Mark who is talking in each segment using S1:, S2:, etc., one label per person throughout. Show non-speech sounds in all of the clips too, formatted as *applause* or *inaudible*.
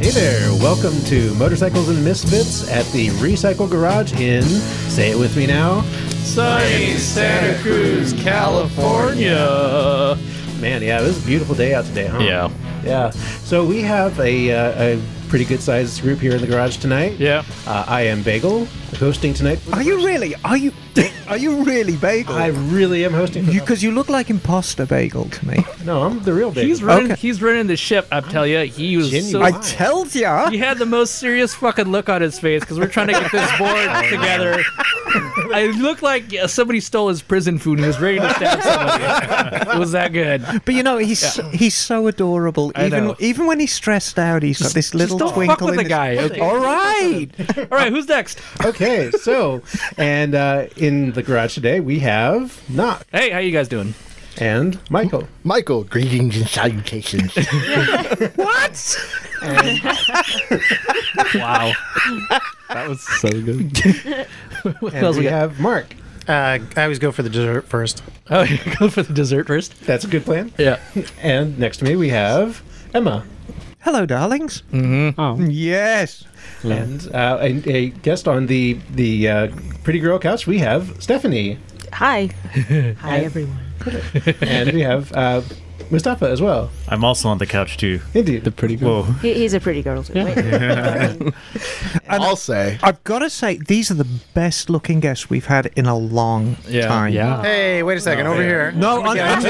S1: Hey there, welcome to Motorcycles and Misfits at the Recycle Garage in, say it with me now,
S2: Sunny Santa Cruz, California.
S1: Man, yeah, it was a beautiful day out today, huh?
S2: Yeah.
S1: Yeah. So we have a, uh, a pretty good sized group here in the garage tonight.
S2: Yeah.
S1: Uh, I am Bagel, hosting tonight.
S3: Are you really? Are you? Are you really bagel?
S1: I really am hosting. for-
S3: Because you, look like imposter bagel to
S2: *laughs*
S3: me.
S1: no, I'm the real Bagel.
S2: He's running.
S3: Okay.
S2: He's running the ship. I tell you, he was so.
S3: I
S1: genuine. Why?
S3: told ya.
S2: he had the most serious fucking look on his face because we're trying to get *laughs* this board together. I looked like uh, somebody stole his prison food and he was ready to stab somebody. it was that good.
S3: But you know he's so, he's so adorable.
S2: I
S3: even
S2: know.
S3: even when he's stressed out, he's got this little
S2: Just don't
S3: twinkle
S2: fuck
S3: in
S2: with the
S3: his-
S2: guy. Okay.
S3: All right.
S2: All right, who's next?
S1: *laughs* okay, so, and uh, in the garage today we have Knock
S2: Hey, how you guys doing?
S1: and Michael.
S4: Michael, greetings and salutations.
S3: what?
S2: *laughs* Wow, that was so good. *laughs*
S1: *laughs*
S2: what
S1: And
S2: else
S1: we
S2: we got?
S1: have Mark.
S5: Uh, I always go for the dessert first.
S2: Oh, *laughs* you go for the dessert first.
S1: That's a good plan.
S2: Yeah.
S1: *laughs* And next to me we have Emma.
S3: Hello, darlings.
S2: Mm-hmm.
S5: Oh,
S3: Yes.
S1: And uh, a, a guest on the the uh, Pretty Girl Couch, we have Stephanie,
S2: *laughs*
S6: *laughs* Hi. Hi, everyone.
S1: and we have uh, Mustafa as well.
S7: I'm also on the couch too.
S1: Indeed, the Pretty
S7: Whoa.
S6: He, he's a pretty girl, too. *laughs*
S4: I'll say.
S3: I've got to say these are the best looking guests we've had in a long
S2: Yeah.
S3: time.
S2: Yeah.
S5: hey, wait a second,
S7: Oh,
S5: over here.
S3: No, I'm, I'm,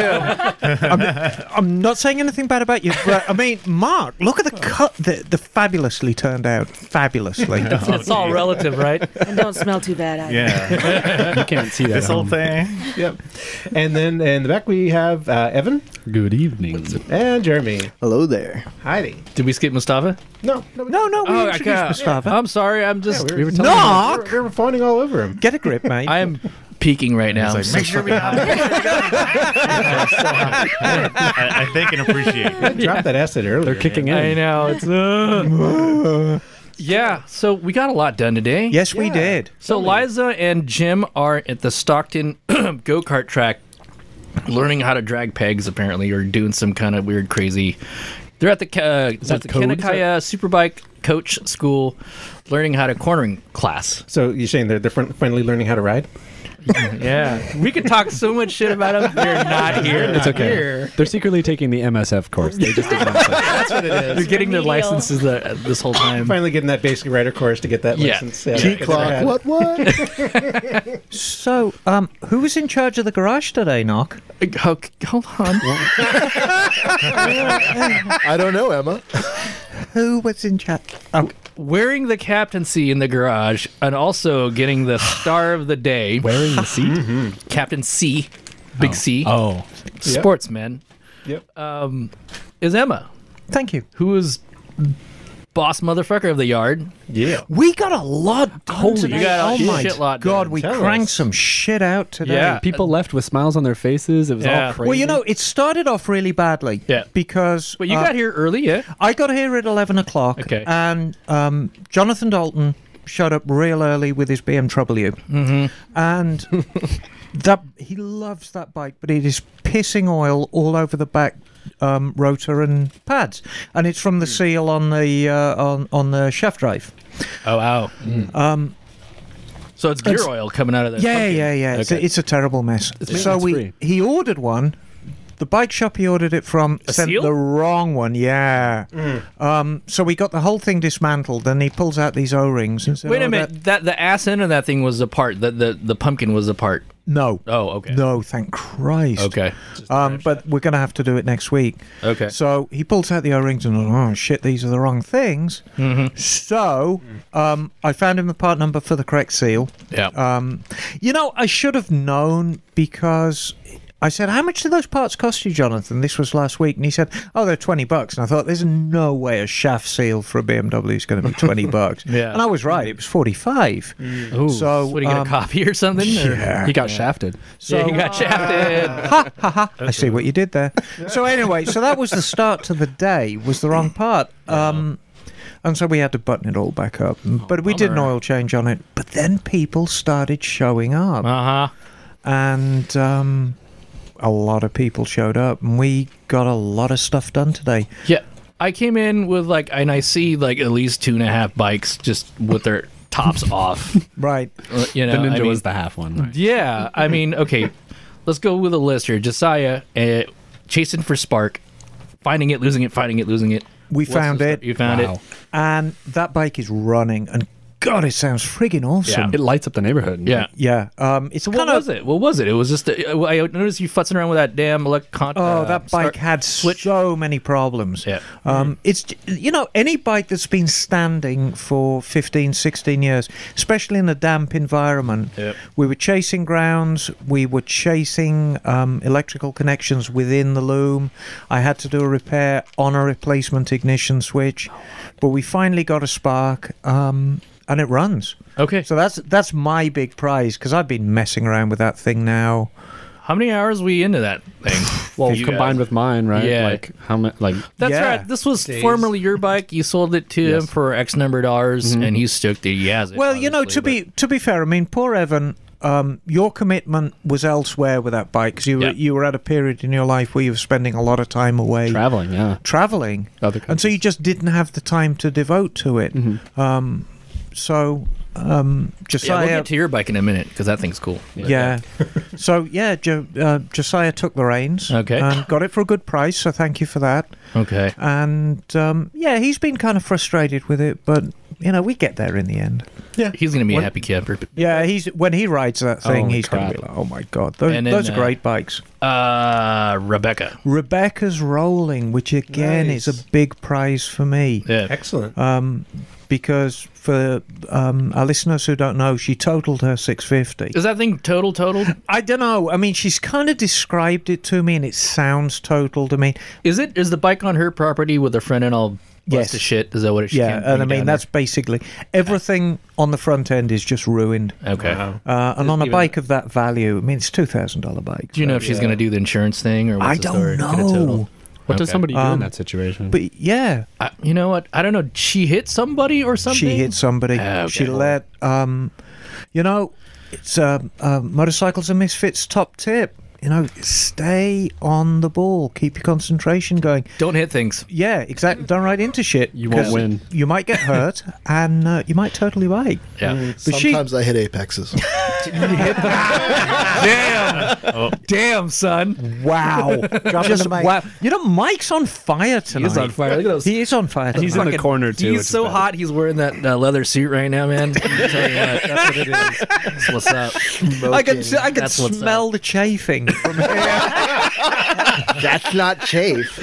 S3: I'm- I'm not saying anything bad about you, but I mean, Mark, look at the cut, the, the fabulously turned out, fabulously.
S2: *laughs* It's all relative, right?
S6: *laughs* and don't smell too bad either.
S7: Yeah.
S2: *laughs*
S5: You can't see
S7: this whole thing.
S1: Yep. And then in the back we have uh, Evan
S8: Good evening.
S1: and Jeremy,
S4: Hello there.
S1: Heidi.
S2: Did we skip Mustafa?
S1: No, no,
S3: No, no, we
S2: Oh, I
S3: introduced
S2: got-
S3: Mustafa.
S2: I'm sorry. I'm just.
S1: we
S2: we were
S1: were-
S2: telling him-
S1: We're,
S3: Knock!
S1: we're fawning all over him.
S3: Get a grip, mate.
S2: I am peaking right now.
S7: It's like, make sure we I, I think and appreciate.
S1: Drop that acid earlier. They're
S8: Kicking
S2: I
S8: in.
S2: know. It's. Uh, *laughs* yeah. So we got a lot done today.
S3: yes, we
S1: Yeah.
S3: did.
S2: So Liza and Jim are at the Stockton *clears throat* go kart track, learning how to drag pegs apparently, or doing some kind of weird crazy. They're at the Ke- uh, at
S8: that
S2: the
S8: code? Is
S2: Kenakaya Superbike Coach School, learning how to cornering class.
S1: So you're saying they're, they're fin- finally learning how to ride?
S2: Yeah, we could talk so much shit about them. They're not here.
S8: It's okay. They're secretly taking the MSF course. They just didn't want to.
S1: That's what it
S2: They're
S1: is.
S2: getting their
S6: Remedial.
S2: licenses the, uh, this whole time.
S1: Finally getting that basic rider course to get that
S2: Yeah.
S1: license. Yeah,
S4: G
S1: that's what I
S4: clock.
S1: had.
S4: What? What?
S2: *laughs*
S3: So, um, who was in charge of the garage today, Knock?
S2: Oh, hold on.
S4: *laughs* I don't know, Emma.
S3: Who was in charge? Oh,
S2: Um, Wearing the captaincy in the garage and also getting
S3: *sighs*
S2: the star of the day,
S8: Wearing
S3: *laughs*
S8: the seat.
S3: Mm-hmm.
S2: Captain C, Big C,
S8: Oh.
S2: sportsman, Um,
S1: Yep.
S2: is Emma,
S3: thank you.
S2: who is boss motherfucker of the yard.
S1: Yeah.
S3: We got a lot done
S2: Holy
S3: today.
S2: You got a
S3: oh my
S2: shit lot
S3: God,
S2: done.
S3: we
S1: Tell
S3: cranked
S1: us.
S3: some shit out today.
S2: Yeah.
S8: People left with smiles on their faces. It was
S2: Yeah.
S8: all crazy.
S3: Well, you know, it started off really badly.
S2: Yeah.
S3: Because
S2: But you
S3: uh,
S2: got here early, yeah?
S3: I got here at 11 o'clock.
S2: Okay.
S3: And um, Jonathan Dalton showed up real early with his BMW. Mm-hmm.
S2: *laughs*
S3: And that he loves that bike, but it is pissing oil all over the back um, rotor and pads. And it's from the
S2: Hmm.
S3: seal on the uh, on, on the shaft drive.
S2: Oh wow.
S3: Um,
S2: So it's gear
S3: It's-
S2: oil coming out of that.
S3: yeah,
S2: fucking-
S3: yeah, yeah. It's, a,
S2: Okay.
S3: it's a terrible mess. so we
S8: maintenance-free.
S3: he ordered one. The bike shop he ordered it from
S2: A
S3: sent
S2: seal?
S3: the wrong one. Yeah.
S2: Mm.
S3: Um, so we got the whole thing dismantled, and he pulls out these O-rings and said,
S2: Wait
S3: "Oh,
S2: a minute.
S3: that-
S2: That, the ass end of that thing was a part. The the, the pumpkin was a part.
S3: no,
S2: Oh, okay.
S3: no, thank Christ."
S2: Okay.
S3: Um, but we're going to have to do it next week.
S2: Okay.
S3: So he pulls out the O-rings and oh shit, these are the wrong things.
S2: Mm-hmm.
S3: So um, I found him the part number for the correct seal.
S2: yeah.
S3: Um, you know, I should have known because I said, "How much do those parts cost you, Jonathan?" This was last week, and he said, "Oh, they're twenty bucks." And I thought, "There's no way a shaft seal for a BMW is going to be
S2: *laughs*
S3: twenty bucks."
S2: Yeah.
S3: And I was right; it was forty-five.
S2: Ooh,
S3: so,
S2: what do you get
S3: um,
S2: a copy or something? or-
S3: Yeah.
S8: he got shafted.
S3: So
S2: yeah, you got shafted.
S3: ha ha ha! I see what you did there. So anyway, so that was the start to the day. Was the wrong part. Um, and so we had to button it all back up, but we did an
S2: Oh, bummer.
S3: oil change on it. But then people started showing up.
S2: Uh huh.
S3: and um, a lot of people showed up, and we got a lot of stuff done today.
S2: *laughs* Yeah. I came in with like, and I see like at least two and a half bikes just with their
S3: *laughs*
S2: tops off.
S3: Right.
S2: You know,
S8: the ninja
S2: I mean,
S8: was the half
S2: *laughs*
S8: one. Right?
S2: Yeah, I mean, okay, let's go with a list here. Josiah, uh, chasing for Spark, finding it, losing it, finding it, losing it.
S3: We
S2: What's
S3: found
S2: the st-
S3: it,
S2: You found
S8: Wow.
S2: it.
S3: and that bike is running. And God, it sounds friggin' awesome.
S8: It lights up the neighborhood.
S2: Yeah.
S3: Yeah. Um, it's
S2: What
S3: kind
S2: was it? What was it? It was just. A, I noticed you futzing around with that damn uh, electron.
S8: uh,
S3: Oh, that bike had
S2: switch.
S3: so many problems.
S2: Yeah.
S3: Um, it's j- you know any bike that's been standing for 15, 16 years, especially in a damp environment.
S2: Yep.
S3: We were chasing grounds. We were chasing um, electrical connections within the loom. I had to do a repair on a replacement ignition switch, but we finally got a spark. Um, and it runs,
S2: Okay.
S3: so that's that's my big prize because I've been messing around with that thing now.
S2: How many hours we into that thing?
S8: Well,
S2: You
S8: combined
S2: guys.
S8: with mine, right?
S2: Yeah.
S8: Like how much? Like
S2: That's
S3: Yeah.
S2: right. This was formerly your bike. You sold it to him
S8: Yes.
S2: for X number of dollars, and he's stoked that he has it.
S3: Mm-hmm. Well, you know, to
S2: obviously,
S3: be to be fair, I mean, poor Evan. Um, your commitment was elsewhere with that bike because you were,
S2: Yeah.
S3: you were at a period in your life where you were spending a lot of time away
S8: traveling. Yeah.
S3: traveling,
S8: Other Mm-hmm.
S3: and so you just didn't have the time to devote to it. Um, so um,
S2: but- Yeah,
S3: Josiah,
S2: we'll get to your bike in a minute because that thing's cool.
S3: yeah. so yeah, jo- uh, Josiah took the reins.
S2: Okay.
S3: and got it for a good price. So thank you for that.
S2: Okay.
S3: And um, yeah, he's been kind of frustrated with it, but you know, we get there in the end.
S2: He's gonna be a happy camper.
S3: Yeah, he's when he rides that thing,
S8: Holy
S3: he's going to be
S8: crap.
S3: like, "Oh my god, those,
S2: And then,
S3: those are
S2: uh,
S3: great bikes."
S2: Uh, Rebecca.
S3: Rebecca's rolling, which again is
S1: Nice.
S3: a big prize for me
S2: Yeah.
S1: Excellent.
S3: um, because for um, our listeners who don't know, she totaled her 650.
S2: Is that thing total total?
S3: I don't know. I mean, she's kind of described it to me, and it sounds totaled. I mean,
S2: Is it? Is the bike on her property with the front end all
S3: Yes.
S2: busted shit? Is that what it? she
S3: yeah,
S2: can't
S3: and I
S2: bring
S3: mean
S2: down
S3: that's basically everything on the front end is just ruined.
S2: there? okay.
S3: Uh, and on a
S2: Even-
S3: bike of that value, I mean, it's two thousand dollar bike.
S2: Do you know
S3: so-
S2: if she's gonna do the insurance thing or? What's
S3: I
S2: the
S3: don't
S2: story? Get a
S3: know.
S2: total?
S8: What does
S2: Okay.
S8: somebody do
S3: Um,
S8: in that situation?
S3: But yeah,
S2: I, you know what? I don't know. She hit somebody or something.
S3: She hit somebody.
S2: Ah, okay.
S3: She let, um, you know, it's uh, uh, motorcycles and misfits top tip. You know, stay on the ball, keep your concentration going.
S2: Don't hit things.
S3: Yeah, exactly. Don't ride into shit.
S8: You won't
S3: 'cause
S8: win.
S3: You might get
S8: *laughs*
S3: hurt, and uh, you might totally bike.
S2: Yeah.
S3: But she, *laughs*
S4: Mm. Sometimes I hit apexes.
S2: *laughs* Damn. Oh. Damn, son.
S3: *laughs* wow, just wow. You know, Mike's on fire tonight.
S2: He's on fire. Look at those.
S3: He is on fire.
S8: He's
S3: tonight.
S8: in the corner too. which
S2: He's
S8: is
S2: so
S8: bad.
S2: hot. He's wearing that uh, leather suit right now, man. Let me tell you what, that's what it is. That's what's up.
S3: *laughs* I can,
S1: *laughs*
S3: I can
S2: That's what's
S3: smell the chafing. From
S4: *laughs* That's not chafe.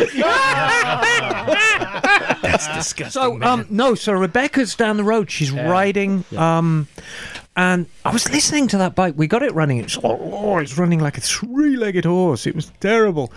S3: *laughs*
S2: Disgusting.
S3: So um no, so Rebecca's down the road. She's riding um and I was listening to that bike. We got it running. It's oh, it's running like a three-legged horse. It was
S2: *laughs*
S3: terrible.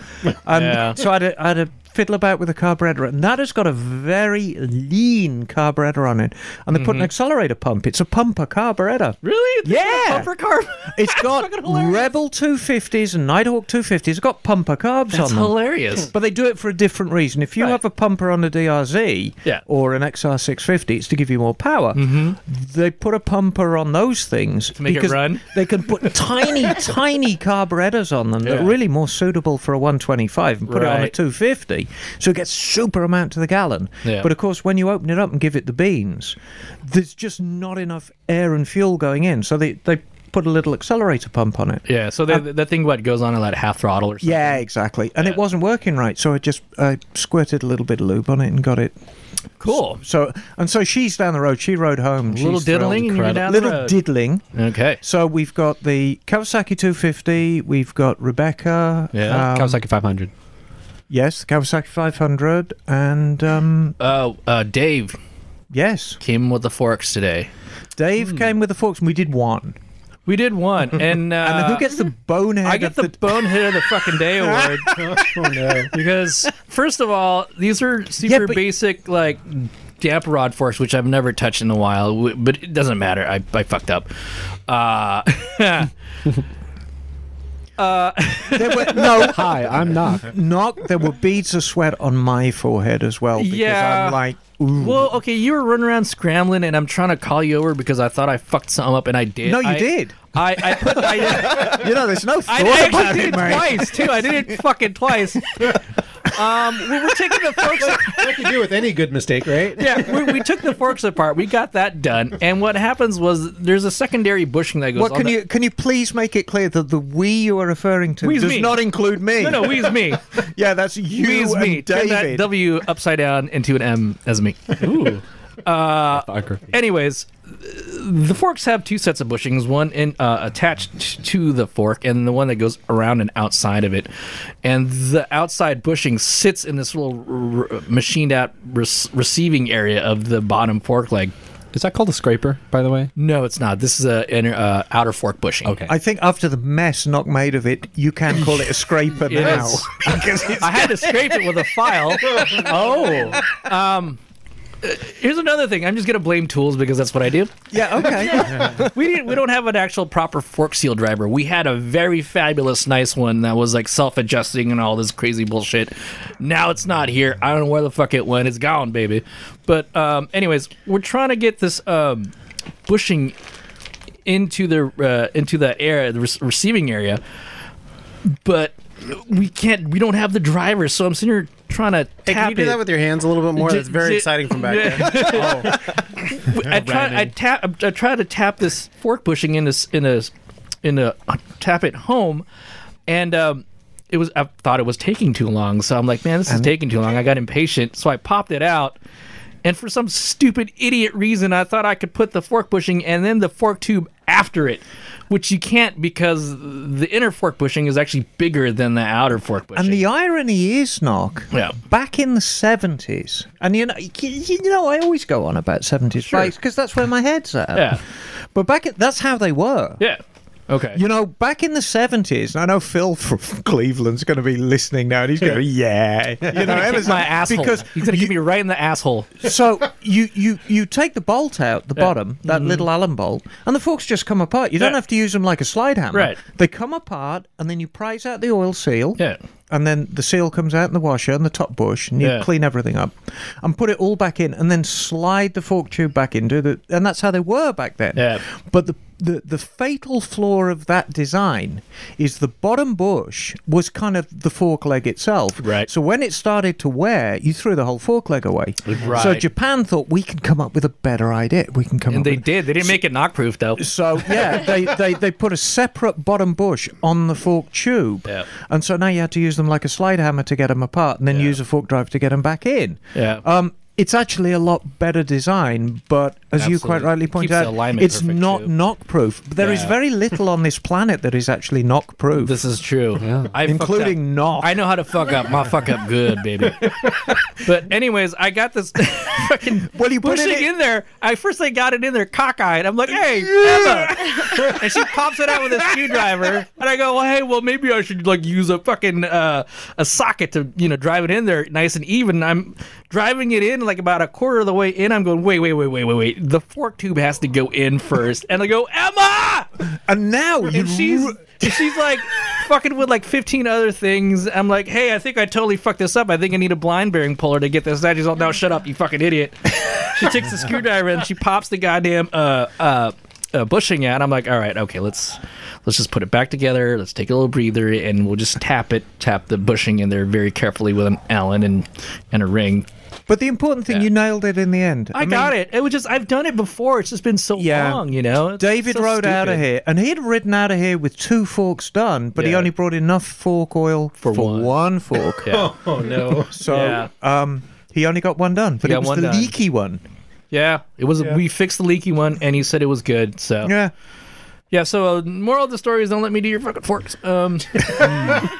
S3: And
S2: Yeah.
S3: so I had, a, I had a fiddle about with the carburetor, and that has got a very lean carburetor on it. And they put an accelerator pump. It's a pumper carburetor.
S2: Mm-hmm. really? They got a
S3: Yeah.
S2: Bumper car.
S3: *laughs* It's got
S2: fucking hilarious.
S3: Rebel 250s and Nighthawk 250s. It's got pumper carbs on
S2: That's
S3: them.
S2: hilarious.
S3: But they do it for a different reason. If you
S2: Right.
S3: have a pumper on a DRZ
S2: Yeah. Mm-hmm.
S3: or an XR650, it's to give you more power. They put a pumper on those things to
S2: make it run?
S3: They can
S2: *laughs*
S3: put tiny, tiny carburetors on them that are
S2: Yeah.
S3: really more suitable for a 125 and put it on a
S2: Right.
S3: 250, so it gets super amount to the gallon.
S2: Yeah.
S3: But of course, when you open it up and give it the beans, there's just not enough air and fuel going in, so they they put a little accelerator pump on it.
S2: *laughs* Yeah. So that that thing what goes on at like half throttle or something.
S3: Yeah, exactly. And it wasn't working right, so I just I squirted a little bit of lube on it and got it.
S2: Cool.
S3: So and so she's down the road. She rode home.
S2: Little
S3: She's thrilled.
S2: diddling and you're down the
S3: little
S2: road.
S3: diddling.
S2: Okay.
S3: So we've got the Kawasaki 250. We've got Rebecca.
S2: Yeah.
S3: um,
S8: Kawasaki 500.
S3: Yes, the Kawasaki 500, and um,
S2: Uh, uh, Dave
S3: yes,
S2: came with the forks today.
S3: Dave came with the forks, and we did one.
S2: Hmm. We
S3: *laughs*
S2: did one, and uh,
S3: And who gets the bonehead?
S2: I get
S3: of
S2: the bonehead of the fucking
S3: *laughs*
S2: day award
S1: Oh,
S2: because first of all, these are super
S3: but-
S2: basic like damp rod forks, which I've never touched in a while. w- But it doesn't matter. I, I fucked up.
S3: *laughs*
S2: Uh, *laughs*
S3: There
S2: *laughs*
S3: were, no,
S8: Hi, I'm not.
S3: knock. There were beads of sweat on my forehead as well Oh, because
S2: Yeah.
S3: I'm like, ooh.
S2: well, okay, you were running around scrambling, and I'm trying to call you over because I thought I fucked something up, and I did.
S3: no, you
S2: I-
S3: did.
S2: I I put I.
S3: *laughs* You know, there's no
S2: *laughs*
S3: thought
S2: I
S3: about
S2: actually
S3: it,
S2: did it
S3: mate. *laughs*
S2: twice too. I did it fucking twice. Um, we were taking the forks.
S1: like you do with any good mistake, right?
S2: yeah, we, we took the forks apart. We got that done. And what happens was there's a secondary bushing that goes.
S3: What
S2: on
S3: can
S2: the-
S3: you can you please make it clear that the we you are referring to
S2: We's
S3: does
S2: me.
S3: not include me?
S2: No, no, we's me.
S3: *laughs* yeah, that's you
S2: We's
S3: and
S2: me. Turn that
S3: David.
S2: W upside down into an M as me.
S8: *laughs* Ooh.
S2: Uh,
S8: Biography.
S2: anyways, the forks have two sets of bushings, one in, uh, attached to the fork and the one that goes around and outside of it. And the outside bushing sits in this little r- r- machined out rec- receiving area of the bottom fork leg.
S8: Is that called a scraper, by the way?
S2: No, it's not. This is a inner uh, outer fork bushing.
S8: Okay.
S3: I think after the mess Knock made of it, you can call it a scraper
S2: *laughs* Yes.
S3: *laughs* now. Because it's-
S2: I had to scrape it with a file. oh. Um, uh, here's another thing. I'm just gonna blame tools because that's what I do.
S3: yeah, okay.
S2: *laughs* We didn't. We don't have an actual proper fork seal driver. We had a very fabulous, nice one that was like self-adjusting and all this crazy bullshit. Now it's not here. I don't know where the fuck it went. It's gone, baby. But um, anyways, we're trying to get this um, bushing into the uh, into the air, the re- receiving area, but we can't. We don't have the driver, so I'm sitting here trying to
S5: Hey, can
S2: tap
S5: you do
S2: it.
S5: that with your hands a little bit more?
S2: J-
S5: That's very
S2: j-
S5: exciting from back there.
S2: *laughs*
S5: Oh.
S2: I try. I tap. I try to tap this fork pushing in this in a in a uh, tap it home, and um, it was. I thought it was taking too long, so I'm like, man, this is taking too long. I got impatient, so I popped it out. And for some stupid idiot reason, I thought I could put the fork bushing and then the fork tube after it, which you can't because the inner fork bushing is actually bigger than the outer fork bushing.
S3: and the irony is, Knock,
S2: Yeah.
S3: back in the 70s, and you know, y- you know I always go on about 70s
S2: Sure.
S3: bikes because that's where my head's at.
S2: yeah,
S3: But back at, that's how they were.
S2: yeah, okay.
S3: You know, back in the 70s, and I know Phil from *laughs* Cleveland's going to be listening now, and he's going, yeah.
S2: *laughs*
S3: You know,
S2: Kick my asshole.
S3: Because
S2: he's gonna give me right in the asshole.
S3: so you, you you take the bolt out the bottom that little allen bolt and the forks just come apart you don't
S2: Mm-hmm. Yeah.
S3: have to use them like a slide hammer
S2: Right.
S3: they come apart and then you prise out the oil seal
S2: Yeah.
S3: and then the seal comes out in the washer and the top bush and you
S2: Yeah.
S3: clean everything up and put it all back in and then slide the fork tube back into the and that's how they were back then
S2: Yeah.
S3: but the the, the fatal flaw of that design is the bottom bush was kind of the fork leg itself.
S2: Right.
S3: So when it started to wear, you threw the whole fork leg away.
S2: Right.
S3: So Japan thought we can come up with a better idea. We can come
S2: And
S3: up
S2: they
S3: with
S2: did. They didn't make it knock proof though.
S3: so
S2: *laughs*
S3: yeah, they, they, they put a separate bottom bush on the fork tube,
S2: Yeah.
S3: and so now you had to use them like a slide hammer to get them apart, and then use a fork drive to get them back in.
S2: Yeah.
S3: Um, it's actually a lot better design, but as you quite
S2: Absolutely.
S3: rightly point
S2: Keeps the
S3: out,
S2: alignment
S3: it's
S2: perfect,
S3: not
S2: too.
S3: knock proof. There is
S2: Yeah.
S3: very little on this planet that is actually knock proof.
S2: This is true. I fucked up.
S3: Including knock.
S2: I know how to fuck up. My fuck up good,
S3: *laughs*
S2: baby. but anyways, I got this fucking
S3: *laughs* Well, you put it
S2: pushing
S3: in-
S2: in there. I first I got it in there cockeyed. I'm like, hey, Emma, and she pops it out with a screwdriver, and I go, well, hey, well maybe I should like use a fucking uh, a socket to you know drive it in there nice and even. I'm driving it in like about a quarter of the way in. I'm going, wait, wait, wait, wait, wait, wait. The fork tube has to go in first, and I go, Emma.
S3: and now you
S2: and she's
S3: ru-
S2: *laughs* and she's like fucking with like 15 other things. I'm like, hey, I think I totally fucked this up. I think I need a blind bearing puller to get this out. She's all, no, shut up, you
S3: *laughs*
S2: fucking idiot. she takes the screwdriver and she pops the goddamn uh uh. Uh, bushing out, I'm like, all right, okay, let's let's just put it back together. Let's take a little breather, and we'll just tap it, tap the bushing in there very carefully with an Allen and and a ring.
S3: But the important thing,
S2: Yeah.
S3: you nailed it in the end.
S2: I,
S3: mean,
S2: got it. It was just I've done it before. It's just been so
S3: Yeah.
S2: long, you know. It's
S3: David
S2: so
S3: rode out of
S2: stupid.
S3: here, and he'd ridden out of here with two forks done, but he
S2: Yeah.
S3: only brought enough fork oil for,
S2: one.
S3: one. *laughs* fork.
S2: *laughs* Yeah.
S1: Oh no.
S3: So
S2: Yeah.
S3: um, he only got one done, but
S2: He
S3: it
S2: got
S3: was
S2: one
S3: the
S2: done.
S3: leaky one.
S2: Yeah, it was. We fixed the leaky one, and he said it was good. So yeah.
S3: Yeah.
S2: so uh, moral of the story is don't let me do your fucking forks. Um.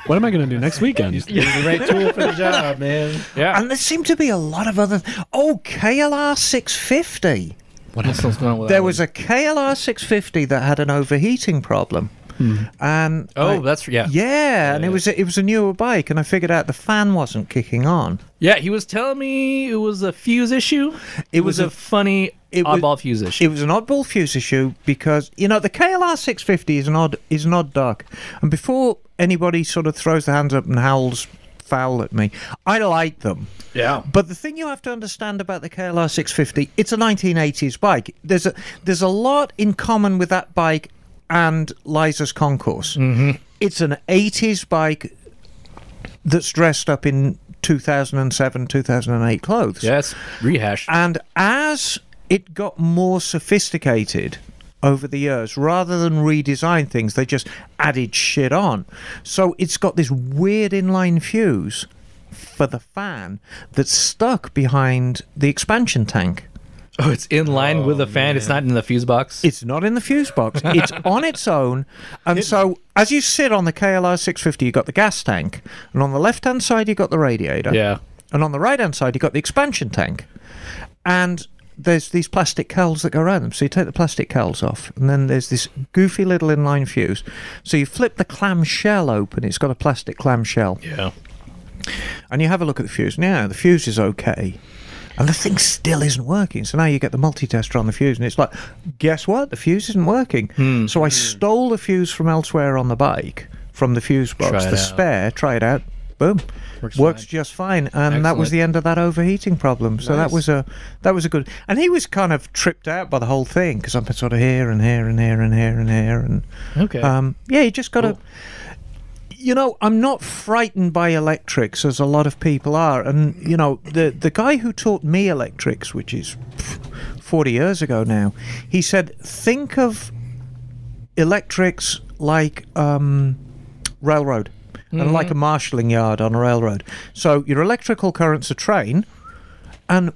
S8: What am I going to do next
S2: *laughs*
S8: weekend?
S1: You're the right tool for the job, man.
S2: Yeah.
S3: And there seemed to be a lot of other. Oh, KLR 650.
S2: What else is going on with that
S3: There
S2: one?
S3: was a KLR 650 that had an overheating problem.
S2: Hmm.
S3: And I-
S2: Oh, that's yeah.
S3: yeah, and it was a, it was a newer bike, and I figured out the fan wasn't kicking on.
S2: Yeah, he was telling me it was a fuse issue. It, was,
S3: was
S2: a,
S3: a-
S2: funny
S3: it was-
S2: oddball fuse issue.
S3: It was an oddball fuse issue because you know the KLR 650 is an odd is an odd duck, and before anybody sort of throws their hands up and howls foul at me, I like them.
S2: yeah.
S3: But the thing you have to understand about the KLR 650, it's a 1980s bike. There's a there's a lot in common with that bike and Liza's Concourse. It's an 80s bike that's dressed up in 2007, 2008 clothes.
S2: Yes, rehash.
S3: And as it got more sophisticated over the years, rather than redesign things, they just added shit on. So it's got this weird inline fuse for the fan that's stuck behind the expansion tank.
S2: Oh, it's in line with the fan. It's not in the fuse box.
S3: It's not in the fuse
S2: *laughs*
S3: box. It's on its own. And so as you sit on the KLR 650, you've got the gas tank. And on the left hand side, you've got the radiator.
S2: yeah.
S3: And on the right hand side, you've got the expansion tank. And there's these plastic cowls that go around them. So you take the plastic cowls off, and then there's this goofy little inline fuse. So you flip the clam shell open, it's got a plastic clam shell.
S2: Yeah.
S3: And you have a look at the fuse. Now, the fuse is okay. And the thing still isn't working. So now you get the multitester on the fuse, and it's like, guess what? The fuse isn't working.
S2: Hmm.
S3: So I stole the fuse from elsewhere on the bike, from the fuse box,
S2: Try it
S3: the
S2: out.
S3: spare, try it out. Boom,
S2: Works
S3: works,
S2: fine.
S3: just fine, and that was
S2: Excellent.
S3: the end of that overheating problem. So that was a that was a good. And he was kind of tripped out by the whole thing because I'm sort of here and here and here and here and here and
S2: Okay.
S3: um, yeah, you just got to. You know, I'm not frightened by electrics as a lot of people are, and you know, the the guy who taught me electrics, which is pff, 40 years ago now, he said, think of electrics like um, railroad and like a marshalling yard on a railroad. So your electrical current's a train, and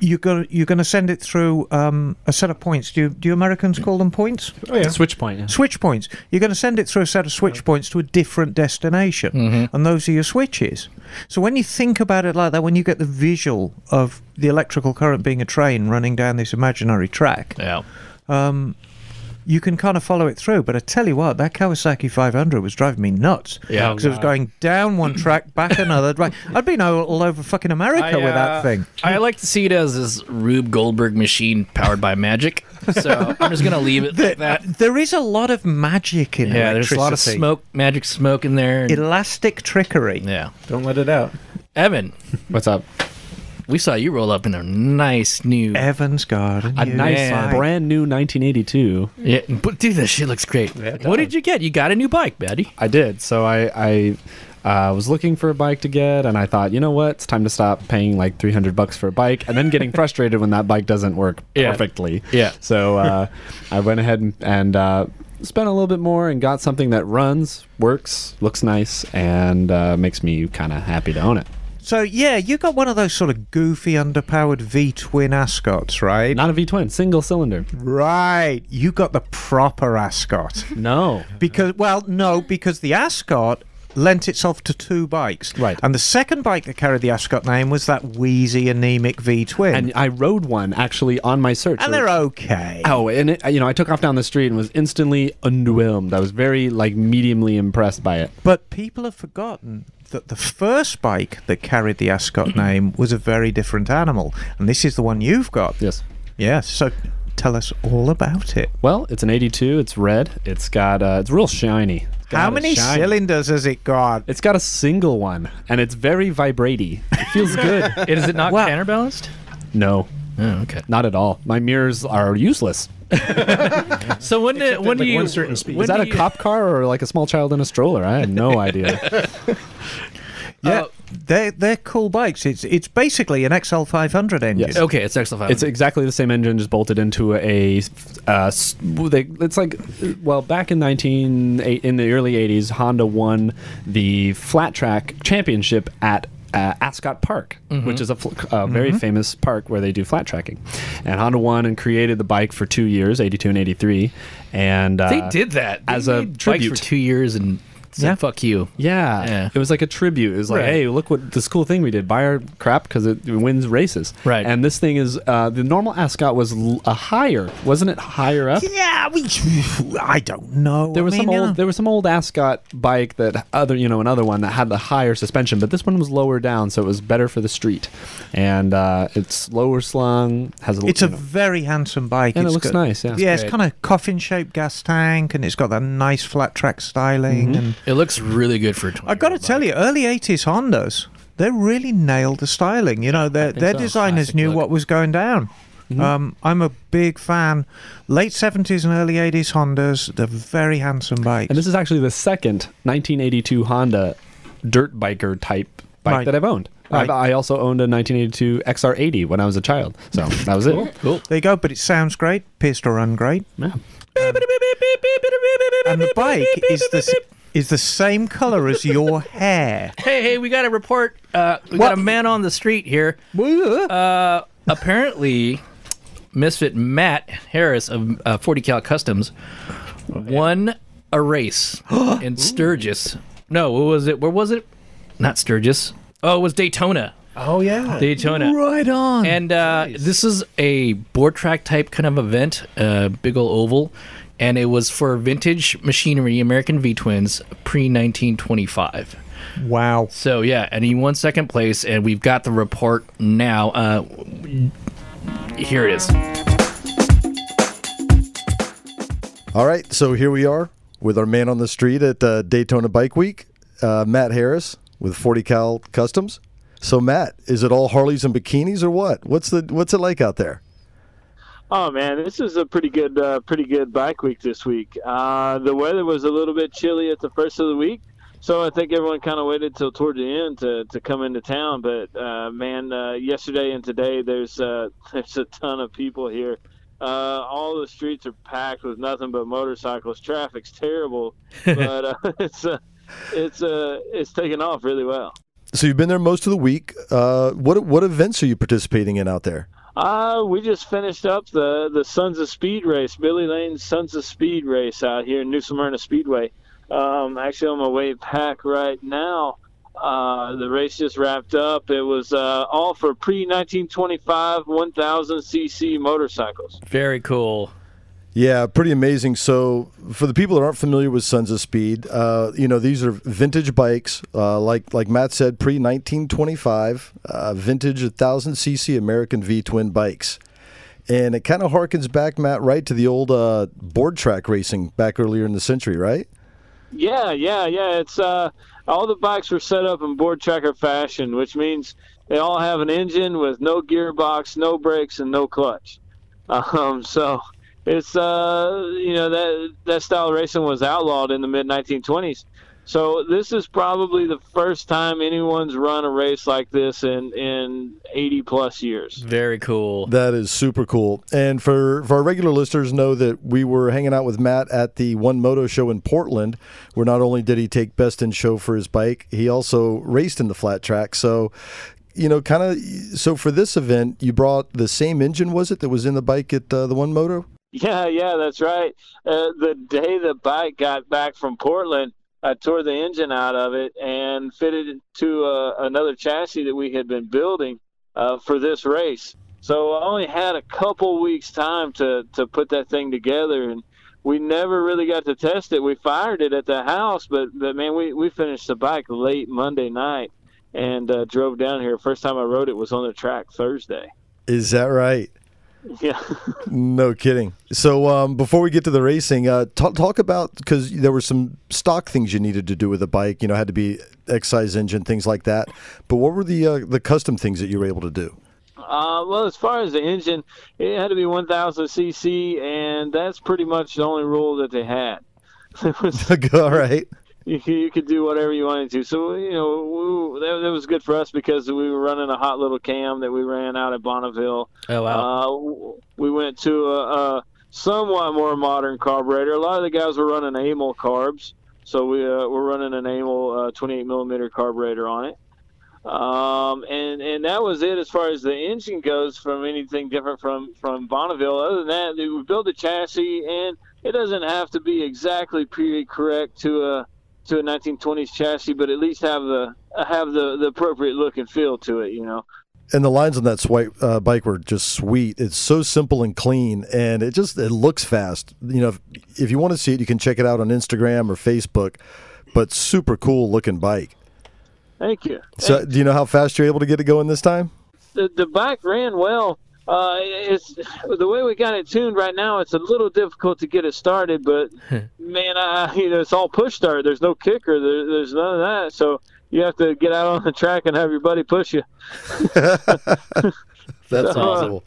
S3: you're going you're going to send it through um, a set of points. Do you, do you Americans call them points?
S8: Switch point. yeah.
S3: switch points. You're going to send it through a set of switch points to a different destination,
S8: Mm-hmm.
S3: and those are your switches. So when you think about it like that, when you get the visual of the electrical current being a train running down this imaginary track, um,
S2: yeah.
S3: you can kind of follow it through. But I tell you what, that Kawasaki 500 was driving me nuts.
S2: Yeah.
S3: because it was going down one track, back another. *laughs* Right, I'd been all, all over fucking America with that thing.
S2: uh, I like to see it as this Rube Goldberg machine powered by magic.
S3: *laughs*
S2: So I'm just gonna leave it at that.
S3: uh, There is a lot of magic in
S2: Yeah, there's a lot of
S3: electricity.
S2: smoke, magic smoke in there. and-
S3: Elastic trickery.
S2: yeah,
S1: Don't let it out.
S2: Evan,
S8: What's up?
S2: we saw you roll up in a nice new.
S3: Evans Garden.
S8: A
S3: you
S8: nice,
S3: fine.
S8: brand new 1982.
S2: Yeah, but dude, that shit looks great.
S1: it does.
S2: what did you get? You got a new bike, buddy.
S8: I did. So I I uh, was looking for a bike to get, and I thought, you know what? It's time to stop paying like 300 bucks for a bike, and then
S2: *laughs*
S8: getting frustrated when that bike doesn't work
S2: Yeah.
S8: perfectly.
S2: Yeah.
S8: So uh, I went ahead and, and uh, spent a little bit more and got something that runs, works, looks nice, and uh, makes me kind of happy to own it.
S3: So yeah, you got one of those sort of goofy, underpowered V twin ascots, right?
S8: Not a V twin, single cylinder.
S3: Right. You got the proper ascot
S8: No.
S3: because, well, no, because the ascot lent itself to two bikes.
S8: Right.
S3: And the second bike that carried the ascot name was that wheezy, anemic V twin,
S8: And
S3: and,
S8: I rode one actually on my search. It
S3: they're
S8: was-
S3: okay.
S8: Oh, and it, you know, I took off down the street and was instantly underwhelmed. I was very like mediumly impressed by it.
S3: But people have forgotten that the first bike that carried the ascot
S8: *clears throat*
S3: name was a very different animal, and this is the one you've got.
S8: Yes.
S3: Yes. So tell us all about it.
S8: Well, it's an 82. It's red. It's got uh, it's real shiny. It's got
S3: How
S8: a
S3: many
S8: shiny-
S3: cylinders has it got?
S8: It's got a single one, and it's
S3: *laughs*
S8: very vibratey. It feels good.
S2: *laughs* Is it not
S3: Wow.
S2: counterbalanced?
S8: no,
S2: Oh, okay.
S8: not at all. My mirrors are useless.
S2: So when did, when
S1: at,
S2: do
S1: like,
S2: you
S1: one certain speed.
S2: when
S8: Is that
S2: do
S8: a
S2: you-
S8: cop car or like a small child in a stroller? I
S3: *laughs*
S8: had no idea.
S3: Yeah,
S2: Uh,
S3: they're they're cool bikes. It's it's basically an XL 500 engine.
S8: Yes.
S2: Okay, it's XL5.
S8: it's exactly the same engine, just bolted into a. Uh, s- they, it's like, well, back in 19 eight- in the early 80s, Honda won the flat track championship at. Uh, Ascot Park,
S2: Mm-hmm.
S8: which is a, fl- a very
S3: Mm-hmm.
S8: famous park where they do flat tracking, and Honda won and created the bike for two years, '82 and '83, and uh,
S2: they did that they
S8: as a
S2: made bikes for
S8: tribute.
S2: two years and said
S8: Yeah.
S2: fuck you.
S8: Yeah.
S2: Yeah.
S8: It was like a tribute. It was like,
S2: Right.
S8: hey, look what this cool thing we did. Buy our crap because it wins races.
S2: Right.
S8: And this thing is uh, the normal ascot was l- a higher, wasn't it? Higher up.
S3: Yeah, we. I don't know.
S8: There was
S3: I mean,
S8: some
S3: you
S8: old
S3: know,
S8: there was some old ascot bike that other you know another one that had the higher suspension, but this one was lower down, so it was better for the street. And uh, it's lower slung. Has a
S3: It's a
S8: you know,
S3: very handsome bike.
S8: And it
S3: It's
S8: looks
S3: got-
S8: nice, yeah. It's
S3: yeah, it's
S2: great.
S3: kind of coffin-shaped gas tank, and it's got that nice flat track styling.
S8: Mm-hmm.
S3: And
S2: It looks really good for.
S3: I got to tell you, early '80s Hondas, they really nailed the styling. You know, their their
S2: so.
S3: designers
S2: Classic
S3: knew
S2: look.
S3: what was going down. Um, I'm a big fan. Late '70s and early '80s Hondas, they're very handsome bikes.
S8: and this is actually the second 1982 Honda dirt biker type bike
S3: Right.
S8: that I've owned. I, I also owned a 1982 XR80 when I was a child,
S3: *laughs*
S8: so that was it.
S2: Cool.
S3: There you go, but it sounds great, pissed or ungrade.
S8: Yeah.
S3: And the bike is the, s- is the same color as your *laughs* hair.
S2: Hey, hey, we got a report. Uh, we got a man on the street here. Uh, apparently, Misfit Matt Harris of uh, 40 Cal Customs won a race in Sturgis. No, what was it? Where was it? Not Sturgis. Oh, it was Daytona.
S1: *laughs* Oh yeah.
S2: Daytona.
S3: Right on.
S2: And uh, this is a board track type kind of event, uh, big ol' oval, and it was for vintage machinery, American V twins, pre 1925.
S3: Wow.
S2: So yeah, and he won second place, and we've got the report now. Uh, here it is.
S9: All right, so here we are with our man on the street at uh, Daytona Bike Week, uh, Matt Harris with 40 Cal Customs. So Matt, is it all Harleys and bikinis or what? What's the what's it like out there?
S10: Oh man, this is a pretty good, uh, pretty good bike week this week. Uh, the weather was a little bit chilly at the first of the week, so I think everyone kind of waited till toward the end to, to come into town. But uh, man, uh, yesterday and today, there's uh, *laughs* there's a ton of people here. Uh, all the streets are packed with nothing but motorcycles. Traffic's terrible, but uh, *laughs* it's uh, it's uh, it's taking off really well.
S9: So you've been there most of the week. Uh, what what events are you participating in out there?
S10: Uh, we just finished up the, the Sons of Speed race, Billy Lane's Sons of Speed race out here in New Smyrna Speedway. Um, actually, on my way back right now. Uh, the race just wrapped up. It was uh, all for pre 1925 1000cc motorcycles.
S2: Very cool.
S9: Yeah, pretty amazing. So, for the people that aren't familiar with Sons of Speed, uh, you know these are vintage bikes, uh, like like Matt said, pre 1925, uh, vintage 1000 cc American V twin bikes, and it kind of harkens back, Matt, right to the old uh, board track racing back earlier in the century, right?
S10: Yeah, yeah, yeah. It's uh, all the bikes were set up in board tracker fashion, which means they all have an engine with no gearbox, no brakes, and no clutch. Um, so it's uh, you know that that style of racing was outlawed in the mid 1920s. So this is probably the first time anyone's run a race like this in in 80 plus years.
S2: Very cool.
S9: That is super cool. And for, for our regular listeners, know that we were hanging out with Matt at the One Moto show in Portland, where not only did he take best in show for his bike, he also raced in the flat track. So, you know, kind of. So for this event, you brought the same engine, was it, that was in the bike at uh, the One Moto?
S10: Yeah, yeah, that's right. Uh, the day the bike got back from Portland, I tore the engine out of it and fitted it to uh, another chassis that we had been building uh, for this race. So I only had a couple weeks time to to put that thing together, and we never really got to test it. We fired it at the house, but but man, we we finished the bike late Monday night and uh, drove down here. First time I rode it was on the track Thursday. *laughs*
S9: Is that right?
S10: Yeah.
S9: No kidding. So um, before we get to the racing, uh, talk, talk about because there were some stock things you needed to do with the bike. You know, had to be excise engine things like that. But what were the uh, the custom things that you were able to do? *laughs*
S10: Uh, well, as far as the engine, it had to be 1,000 cc, and that's pretty much the only rule that they had. There was-
S9: All right.
S10: you, could- you could do whatever you wanted to. So you know we, that, that was good for us because we were running a hot little cam that we ran out at Bonneville.
S2: Oh wow.
S10: Uh, w- we went to a, a somewhat more modern carburetor. A lot of the guys were running Amel carbs, so we uh, we're running an Amel uh, 28 millimeter carburetor on it. Um, and and that was it as far as the engine goes from anything different from from Bonneville. Other than that, we built the chassis, and it doesn't have to be exactly period correct to a to a 1920s chassis, but at least have the have the, the appropriate look and feel to it, you know.
S9: And the lines on that swipe, uh, bike were just sweet. It's so simple and clean, and it just it looks fast. You know, if, if you want to see it, you can check it out on Instagram or Facebook. But super cool looking bike.
S10: Thank you.
S9: So do you know how fast you're able to get it going this time?
S10: the, the bike ran well. Uh, it's the way we got it tuned right now. It's a little difficult to get it started,
S9: *laughs*
S10: but man, I, you know, it's all push start. There's no kicker. There, there's none of that. So you have to get
S9: *laughs*
S10: out on the track and have your buddy push you.
S9: That's
S10: Uh,
S9: awesome.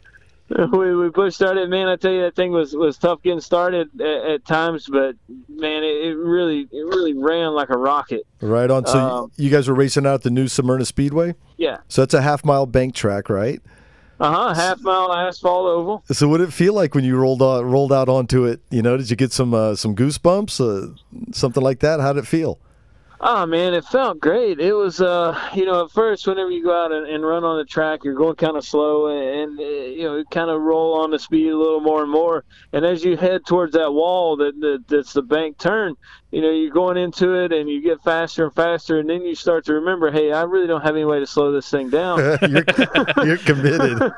S10: *laughs* we, we pushed started. Man, I tell you, that thing was, was tough getting started at, at times, but man, it, it really it really ran like a rocket.
S9: Right on. So y-
S10: Um,
S9: you guys were racing out at the new Smyrna Speedway.
S10: Yeah.
S9: So that's a half mile bank track, right?
S10: Uh huh. Half mile asphalt oval.
S9: So what did it feel like when you rolled on, rolled out onto it? You know, did you get some uh, some goosebumps, uh, something like that? How did it feel?
S10: Oh man, it felt great. It was, uh, you know, at first, whenever you go out and, and run on the track, you're going kind of slow, and, and uh, you know, kind of roll on the speed a little more and more. And as you head towards that wall that, that that's the bank turn, you know, you're going into it, and you get faster and faster, and then you start to remember, hey, I really don't have any way to slow this thing down.
S9: you're, you're committed.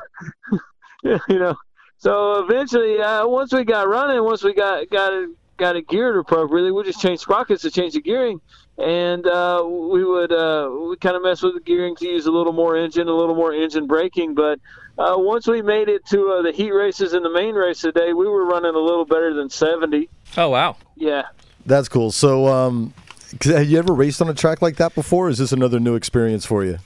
S10: *laughs* you know. So eventually, uh, once we got running, once we got got it got it geared appropriately, we just changed sprockets to change the gearing, and uh, we would uh, we kind of mess with the gearing to use a little more engine, a little more engine braking. But uh, once we made it to uh, the heat races and the main race today, we were running a little better than seventy.
S2: Oh wow.
S10: Yeah,
S9: That's cool. So, um, 'cause have you ever raced on a track like that before? Or is this another new experience for you?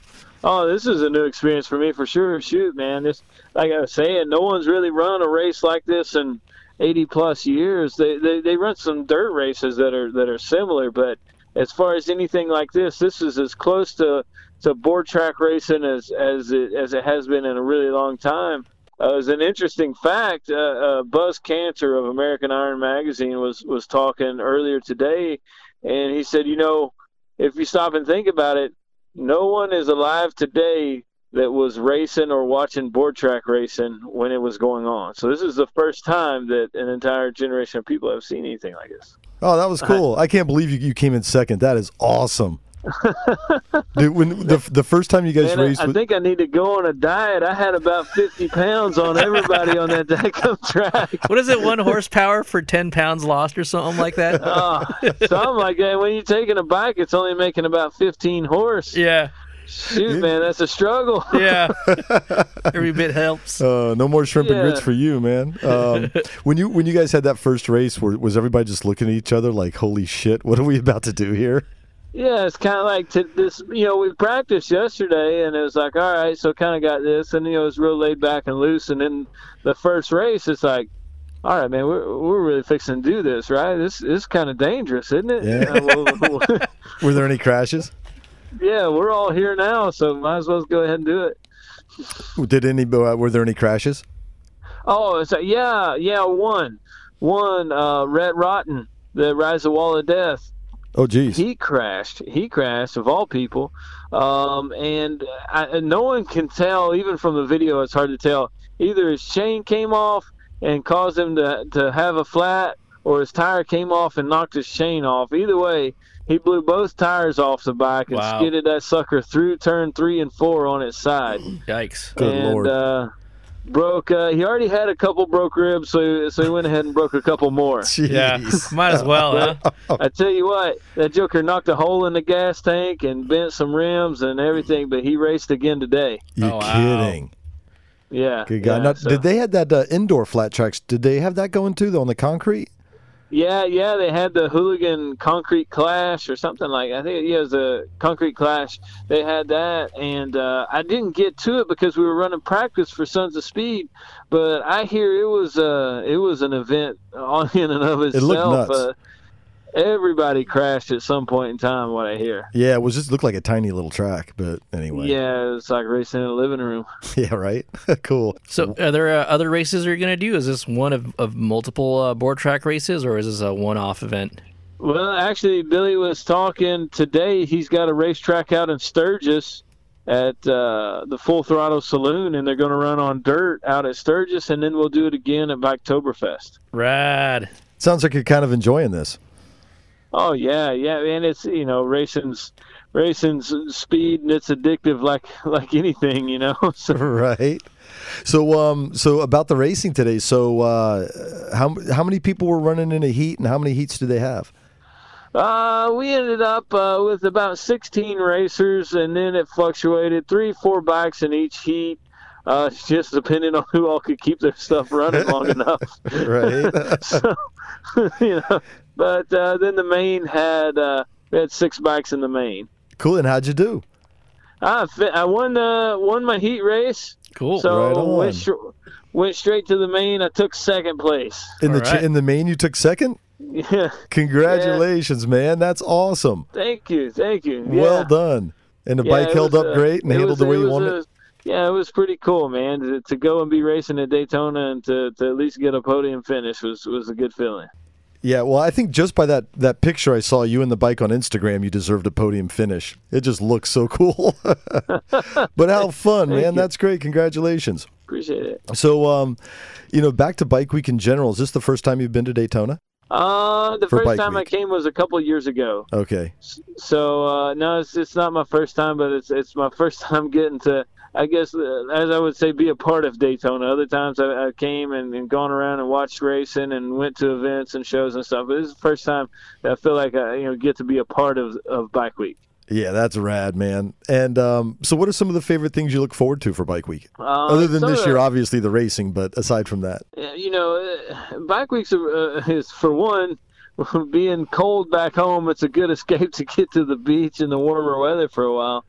S10: Oh, this is a new experience for me for sure. Shoot, man, this like I was saying, no one's really run a race like this in 80 plus years. They, they they run some dirt races that are that are similar, but as far as anything like this, this is as close to to board track racing as as it as it has been in a really long time. Uh, as an interesting fact, uh, uh, Buzz Cantor of American Iron Magazine was was talking earlier today, and he said, you know, if you stop and think about it, no one is alive today that was racing or watching board track racing when it was going on. So this is the first time that an entire generation of people have seen anything like this.
S9: Oh, that
S10: Uh,
S9: was cool. I can't believe you, you came in second. That is
S10: *laughs*
S9: awesome. Dude, when the, the first time you guys
S10: Man, I-
S9: raced,
S10: I,
S9: with-
S10: think I need to go on a diet. I had about 50 pounds on everybody on that daggum track.
S2: *laughs* What is it?
S10: *laughs*
S2: One horsepower for ten pounds lost or something like that.
S10: Oh, something like that. When you're taking a bike, it's only making about 15 horse.
S2: yeah.
S10: Shoot, man, that's a struggle. *laughs*
S2: Yeah. Every bit helps.
S9: uh, no more shrimp and grits
S10: Yeah.
S9: for you, man. Um, when you when you guys had that first race, were, was everybody just looking at each other like, "Holy shit, what are we about to do here?"
S10: Yeah, it's kind of like to this. You know, we practiced yesterday, and it was like, all right, so kind of got this, and you know, it was real laid back and loose. And then the first race, it's like, all right, man, we're we're really fixing to do this, right? This this is kind of dangerous, isn't it? *laughs*
S9: Yeah.
S10: Uh, well, well,
S9: Were there any crashes?
S10: yeah, we're all here now, so might as well go ahead and do it.
S9: Did any? Uh, were there any crashes?
S10: Oh, it's like, yeah, yeah, one, one, uh, Red Rotten, the Rise of Wall of Death.
S9: Oh, geez.
S10: he crashed. He crashed of all people, um, and, I, and no one can tell. Even from the video, it's hard to tell. Either his chain came off and caused him to to have a flat, or his tire came off and knocked his chain off. Either way, he blew both tires off the bike and
S2: Wow.
S10: skidded that sucker through turn three and four on its side
S2: Yikes.
S9: Good
S10: and,
S9: lord.
S10: Uh, broke. Uh, he already had a couple broke ribs, so so he went ahead and broke a couple
S9: *laughs*
S10: more.
S2: Yeah. *laughs* Might as well, huh?
S10: I tell you what, that Joker knocked a hole in the gas tank and bent some rims and everything, but he raced again today.
S9: You're
S2: Oh, wow.
S9: kidding.
S10: Yeah.
S9: Good God.
S10: Yeah,
S9: now,
S10: so-
S9: Did they had that uh, indoor flat tracks? Did they have that going too though on the concrete?
S10: Yeah, yeah, they had the hooligan concrete clash or something like. I think yeah, it was a concrete clash. They had that, and uh, I didn't get to it because we were running practice for Sons of Speed. But I hear it was uh, it was an event on *laughs* in and of itself.
S9: looked nuts.
S10: Uh, everybody crashed at some point in time. What I hear.
S9: Yeah, it was just looked like a tiny little track, but anyway. *laughs*
S10: Yeah, it's like racing in a living room.
S9: Yeah, right. *laughs* cool.
S2: So, are there uh, other races you're going to do? Is this one of, of multiple uh, board track races, or is this a one off event?
S10: Well, actually, Billy was talking today. He's got a racetrack out in Sturgis at uh, the Full Throttle Saloon, and they're going to run on dirt out at Sturgis, and then we'll do it again at Biketoberfest.
S2: Rad.
S9: Sounds like you're kind of enjoying this.
S10: Oh yeah, yeah, and it's you know racing's racing's speed and it's addictive like *laughs* like anything, you know.
S9: *laughs*
S10: So,
S9: right. So um so about the racing today. So uh how how many people were running in a heat and how many heats do they have?
S10: uh, we ended up uh, with about 16 racers, and then it fluctuated three, four bikes in each heat. Uh, just depending on who all could keep their stuff
S9: *laughs*
S10: running long enough.
S9: Right.
S10: *laughs* so, you know, but uh, then the main had uh, we had six bikes in the main.
S9: cool. And how'd you do?
S10: I fi- I won uh won my heat race.
S2: Cool.
S10: So
S9: Right on.
S10: went str- went straight to the main. I took second place.
S9: In the
S2: All
S9: chi-
S2: right.
S9: in the main, you took second.
S10: Yeah.
S9: Congratulations, man! That's awesome.
S10: Thank you. Thank you.
S9: Well
S10: Yeah.
S9: done. And the
S10: Yeah,
S9: bike
S10: it
S9: held
S10: was,
S9: up
S10: uh,
S9: great and
S10: it
S9: handled
S10: was-
S9: the way you
S10: was
S9: wanted.
S10: a-
S9: it.
S10: Yeah, it was pretty cool, man. To, to go and be racing at Daytona and to, to at least get a podium finish was, was a good feeling.
S9: Yeah, well, I think just by that that picture I saw you and the bike on Instagram, you deserved a podium finish. It just looks so *laughs*
S10: *laughs*
S9: cool. but how fun, man! That's great. Congratulations.
S10: Appreciate it.
S9: So, um, you know, back to Bike Week in general. Is this the first time you've been to Daytona?
S10: Uh, the
S9: For
S10: first
S9: Bike
S10: time
S9: Week.
S10: I came was a couple years ago.
S9: Okay.
S10: So uh, no, it's it's not my first time, but it's it's my *laughs* first time getting to. I guess uh, as I would say, be a part of Daytona. Other times I, I came and, and gone around and watched racing and went to events and shows and stuff. But this is the first time that I feel like I you know get to be a part of of Bike Week.
S9: Yeah, that's rad, man. And um, so, what are some of the favorite things you look forward to for Bike Week? Other than
S10: some
S9: this
S10: of
S9: year,
S10: Uh, the-
S9: obviously the racing, but aside from that,
S10: Yeah, you know, uh, bike weeks are, uh, *laughs* is for one, *laughs* being cold back home. It's a good escape *laughs* to get to the beach in the warmer weather for a while.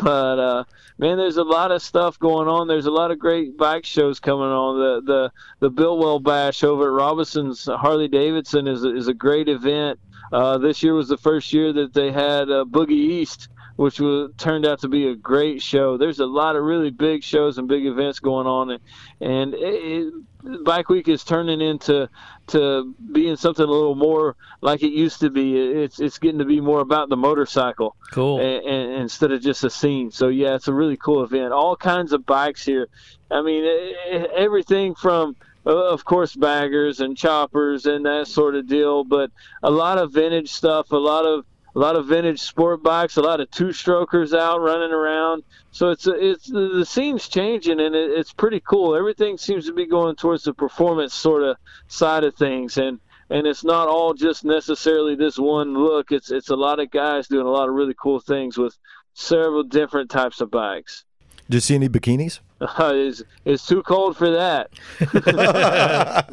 S10: But uh, man, there's a lot of stuff going on. There's a lot of great bike shows coming on. The the the Billwell Bash over at Robinson's Harley Davidson is a- is a great event. Uh, this year was the first year that they had uh, Boogie East, which was, turned out to be a great show. There's a lot of really big shows and big events going on, and, and it, it, Bike Week is turning into to being something a little more like it used to be. It's it's getting to be more about the motorcycle
S2: Cool.
S10: and, and, instead of just a scene. So yeah, it's a really cool event. All kinds of bikes here. I mean, e- e- everything from uh, of course baggers and choppers and that sort of deal, but a lot of vintage stuff, a lot of a lot of vintage sport bikes, a lot of two-strokers out running around. So it's it's the scene's changing and it, it's pretty cool. Everything seems to be going towards the performance sort of side of things and and it's not all just necessarily this one look. It's it's a lot of guys doing a lot of really cool things with several different types of bikes. *laughs*
S9: did you see any bikinis?
S10: it's, it's too cold for that. *laughs*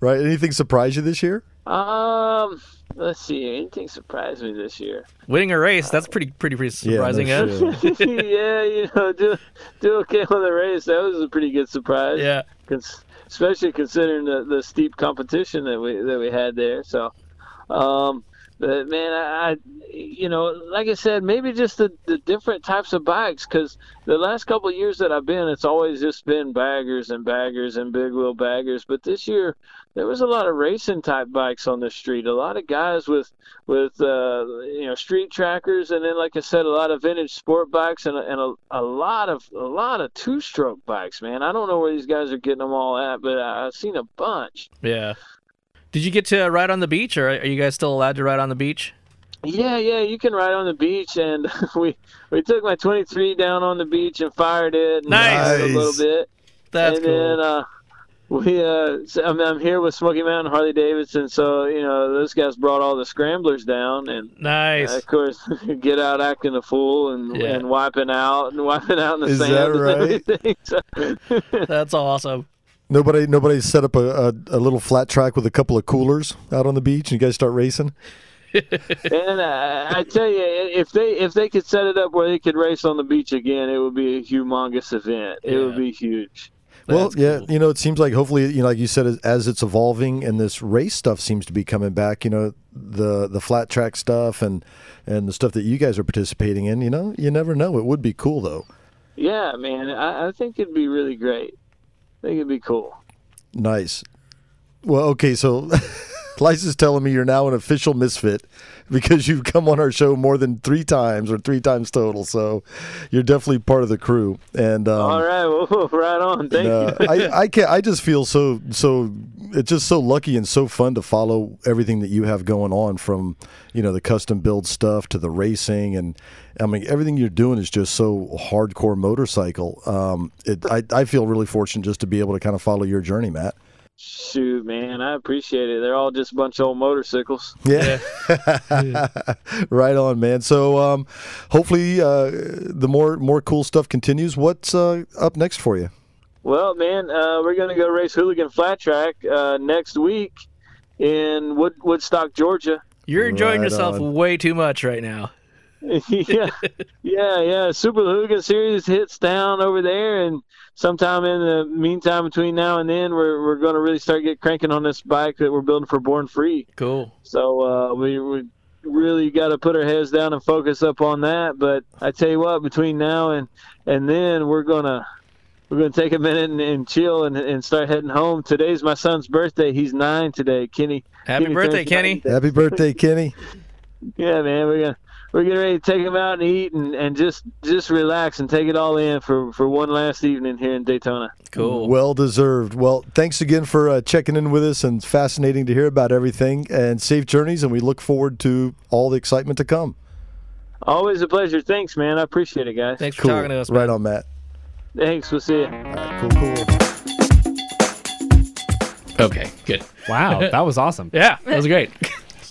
S9: right? Anything surprise you this year?
S10: Um, let's see. Anything surprised me this year?
S2: Winning a race, that's pretty pretty, pretty
S9: Yeah, no
S2: surprising, huh?
S9: shit.
S10: *laughs* yeah, you know, do do okay on the race. That was a pretty good surprise.
S2: Yeah.
S10: Cons- especially considering the, the steep competition that we that we had there. So, um, but man, I, I you know, like I said, maybe just the, the different types of bikes because the last couple of years that I've been, it's always just been baggers and baggers and big wheel baggers. But this year, there was a lot of racing type bikes on the street. A lot of guys with with uh, you know street trackers, and then like I said, a lot of vintage sport bikes and a- and a, a lot of a lot of two stroke bikes. Man, I don't know where these guys are getting them all at, but I, I've seen a bunch.
S2: *laughs* Yeah. Did you get to ride on the beach, or are you guys still allowed to ride on the beach?
S10: Yeah, yeah, you can ride on the beach, and *laughs* we we took my 23 down on the beach and fired it and
S2: Nice.
S10: a little bit.
S2: That's
S10: and
S2: cool.
S10: then uh, we uh, so I'm, I'm here with Smoky Mountain Harley Davidson, so you know those guys brought all the scramblers down, and
S2: nice.
S10: of course *laughs* get out acting a fool and
S2: Yeah.
S10: and wiping out and wiping out in the
S9: Is
S10: sand
S9: that
S10: and
S9: right?
S10: everything. So, *laughs*
S2: That's awesome.
S9: Nobody, nobody set up a, a, a little flat track with a couple of coolers out on the beach, and you guys start racing.
S10: and uh, I, I tell you, if they if they could set it up where they could race on the beach again, it would be a humongous event. It would
S2: Yeah.
S10: be huge.
S9: well,
S2: That's
S9: yeah,
S2: cool.
S9: you know, it seems like hopefully, you know, like you said, as- as it's evolving and this race stuff seems to be coming back, you know, the the flat track stuff and and the stuff that you guys are participating in, you know, you never know. It would be cool though.
S10: Yeah, man, I, I think it'd be really great. I think it'd be cool.
S9: Nice. Well, okay, so *laughs* Lisa's telling me you're now an official misfit because you've come on our show more than three times or three times total. So you're definitely part of the crew. And um,
S10: All right, *laughs* well, right on. Thank
S9: Uh, I,
S2: *laughs*
S9: I can not I just feel so so it's just so lucky and so fun to follow everything that you have going on from you know the custom build stuff to the racing and I mean everything you're doing is just so hardcore motorcycle. Um, it I, I feel really fortunate just to be able to kind of follow your journey, Matt.
S10: *laughs*
S9: *laughs*
S10: Shoot, man, I appreciate it. They're all just a bunch of old motorcycles.
S9: Yeah, right on, man. So um, hopefully uh, the more more cool stuff continues. What's uh, up next for you?
S10: Well, man, uh, we're gonna go race Hooligan Flat Track uh, next week in Wood- Woodstock, Georgia.
S2: You're enjoying
S9: Right
S2: yourself
S9: on.
S2: way too much right now.
S10: *laughs* yeah, yeah, yeah. Super Luga series hits down over there, and sometime in the meantime, between now and then, we're we're going to really start get cranking on this bike that we're building for Born Free.
S2: Cool.
S10: So uh, we we really got to put our heads down and focus up on that. But I tell you what, between now and and then, we're gonna we're gonna take a minute and, and chill and, and start heading home. Today's my son's birthday. He's nine today. Kenny.
S2: Happy
S10: Kenny
S2: birthday,
S10: turns
S2: Kenny.
S9: Happy birthday, Kenny.
S10: yeah, man, we're gonna we're getting ready to take them out and eat and, and just just relax and take it all in for, for one last evening here in Daytona.
S2: Cool.
S9: Well deserved. Well, thanks again for uh, checking in with us and fascinating to hear about everything and safe journeys. And we look forward to all the excitement to come.
S10: Always a pleasure. Thanks, man. I appreciate it, guys.
S2: Thanks for
S9: Cool.
S2: talking to us.
S9: right on, Matt.
S10: Thanks. We'll see you.
S9: Cool, cool.
S2: Okay, good.
S3: *laughs*
S8: Wow, that was awesome.
S2: Yeah, that was
S8: *laughs*
S2: great.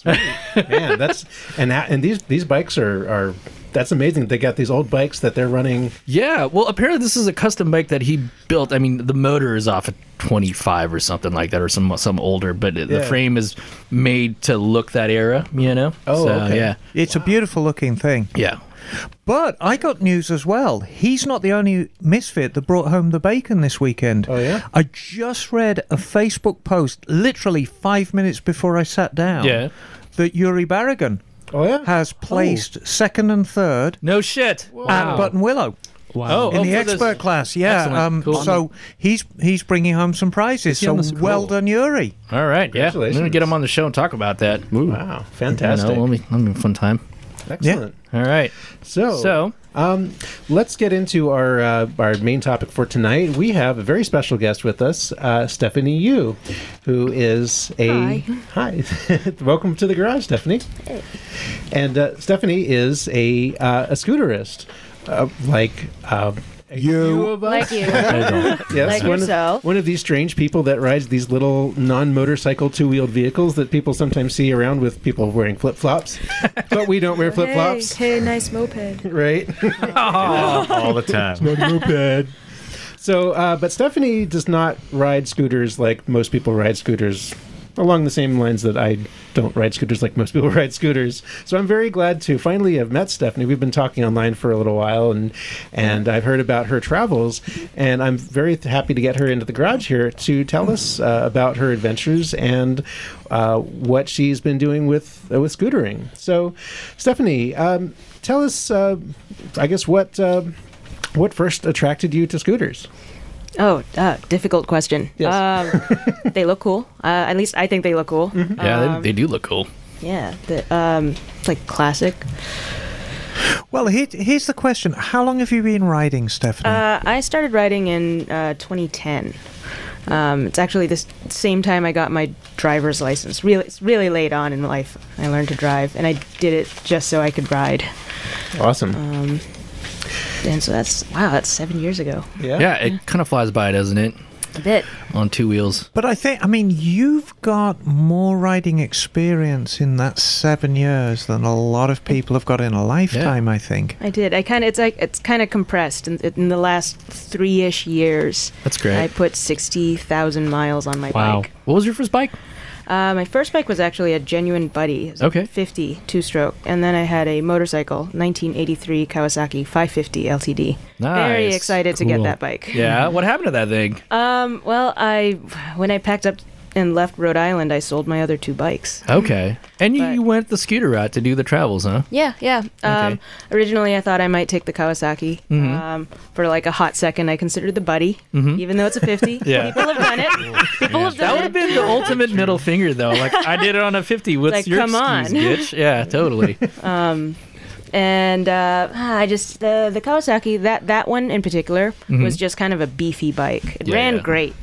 S1: Man, that's and that- and these these bikes are are that's amazing. They got these old bikes that they're running.
S2: yeah, well, apparently this is a custom bike that he built. I mean, the motor is off a 25 or something like that, or some some older, but it the
S1: Yeah.
S2: frame is made to look that era. You know?
S1: Oh,
S2: So,
S1: okay.
S2: yeah,
S3: It's a beautiful looking thing.
S2: yeah.
S3: But I got news as well. He's not the only misfit that brought home the bacon this weekend.
S1: Oh, yeah?
S3: I just read a Facebook post literally five minutes before I sat down.
S2: Yeah.
S3: That Yuri Barragan
S1: Oh yeah,
S3: has placed second and third
S2: No shit.
S3: at Button Willow.
S2: Oh,
S3: In
S2: oh,
S3: the
S2: for this-
S3: expert class, yeah.
S2: Excellent.
S3: Um,
S2: Cool.
S3: So he's he's bringing home some prizes.
S2: he on
S3: So
S2: this-
S3: well
S2: cool.
S3: done, Yuri.
S2: All right, yeah. I'm gonna get him on the show and talk about that.
S1: Wow,
S2: You
S1: fantastic.
S2: know, let me let me have a fun time.
S1: Excellent.
S2: All right.
S1: So
S2: So
S1: Um, let's get into our uh, our main topic for tonight. We have a very special guest with us, uh, Stephanie Yu, who is a hi. *laughs* Welcome to the garage, Stephanie. And uh, Stephanie is a uh, a scooterist, uh, like uh, you of us.
S6: Like you.
S1: *laughs* Yes,
S6: Like
S1: one,
S6: yourself.
S1: Of, one of these strange people that rides these little non-motorcycle two-wheeled vehicles that people sometimes see around with people wearing
S6: *laughs*
S1: flip-flops, but we don't wear flip-flops,
S6: Hey, hey, nice *laughs* moped.
S1: right?
S7: *laughs* all the time.
S1: Not a moped. So, uh, but Stephanie does not ride scooters like most people ride scooters. Along the same lines that I don't ride scooters like most people *laughs* ride scooters, so I'm very glad to finally have met Stephanie. We've been talking online for a little while, and and I've heard about her travels, and I'm very th- happy to get her into the garage here to tell us uh, about her adventures and uh, what she's been doing with uh, with scootering. So, Stephanie, um, tell us, uh, I guess what. Uh, what first attracted you to scooters?
S6: Oh, uh, difficult question.
S1: Yes.
S6: *laughs* Um, they look cool. Uh, at least I think they look cool. Um,
S2: yeah, they, they do look cool.
S6: Yeah, the, um, it's like classic.
S3: Well, here, here's the question: How long have you been riding, Stephanie?
S6: Uh, I started riding in uh, 2010. Um, it's actually the s- same time I got my driver's license. Really, it's really late on in life. I learned to drive, and I did it just so I could ride.
S1: Awesome.
S6: um, And so that's wow, that's seven years ago.
S1: yeah.
S2: Yeah, it kind of flies by, doesn't it?
S6: A bit.
S2: On two wheels.
S3: But I think, I mean, you've got more riding experience in that seven years than a lot of people have got in a lifetime, I think.
S6: I did. I kind of it's like it's kind of compressed in, in the last three ish years.
S2: That's great.
S6: I put sixty thousand miles on my
S8: Wow.
S6: bike.
S2: What was your first bike?
S6: Uh, my first bike was actually a genuine buddy. It was a
S2: Okay.
S6: 50 two stroke. And then I had a motorcycle, 1983 Kawasaki 550 LTD. Very
S2: Nice.
S6: excited to get
S2: Cool.
S6: that bike.
S2: Yeah, what happened to that thing?
S6: *laughs* Um, well, I when I packed up and left Rhode Island, I sold my other two bikes.
S2: Okay. And you,
S6: But-
S2: you went the scooter route to do the travels,
S6: *laughs*
S2: huh?
S6: Yeah, yeah. Um,
S2: Okay. Mm-hmm.
S6: Originally, I thought I might take the Kawasaki. Um, for like a hot second, I considered the buddy, even though it's a 50.
S2: *laughs* Yeah.
S6: People have done it. People have
S2: That would
S6: done
S2: have
S6: it.
S2: been the ultimate middle finger, though. Like, I did it on a 50. What's
S6: Like,
S2: your
S6: come on.
S2: excuse, bitch? Yeah,
S6: *laughs*
S2: totally.
S6: Um, and uh, I just the the Kawasaki that that one in particular was just kind of a beefy bike. It
S2: Mm-hmm. Yeah,
S6: ran
S2: yeah.
S6: great,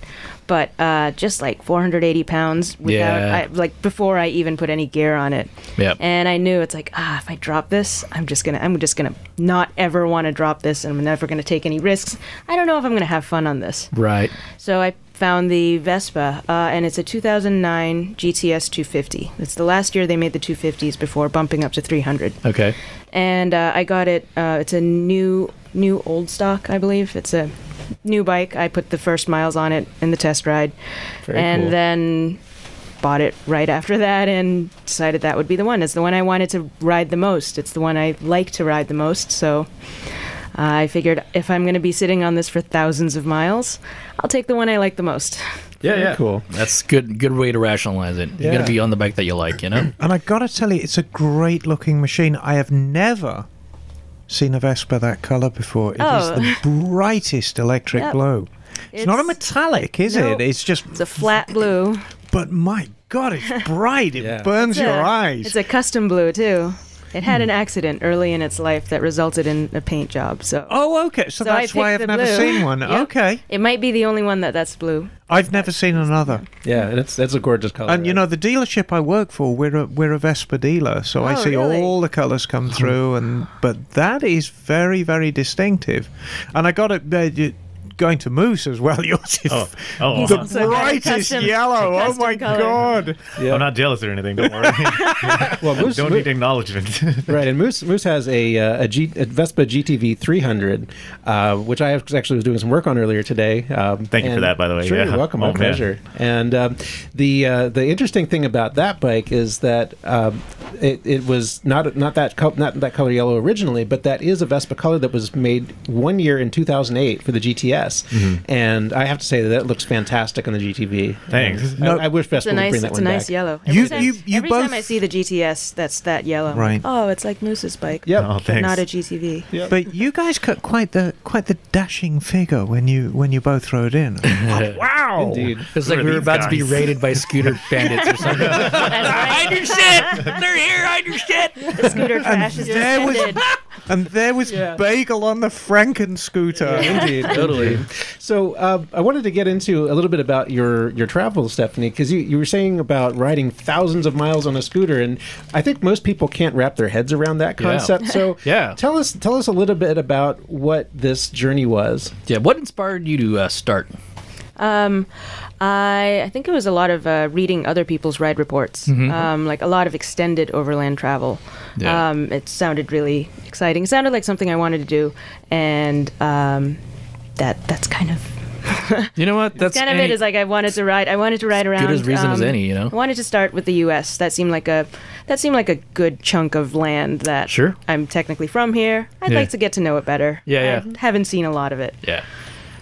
S6: but uh, just like 480 pounds without
S2: Yeah.
S6: I, like before I even put any gear on it.
S2: Yep.
S6: And I knew it's like ah, if I drop this, I'm just gonna I'm just gonna not ever want to drop this, and I'm never gonna take any risks. I don't know if I'm gonna have fun on this.
S2: Right.
S6: So I found the Vespa, uh, and it's a 2009 GTS 250. It's the last year they made the 250s before bumping up to 300
S2: Okay.
S6: and uh, I got it. Uh, it's a new, new old stock, I believe. It's a new bike. I put the first miles on it in the test ride,
S2: Very
S6: and
S2: cool.
S6: then bought it right after that and decided that would be the one. It's the one I wanted to ride the most. It's the one I like to ride the most. So uh, I figured if I'm going to be sitting on this for thousands of miles, I'll take the one I like the most.
S2: Yeah,
S1: yeah. Cool.
S2: That's good. Good way to rationalize it. You're
S3: Yeah.
S2: gonna be on the bike that you like, you know.
S3: And I gotta tell you, it's a great looking machine. I have never seen a Vespa that colour before. It is
S6: Oh. *laughs*
S3: the brightest electric
S6: Yep.
S3: blue. It's, not a metallic, is
S6: No.
S3: it? It's just.
S6: It's a flat blue.
S3: But my God,
S6: *laughs*
S3: it's bright. It *laughs* burns
S6: It's a-
S3: your eyes.
S6: It's a custom blue too. It
S2: Hmm.
S6: had an accident early in its life that resulted in a paint job. So
S3: oh, okay. So that's why I've never seen one. Okay.
S6: It might be the only one that that's blue.
S3: I've never seen another.
S1: Yeah, and it's that's a gorgeous color.
S3: And you know the dealership I work for, we're a, we're a Vespa dealer, so I
S6: Oh,
S3: see
S6: really?
S3: all the colours
S7: Hmm.
S3: come through, and but that is very very distinctive, and I got it. Uh, you- going to Moose as well. *laughs* Yours is
S7: Oh, oh,
S3: the
S7: uh-huh.
S3: brightest yellow. Oh my god!
S7: I'm not jealous or anything. Don't worry.
S1: *laughs* well, Moose,
S7: don't
S1: Moose-
S7: need acknowledgement.
S1: *laughs* right, and Moose Moose has a uh, a, G, a Vespa GTV 300, uh, which I actually was doing some work on earlier today. Um,
S7: Thank you for
S1: and-
S7: that, by the way.
S1: Sure,
S7: Yeah.
S1: you're welcome. My
S7: Oh, man.
S1: pleasure. And um, the uh, the interesting thing about that bike is that um, it, it was not not that co- not that color yellow originally, but that is a Vespa color that was made one year in 2008 for the GTS.
S7: Mm-hmm.
S1: And I have to say that that looks fantastic on the GTV.
S7: Thanks.
S1: And
S3: No-
S1: I, I wish
S6: It's
S1: Vespa
S6: a
S1: would
S6: nice,
S1: bring that
S6: it's a
S1: one
S6: nice
S1: back.
S6: yellow.
S3: You-
S6: every time,
S3: you- you
S6: every time
S3: both-
S6: I see the GTS, that's that yellow. I'm
S3: Right.
S6: like, Oh, it's like Moose's bike.
S1: Yep.
S7: Oh, thanks.
S6: Not a GTV.
S1: Yep.
S3: But you guys cut quite the quite the dashing figure when you when you both
S7: *laughs*
S3: rode in. wow!
S1: Indeed.
S2: It's like
S7: Who are
S2: we were
S7: these
S2: about to be
S7: guys?
S2: raided by scooter bandits
S3: *laughs*
S2: or something. hide your shit! They're here. Hide your shit!
S6: The scooter trash is just
S3: there was-
S6: ended.
S3: *laughs* And there was Bagel on the Franken scooter.
S1: indeed, totally. So uh, I wanted to get into a little bit about your your travel, Stephanie, because you, you were saying about riding thousands of miles on a scooter, and I think most people can't wrap their heads around that
S2: Yeah.
S1: concept. So
S2: *laughs* Yeah.
S1: tell us tell us a little bit about what this journey was.
S2: Yeah. What inspired you to uh, start?
S6: Um, I, I think it was a lot of uh, reading other people's ride reports,
S1: Mm-hmm.
S6: um, like a lot of extended overland travel.
S2: Yeah.
S6: Um, it sounded really exciting. It sounded like something I wanted to do, and um, that that's kind of
S2: You know what? That's
S6: kind of it. Is like I wanted to ride. I wanted to ride around. um,
S2: good as reason as any, you know?
S6: I wanted to start with the U.S. That seemed like a that seemed like a good chunk of land that
S2: Sure.
S6: I'm technically from here. I'd
S2: Yeah.
S6: like to get to know it better.
S2: Yeah, yeah.
S6: I haven't seen a lot of it,
S2: yeah.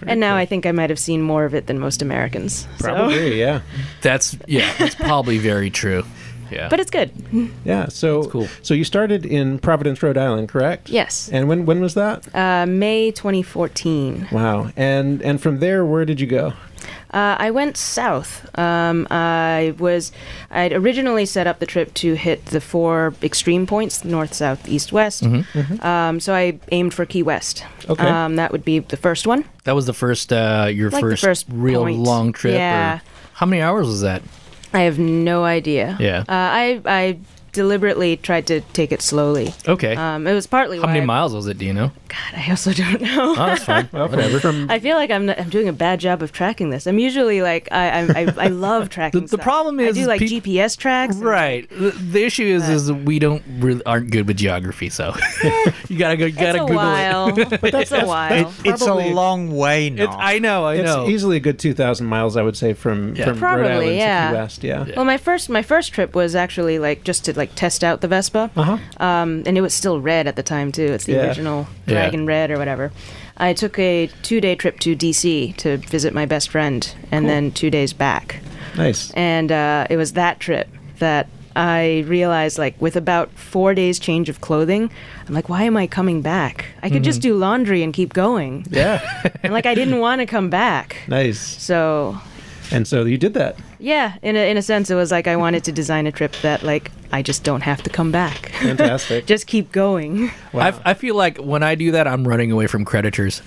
S6: and now I think I might have seen more of it than most Americans. So- *laughs*
S1: Probably, yeah.
S2: That's yeah. That's probably very true. Yeah.
S6: but it's good.
S1: Yeah. So
S2: cool.
S1: so you started in Providence, Rhode Island, correct?
S6: Yes.
S1: And when when was that?
S6: Uh, May 2014.
S1: Wow. And and from there, where did you go?
S6: Uh, I went south. Um, I was I'd originally set up the trip to hit the four extreme points: north, south, east, west.
S2: Mm-hmm,
S6: Um, so I aimed for Key West.
S1: Okay.
S6: Um, that would be the first one.
S2: that was the first uh, your
S6: Like the
S2: first,
S6: first
S2: real
S6: point.
S2: long trip. or-
S6: Yeah.
S2: how many hours was that?
S6: I have no idea.
S2: Yeah.
S6: Uh, I I deliberately tried to take it slowly.
S2: Okay.
S6: Um, it was partly
S2: how
S6: why
S2: many
S6: I-
S2: miles was it? Do you know?
S6: God, I also *laughs* don't know.
S2: Oh, that's fine. Whatever.
S6: I feel like I'm, I'm doing a bad job of tracking this. I'm usually like I I, I, I love tracking.
S2: *laughs* The- the
S6: stuff.
S2: problem
S6: I
S2: is
S6: do like
S2: peop-
S6: GPS tracks. and-
S2: Right. The, the issue is, is we don't really aren't good with geography, so *laughs* you gotta go. You
S6: It's
S2: gotta
S6: a
S2: Google
S6: while.
S2: it. *laughs*
S6: It's a while.
S3: It's a
S1: Probably-
S3: long way now.
S2: It's, I know. I
S1: It's
S2: know.
S1: easily a good two thousand miles, I would say, from
S2: Yeah.
S1: from
S6: Probably,
S1: Rhode Island to
S6: yeah.
S1: Key West. Yeah.
S6: Well, my first my first trip was actually like just to like test out the Vespa,
S1: Uh huh.
S6: um, and it was still red at the time too. It's the
S1: Yeah.
S6: original
S2: Yeah.
S6: Dragon Red or whatever. I took a two day trip to DC to visit my best friend, and then two days back.
S1: Nice.
S6: And uh, it was that trip that I realized, like, with about four days' change of clothing, I'm like, why am I coming back? I could just do laundry and keep going.
S1: Mm-hmm.
S6: *laughs*
S1: Yeah.
S6: and like, I didn't want to come back.
S1: nice.
S6: So
S1: And so you did that.
S6: yeah, in a, in a sense, it was like I wanted to design a trip that like I just don't have to come back.
S1: Fantastic.
S6: just keep going.
S2: I, I feel like when I do that, I'm running away from creditors.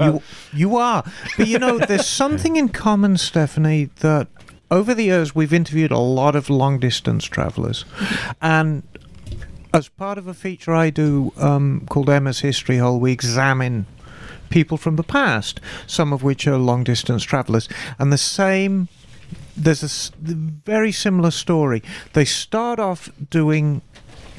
S3: You, you are. But you know, there's
S6: *laughs*
S3: something in common, Stephanie, that over the years we've interviewed a lot of long distance travelers. And as part of a feature I do um, called Emma's History Hole, we examine people from the past, some of which are long distance travelers. And the same. There's a s- very similar story. They start off doing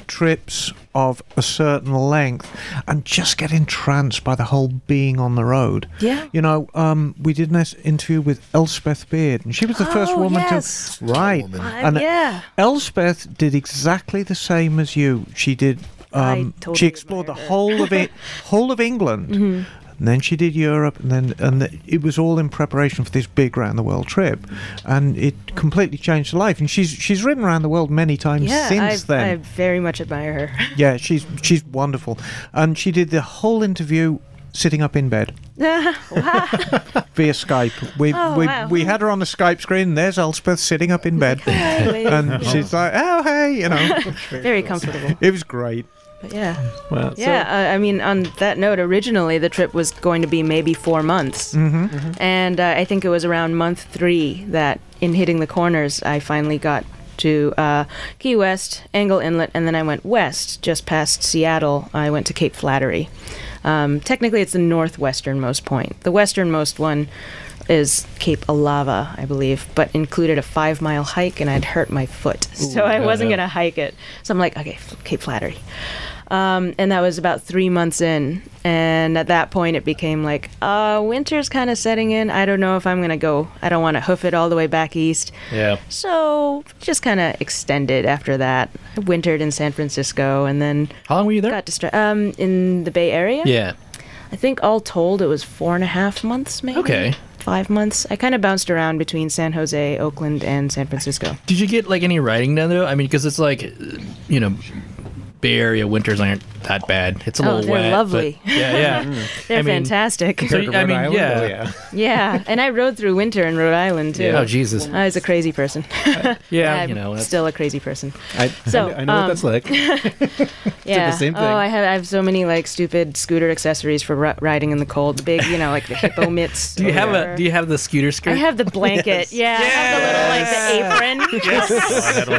S3: trips of a certain length and just get entranced by the whole being on the road.
S11: Yeah.
S3: You know, um, we did an es- interview with Elspeth Beard, and she was the first
S11: Oh,
S3: woman
S11: yes.
S3: to. Right.
S11: Catwoman.
S3: And
S11: Uh, yeah.
S3: Elspeth did exactly the same as you. She did.
S11: I totally
S3: Um,
S11: Mm-hmm.
S3: she explored the
S11: *laughs*
S3: whole of it, whole of England,
S6: *laughs* Mm-hmm.
S3: and then she did Europe, and then and the, it was all in preparation for this big round the world trip, and it completely changed her life. And she's she's ridden around the world many times
S6: yeah,
S3: since
S6: I,
S3: then.
S6: I very much admire her. *laughs*
S3: Yeah, she's she's wonderful, and she did the whole interview sitting up in bed via Skype. We
S11: Oh,
S3: we,
S11: wow.
S3: we had her on the Skype screen. There's Elspeth sitting up in bed,
S6: Hi, lady.
S3: and she's like, "Oh hey," you know.
S6: *laughs* Very comfortable.
S3: It was great.
S6: But yeah.
S3: Wow.
S6: Yeah, uh, I mean, on that note, originally the trip was going to be maybe four months.
S3: Mhm.
S6: And uh, I think it was around month three that, in hitting the corners, I finally got to uh, Key West, Angle Inlet, and then I went west, just past Seattle. I went to Cape Flattery. Um, technically, it's the northwesternmost point. The westernmost one is Cape Alava, I believe, but included a five mile hike, and I'd hurt my foot. so I
S11: yeah,
S6: wasn't
S11: yeah.
S6: going to hike it. So I'm like, okay, f- Cape Flattery. Um, and that was about three months in. And at that point, it became like, uh, winter's kind of setting in. I don't know if I'm going to go. I don't want to hoof it all the way back east.
S11: Yeah.
S6: So just kind of extended after that. I wintered in San Francisco and then.
S2: How long were you there?
S6: Got distra- um, in the Bay Area?
S2: Yeah.
S6: I think all told, it was four and a half months, maybe.
S2: Okay.
S6: Five months. I kind of bounced around between San Jose, Oakland, and San Francisco.
S2: Did you get like any writing done though? I mean, because it's like, uh, you know, Bay Area winters aren't that bad. It's a
S6: Oh,
S2: little
S6: they're
S2: wet.
S6: lovely.
S2: But yeah,
S6: *laughs*
S2: yeah.
S1: Mm.
S6: They're
S2: I mean-
S6: fantastic.
S2: So, I mean, yeah. Oh, yeah.
S1: Oh,
S6: *laughs* yeah, and I rode through winter in Rhode Island too.
S2: Yeah. Oh, Jesus. Uh,
S6: I was a crazy
S2: *laughs*
S6: person.
S2: yeah,
S6: I'm
S2: you know, that's-
S6: still a
S2: *laughs*
S6: crazy person.
S1: I,
S6: So,
S1: I, know what
S6: um,
S1: that's
S6: *laughs*
S1: like.
S6: yeah.
S1: same thing.
S6: Oh, I have I have so many like stupid scooter accessories for ri riding in the cold. The big, you
S2: *laughs*
S6: know, like the hippo mitts.
S2: Do you
S6: or
S2: have
S6: whatever.
S2: a Do you have the scooter skirt?
S6: I have the blanket. Yeah, I have the
S2: *laughs*
S6: little like the apron.
S11: *laughs*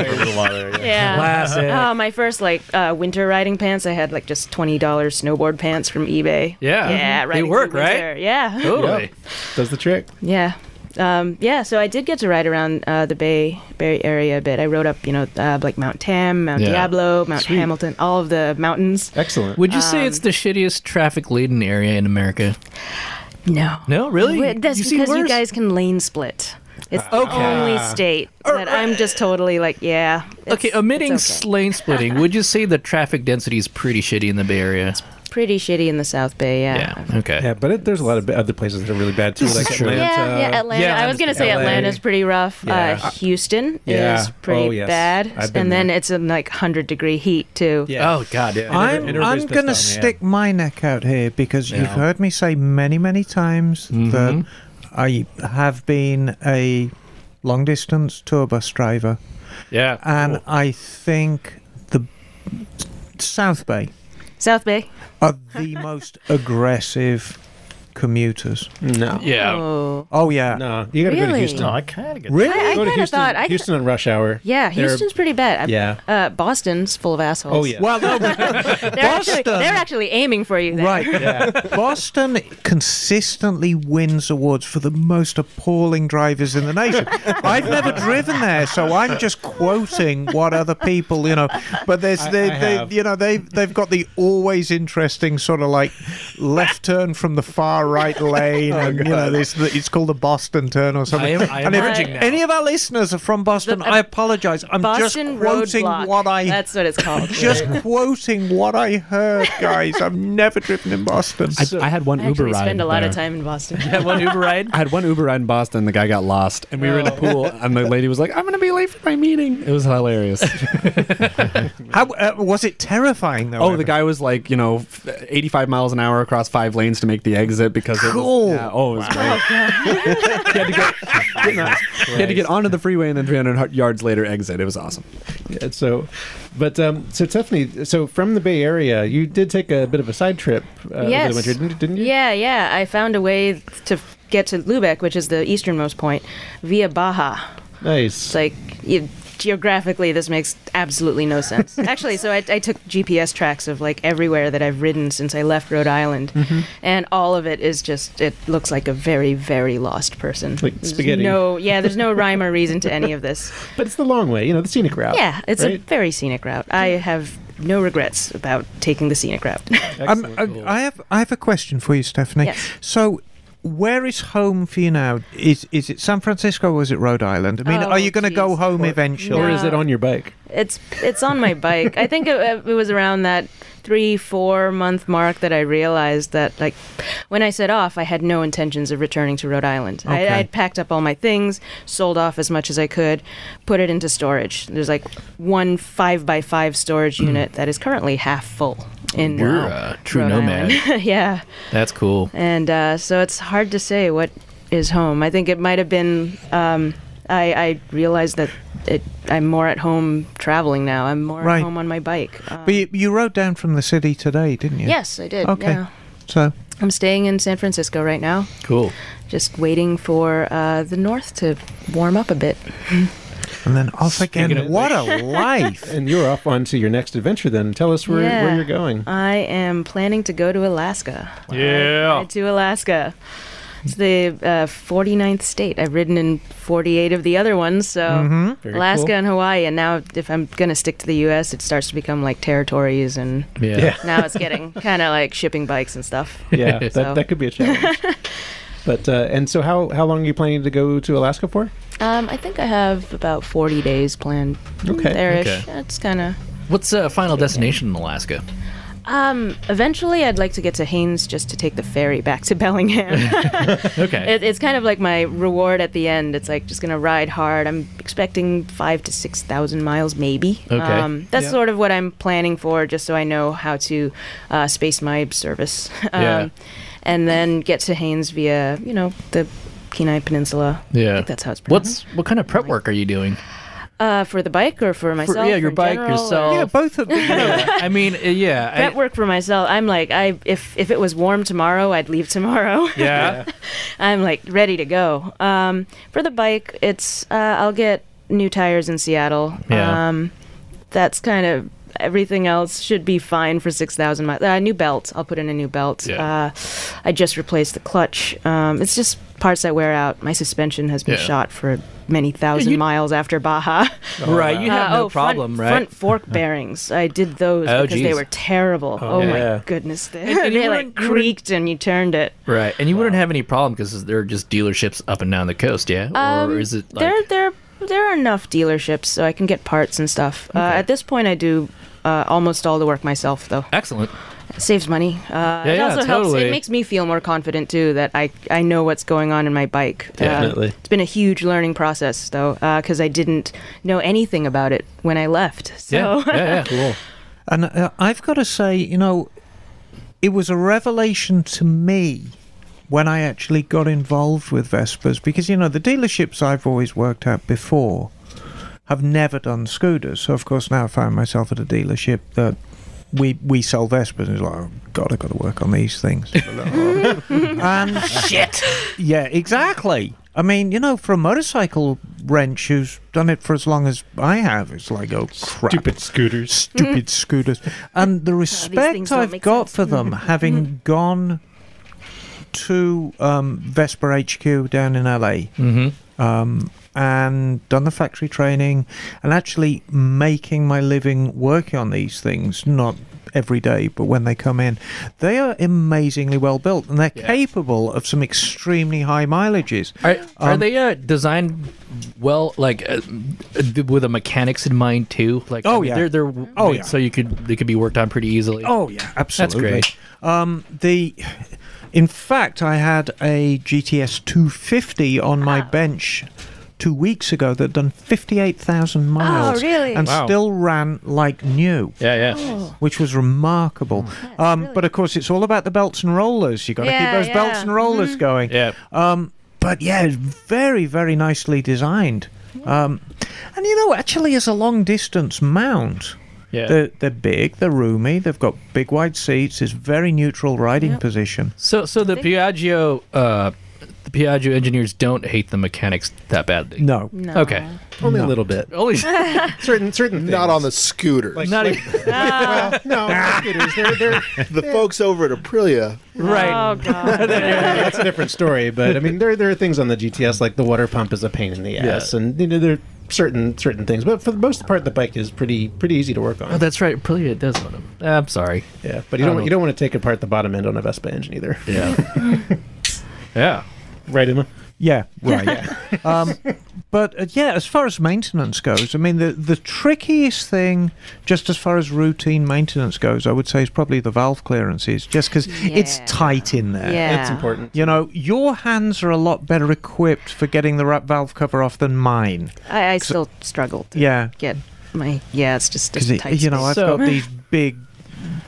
S6: Yeah.
S2: Classic.
S6: Oh, my first like uh, winter riding pants. I had like just twenty dollars snowboard pants from eBay.
S2: Yeah.
S6: Yeah.
S2: They
S6: Right.
S2: work, right?
S6: Yeah.
S1: Yep. Does the trick.
S6: Yeah. Um, yeah, so I did get to ride around uh, the Bay Bay Area a bit. I rode up, you know, uh, like Mount Tam, Mount
S2: Yeah.
S6: Diablo, Mount
S2: Sweet.
S6: Hamilton, all of the mountains. Um,
S1: Excellent.
S2: Would you say it's the shittiest traffic laden area in America?
S6: No.
S2: No, really?
S6: Wait, That's
S2: You've seen
S6: because you
S2: worse?
S6: guys can lane split. It's the
S2: Okay.
S6: only
S2: Ah.
S6: state that I'm just totally like, yeah. it's-
S2: Okay, omitting
S6: it's okay.
S2: lane splitting, would you say the traffic density is pretty shitty in the Bay Area?
S6: pretty shitty in the South Bay. Yeah.
S2: Okay.
S1: Yeah, but it, there's a lot of other places that are really bad too,
S2: This
S1: like
S2: is true.
S1: Atlanta.
S6: Yeah, yeah, Atlanta. I was gonna say
S1: LA.
S6: Atlanta's pretty rough.
S1: Yeah.
S6: Uh, Houston
S1: Yeah.
S6: is pretty
S1: Oh, yes.
S6: bad,
S1: I've
S6: and
S1: been
S6: then it's in like hundred degree heat too.
S2: Yeah. Oh God. Yeah.
S3: I'm, I'm going to stick my neck out here because you've
S2: Yeah. Mm-hmm.
S3: heard me say many, many times that I have been a long distance tour bus driver.
S2: Yeah.
S3: And I think the South Bay
S6: South Bay.
S3: are Uh, the *laughs* most aggressive commuters.
S1: No.
S2: Yeah.
S6: Oh.
S3: yeah.
S1: No, you got to go to
S6: Really?
S1: Houston.
S6: No,
S1: I
S7: kind of
S1: get really.
S6: I- I
S1: go to
S6: kinda
S1: Houston,
S6: thought- I-
S1: Houston in rush hour.
S6: Yeah,
S1: They're-
S6: Houston's pretty bad. I-
S1: Yeah.
S6: Uh, Boston's full of assholes.
S1: Oh, yeah.
S3: Well, no,
S6: *laughs* they're, actually,
S3: Boston.
S6: they're actually aiming for you. There.
S3: Right. *laughs*
S6: *laughs*
S3: Boston consistently wins awards for the most appalling drivers in the nation. I've never driven there, so I'm just quoting what other people, you know. But there's,
S1: I-
S3: they,
S1: I
S3: they,
S1: have.
S3: you know, they they've got the always interesting sort of like left turn from the far right
S2: *laughs*
S3: lane, and you know, this it's called the Boston turn or something.
S2: Oh, I am- I am
S3: and if
S2: bridging now.
S3: any of our listeners are from Boston, I apologize. I'm
S6: uh, Boston
S3: just quoting
S6: roadblock.
S3: what I
S6: That's what it's called.
S3: *laughs* just quoting what I heard, guys. I've never driven in Boston.
S8: I, I had one
S6: I
S8: Uber
S6: actually
S8: ride.
S6: spend a lot of
S8: there.
S6: time
S3: *laughs*
S6: in Boston.
S2: That one Uber ride.
S8: I had one Uber ride in Boston. The guy got lost, and we were in
S3: Oh.
S8: a pool, and the lady was like, "I'm gonna be late for my meeting." It was hilarious.
S3: *laughs* How uh, was it terrifying though?
S8: oh, the guy was like, you know, f- 85 miles an hour across five lanes to make the exit because
S3: Cool.
S8: it was, yeah, oh, it was
S11: *laughs*
S8: great. he, had to get, he had to get onto the freeway and then 300 har- yards later exit. It was awesome.
S1: Yeah, so, but um, so Tiffany, so from the Bay Area, you did take a bit of a side trip uh, over
S6: Yes.
S1: the winter, didn't, didn't you?
S6: Yeah, yeah. I found a way to get to Lubeck, which is the easternmost point, via Baja. It's
S1: Nice.
S6: like you, geographically, this makes absolutely
S1: *laughs*
S6: no sense. Actually, so I, I took GPS tracks of like everywhere that I've ridden since I left Rhode Island,
S1: Mm-hmm.
S6: and all of it is just it looks like a very very lost person.
S1: Like
S6: There's
S1: spaghetti.
S6: No, yeah, there's no rhyme or reason to any of this.
S1: But it's the long way, you know, the scenic route.
S6: Yeah, it's a
S1: right?
S6: very scenic route. I have no regrets about taking the scenic route.
S3: Um, I, I have I have a question for you, Stephanie.
S6: Yes.
S3: So, where is home for you now? Is is it San Francisco or is it Rhode Island? I mean,
S6: Oh,
S3: are you going to go
S6: geez.
S3: home
S6: Or-
S3: eventually,
S6: Or is it No. on
S1: your bike?
S6: It's it's on my bike. I think it, it was around that three four month mark that I realized that like when I set off, I had no intentions of returning to Rhode Island.
S11: Okay.
S6: I, I'd packed up all my things, sold off as much as I could, put it into storage. There's like one five by five
S2: *clears throat*
S6: storage unit that is currently half full. In
S2: You're
S6: uh,
S2: a true
S6: Rhode
S2: nomad.
S6: Island. *laughs* yeah.
S2: That's cool.
S6: And uh, so it's hard to say what is home. I think it might have been. Um, I, I realized that it, I'm more at home traveling now. I'm more
S3: Right.
S6: at home on my bike. Um,
S3: But you, you rode down from the city today, didn't you?
S6: Yes, I did.
S3: Okay.
S6: Yeah.
S3: So
S6: I'm staying in San Francisco right now,
S2: Cool.
S6: just waiting for uh, the north to warm up a bit.
S3: And then off again. What
S1: *laughs*
S3: a life!
S1: And you're off onto your next adventure then. Tell us where,
S6: Yeah. Uh,
S1: where you're going.
S6: I am planning to go to Alaska.
S1: Yeah.
S6: I- I to Alaska. It's the uh, 49th state. I've ridden in 48 of the other ones, so
S11: Mhm. Very
S6: Alaska
S11: cool.
S6: and Hawaii. And now, if I'm going to stick to the U.S., it starts to become like territories, and
S11: Yeah. Yeah.
S6: now it's
S1: *laughs*
S6: getting kind of like shipping bikes and stuff.
S1: Yeah,
S11: *laughs*
S1: that,
S6: *laughs* So,
S1: that could be a
S6: *laughs*
S1: challenge. but uh, and so how how long are you planning to go to Alaska for?
S6: um, I think I have about 40 days planned.
S1: Okay.
S6: There-ish.
S2: Okay.
S6: That's kind of.
S2: What's uh, final destination in Alaska?
S6: Um, eventually, I'd like to get to Haines just to take the ferry back to
S11: *laughs*
S6: Bellingham. *laughs*
S2: okay.
S6: It, it's kind of like my reward at the end. It's like just gonna ride hard. I'm expecting five to six thousand miles, maybe. Um,
S11: Okay.
S6: that's
S11: Yeah.
S6: sort of what I'm planning for, just so I know how to uh, space my service, *laughs* um,
S11: Yeah.
S6: and then get to Haines via you know the Kenai Peninsula. I
S2: Yeah.
S6: think that's how it's
S2: What's
S6: pronounced.
S2: what kind of prep work are you doing?
S6: uh, for the bike or for myself?
S2: yeah, your
S6: in
S2: bike,
S6: general,
S2: yourself.
S6: or-
S2: Yeah,
S3: both of
S2: Yeah. *laughs* I mean, uh, yeah. I-
S6: Prep work for myself. I'm like, I if if it was warm tomorrow, I'd leave tomorrow. *laughs*
S2: Yeah.
S6: I'm like ready to go. Um, for the bike, it's uh, I'll get new tires in Seattle.
S11: Yeah.
S6: Um, that's kind of everything else should be fine for six thousand miles. Uh, new belt. I'll put in a new belt.
S11: Yeah.
S6: Uh, I just replaced the clutch. Um, it's just parts that wear out. My suspension has been
S2: Yeah.
S6: shot for many thousand miles after Baja.
S2: *laughs*
S6: Uh, oh,
S2: Right, you have no problem,
S6: front,
S2: right?
S6: Front fork bearings. I did those
S2: Oh,
S6: because they
S2: geez.
S6: were terrible.
S2: Oh,
S6: Oh,
S2: yeah.
S6: my goodness, *laughs* they,
S2: And- and you
S6: they like
S2: wouldn't- you
S6: creaked and you turned it.
S2: *laughs* Right, and you wouldn't have any problem because there are just dealerships up and down the coast, yeah.
S6: Um,
S2: or is it like
S6: there, there, there are enough dealerships so I can get parts and stuff. Uh, at this point, I do uh, almost all the work myself, though.
S2: excellent?
S6: It saves money. Uh, it
S2: yeah,
S6: also helps.
S2: totally.
S6: It makes me feel more confident too that I I know what's going on in my bike. Um,
S2: Definitely.
S6: it's been a huge learning process though, because I didn't know anything about it when I left. So
S2: cool.
S3: And uh, I've got to say, you know, it was a revelation to me when I actually got involved with Vespers because, you know, the dealerships I've always worked at before have never done scooters. So, of course, now I find myself at a dealership that we, we sell Vespers and it's like, oh, God, I've got to work on these things. *laughs* and
S11: Shit.
S3: Yeah, exactly. I mean, you know, for a motorcycle wrench who's done it for as long as I have, it's like, oh crap. Stupid
S1: scooters.
S3: Stupid scooters. And
S11: *laughs*
S3: the
S11: Oh, things
S3: respect
S11: don't
S3: I've
S11: make
S3: got for them,
S11: Mm.
S3: having gone to um, Vesper HQ down in LA
S11: Mhm.
S2: Mm-hmm.
S3: um, and done the factory training and actually making my living working on these things, not every day, but when they come in, they are amazingly well built and they're capable of some extremely high mileages.
S2: Are, are
S3: Um,
S2: they uh, designed well, like uh, th- with a mechanics in mind too? Like,
S3: Oh,
S2: I mean,
S3: yeah.
S2: they're they're
S3: Oh,
S2: made
S3: yeah.
S2: so you could they could be worked on pretty easily.
S3: Oh yeah, absolutely.
S2: That's great.
S3: Um, the, in fact, I had a GTS 250 on
S11: Ah.
S3: my bench two weeks ago that done 58,000 miles.
S11: Oh, really?
S3: And
S11: Wow.
S3: still ran like new.
S2: Yeah, yeah.
S11: Oh.
S3: Which was remarkable. Um, But of course, it's all about the belts and rollers. You got to
S11: Yeah,
S3: keep those belts
S11: yeah.
S3: and rollers
S11: Mhm.
S3: going.
S2: Yeah.
S3: Um, but yeah, it's very, very nicely designed. Um, and you know, actually, as a long distance mount,
S2: Yeah.
S3: they're, they're big, they're roomy, they've got big wide seats, it's very neutral riding position.
S2: So so the Piaggio uh, the Piaggio engineers don't hate the mechanics that badly.
S3: No.
S6: No.
S2: Okay.
S1: Only a little
S2: bit.
S6: *laughs*
S2: Only
S1: certain certain things.
S4: Not
S1: *laughs*
S4: on the scooters.
S2: not
S1: like- *laughs* well,
S2: *laughs*
S1: no, the scooters. They're, they're,
S4: *laughs* the folks over at Aprilia.
S2: Right.
S6: Oh god.
S1: that's a different story. But I mean, there there are things on the GTS like the water pump is a pain in the ass, and you know there are certain certain things, but for the most part, the bike is pretty pretty easy to work on.
S2: Oh, that's right. Probably it does want Uh, to. I'm sorry.
S1: Yeah, but you don't,
S2: I don't
S1: you don't want to take apart the bottom end on a Vespa engine either.
S2: Yeah.
S1: *laughs*
S2: yeah.
S1: Right, Emma.
S3: Yeah, right.
S6: *laughs*
S3: um, but uh, yeah, as far as maintenance goes, I mean, the the trickiest thing, just as far as routine maintenance goes, I would say is probably the valve clearances, just because it's
S6: Yeah.
S3: tight in there.
S6: Yeah. That's important.
S3: You know, your hands are a lot better equipped for getting the right valve cover off than mine.
S6: *laughs* I, I still struggle to
S3: Yeah.
S6: get my. Yeah, it's just
S3: Because
S6: a tight
S3: you know, I've
S6: space.
S3: got these big,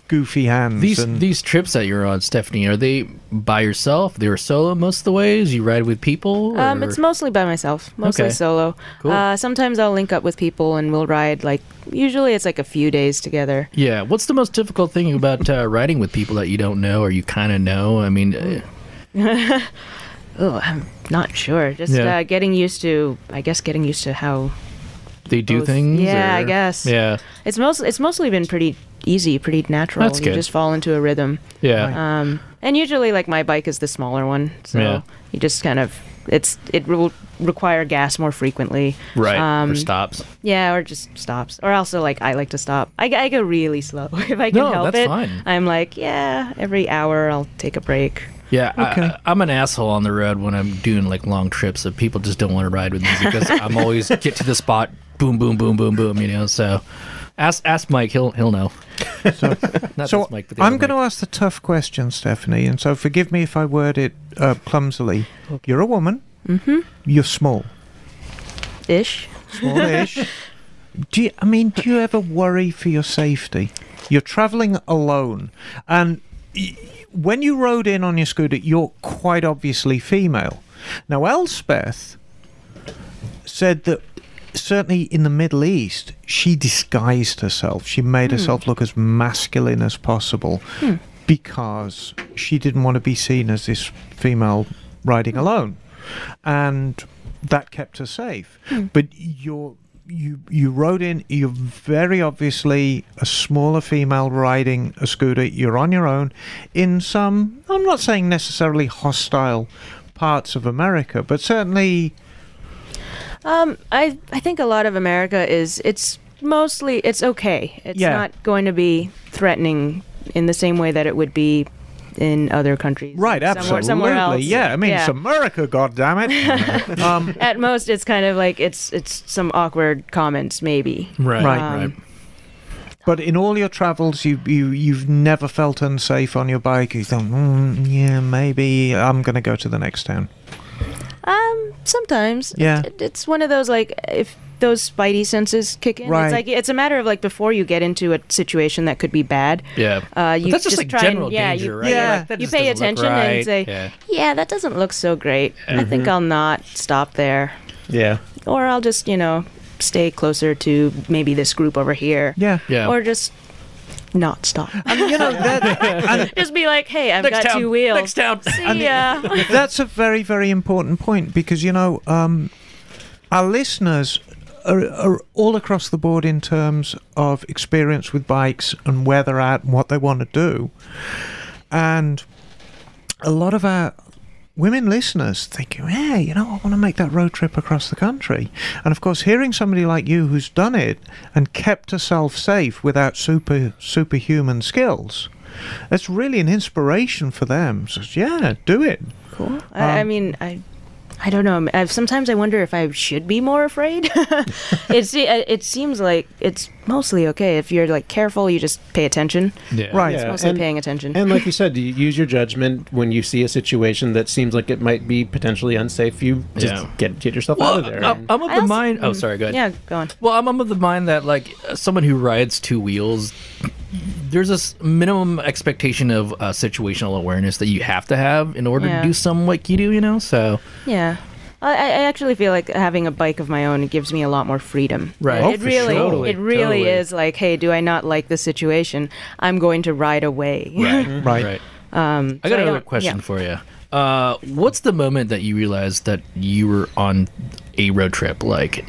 S3: goofy hands.
S2: These
S3: and
S2: these trips that you're on, Stephanie, are they by yourself? They were solo most of the ways. You ride with people.
S6: Um,
S2: or-
S6: it's mostly by myself, mostly
S2: Okay.
S6: solo.
S2: Cool.
S6: Uh, sometimes I'll link up with people and we'll ride. Like usually, it's like a few days together. *laughs*
S2: yeah. What's the most difficult thing about uh, riding with people that you don't know or you kind of know? I mean, uh,
S6: oh, I'm not sure. Just
S2: Yeah.
S6: uh, getting used to, I guess, getting used to how
S2: they do
S6: both-
S2: things.
S6: Yeah, I
S2: or-
S6: guess.
S2: Yeah.
S6: It's most. It's mostly been pretty easy, pretty natural.
S2: That's
S6: You
S2: good.
S6: just fall into a rhythm.
S2: Yeah.
S6: Um, and usually, like my bike is the smaller one, so
S2: Yeah.
S6: you just kind of it's it will require gas more frequently. Um,
S2: Right.
S11: Um,
S2: or stops.
S6: Yeah, or just stops. Or also, like, I like to stop. I, I go really slow *laughs* if I can
S2: No,
S6: help
S2: that's
S6: it.
S2: fine.
S6: I'm like, yeah, every hour I'll take a break.
S2: Yeah,
S6: Okay.
S2: I, I'm an asshole on the road when I'm doing like long trips that people just don't want to ride with me
S6: *laughs*
S2: because I'm always get to the spot, boom, boom, boom, boom, boom. You know, so ask ask Mike, he'll he'll know. Not
S3: *laughs* so
S2: this Mike, but the
S3: I'm
S2: other
S3: going to ask the tough question, Stephanie, and so forgive me if I word it uh, clumsily. You're a woman.
S6: Mm-hmm.
S3: You're small.
S6: Ish. *laughs*
S3: Smallish. do you, I mean, do you ever worry for your safety? You're traveling alone, and y- when you rode in on your scooter, you're quite obviously female. Now, Elspeth said that certainly in the Middle East, she disguised herself. She made
S11: Hmm.
S3: herself look as masculine as possible
S11: Hmm.
S3: because she didn't want to be seen as this female
S11: Hmm.
S3: riding alone. And that kept her safe.
S11: Hmm.
S3: But you're you you rode in you're very obviously a smaller female riding a scooter you're on your own in some i'm not saying necessarily hostile parts of america but certainly
S6: Um, I, I think a lot of America is, it's mostly, it's okay. It's
S3: Yeah.
S6: not going to be threatening in the same way that it would be in other countries.
S3: right
S6: Somewhere-
S3: absolutely
S6: somewhere else.
S3: yeah i mean
S6: Yeah.
S3: it's
S6: *laughs*
S3: america god damn it um
S6: At most, it's kind of like it's it's some awkward comments, maybe.
S3: Right.
S6: Um,
S3: But in all your travels, you, you, you've never felt unsafe on your bike. You thought, mm, yeah, maybe I'm going to go to the next town.
S6: Um, sometimes.
S3: Yeah.
S6: It- it's one of those like if those spidey senses kick in.
S3: Right.
S6: It's like it's a matter of like before you get into a situation that could be bad.
S2: Yeah.
S6: Uh, you
S2: that's just,
S6: just
S2: like,
S6: try
S2: general
S6: and, yeah,
S2: danger,
S6: you,
S2: right?
S6: Yeah.
S2: Like, that
S6: you
S2: just
S6: pay
S2: doesn't look
S6: attention
S2: right.
S6: and say,
S2: Yeah. Mm-hmm.
S6: yeah. that doesn't look so great. I think
S1: Mhm.
S6: I'll not stop there,
S1: Yeah.
S6: or I'll just you know stay closer to maybe this group over here.
S3: Yeah.
S1: Yeah.
S6: Or just not stop.
S3: you know
S11: *laughs*
S6: just be like, hey, I've
S2: Next
S6: got
S2: town.
S6: two wheels.
S2: Next town.
S6: See
S2: I
S3: *laughs*
S2: mean-
S6: ya.
S3: That's a very, very important point because, you know, um, our listeners are, are all across the board in terms of experience with bikes and where they're at and what they want to do. And a lot of our women listeners think, yeah, you know, I want to make that road trip across the country. And of course, hearing somebody like you who's done it and kept herself safe without super superhuman skills, that's really an inspiration for them. So, yeah, do it.
S6: Cool. I, I
S3: Um,
S6: mean, I, I don't know. I, sometimes I wonder if I should be more afraid. *laughs* it se- it seems like it's mostly okay if you're like careful. You just pay attention.
S1: Yeah. Right.
S6: It's
S1: Yeah,
S6: mostly
S1: and-
S6: paying attention.
S1: And like you said, you use your judgment when you see a situation that seems like it might be potentially unsafe. You just
S2: Yeah.
S1: get get yourself out of there.
S2: Well, I'm, I'm of
S6: I
S2: the
S6: also-
S2: mind. Oh,
S6: mm,
S2: sorry. Go ahead.
S6: Yeah, go on.
S2: Well, I'm, I'm of the mind that like uh, someone who rides two wheels, there's this minimum expectation of uh, situational awareness that you have to have in order
S6: Yeah.
S2: to do some like you do. You know, so
S6: *laughs* Yeah. I, I I actually feel like having a bike of my own it gives me a lot more freedom.
S2: Right.
S6: It,
S2: Oh,
S6: it
S2: for
S6: really,
S2: sure. Totally,
S6: it really
S2: totally.
S6: is like, hey, do I not like this situation? I'm going to ride away.
S1: Mm-hmm.
S3: Right.
S2: right.
S6: *laughs* um,
S2: I
S6: so
S2: got another
S6: don't-
S2: question
S6: yeah.
S2: for you. Uh, what's the moment that you realized that you were on a road trip? Like,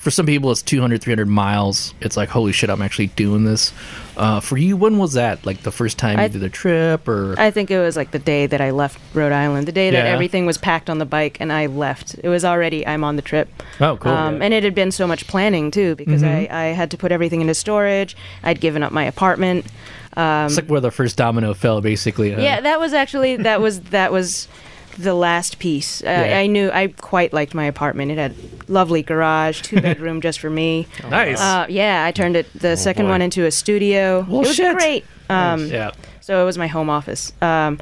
S2: for some people it's 200 300 miles it's like holy shit i'm actually doing this uh, for you when was that like the first time
S6: I-
S2: you did a trip or
S6: I think it was like the day that I left Rhode Island, the day that
S2: Yeah.
S6: everything was packed on the bike and I left. It was already I'm on the trip.
S2: Oh, cool.
S6: Um, and it had been so much planning too because
S2: Mhm.
S6: I, I had to put everything into storage. I'd given up my apartment. Um,
S2: it's like where the first domino fell basically uh,
S6: yeah, that was actually that was that was the last piece. Uh,
S2: Yeah.
S6: I knew I quite liked my apartment. It had lovely garage, two bedroom just
S2: *laughs*
S6: for me.
S2: Oh, Nice. Oh,
S6: Uh, yeah, I turned it the second
S2: boy.
S6: one into a studio.
S2: Well,
S6: it was
S2: shit.
S6: great. Um,
S2: Nice. Yeah.
S6: So it was my home office. Um,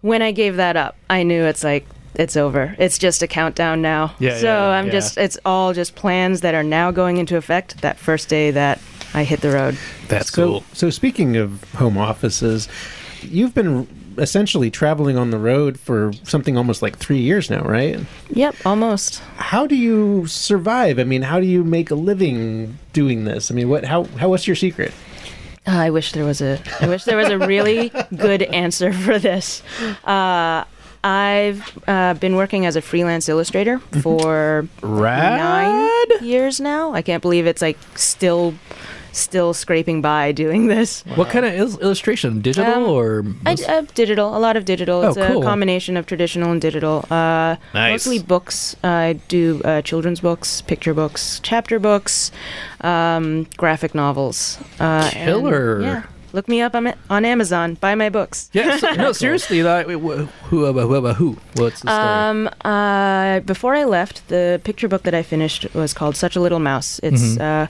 S6: when I gave that up, I knew it's like it's over. It's just a countdown now.
S11: Yeah,
S6: so
S11: yeah,
S6: I'm
S11: yeah.
S6: just it's all just plans that are now going into effect that first day that I hit the road.
S2: That's
S1: so, cool. So speaking of home offices, you've been essentially traveling on the road for something almost like three years now, right?
S6: Yep, almost.
S1: How do you survive? I mean, how do you make a living doing this? I mean, what? How? How? What's your secret?
S6: Uh, I wish there was a. I wish there was
S11: *laughs*
S6: a really good answer for this. Uh, I've uh, been working as a freelance
S11: *laughs*
S1: *laughs*
S6: illustrator for
S2: Rad.
S6: nine years now. I can't believe it's like still, still scraping by doing this.
S2: what kind of il- illustration digital
S6: Um,
S2: or
S6: I, uh, digital, a lot of digital.
S2: Oh,
S6: It's
S2: cool.
S6: a combination of traditional and digital. Uh,
S2: Nice.
S6: Mostly books. I do uh, children's books, picture books, chapter books, um, graphic novels. Uh, and,
S2: Killer.
S6: yeah. Look me up on, on Amazon. Buy my
S2: *laughs*
S6: books.
S2: yeah so,
S6: *laughs*
S2: no seriously like, wh- who who who, uh, who what's the story
S6: Um, uh, before I left, the picture book that I finished was called Such a Little Mouse. It's,
S2: Mhm.
S6: uh,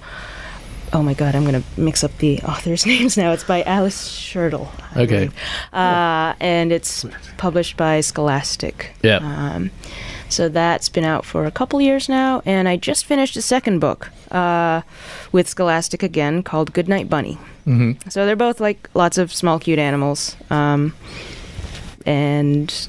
S6: oh my God, I'm going to mix up the author's *laughs* names now. It's by Alice Shirtle. I
S2: Okay.
S6: *laughs* believe. Uh, and it's published by Scholastic.
S2: Yeah.
S6: Um, so that's been out for a couple years now, and I just finished a second book uh, with Scholastic again called Goodnight Bunny.
S2: Mhm.
S6: So they're both like lots of small, cute animals. Um, and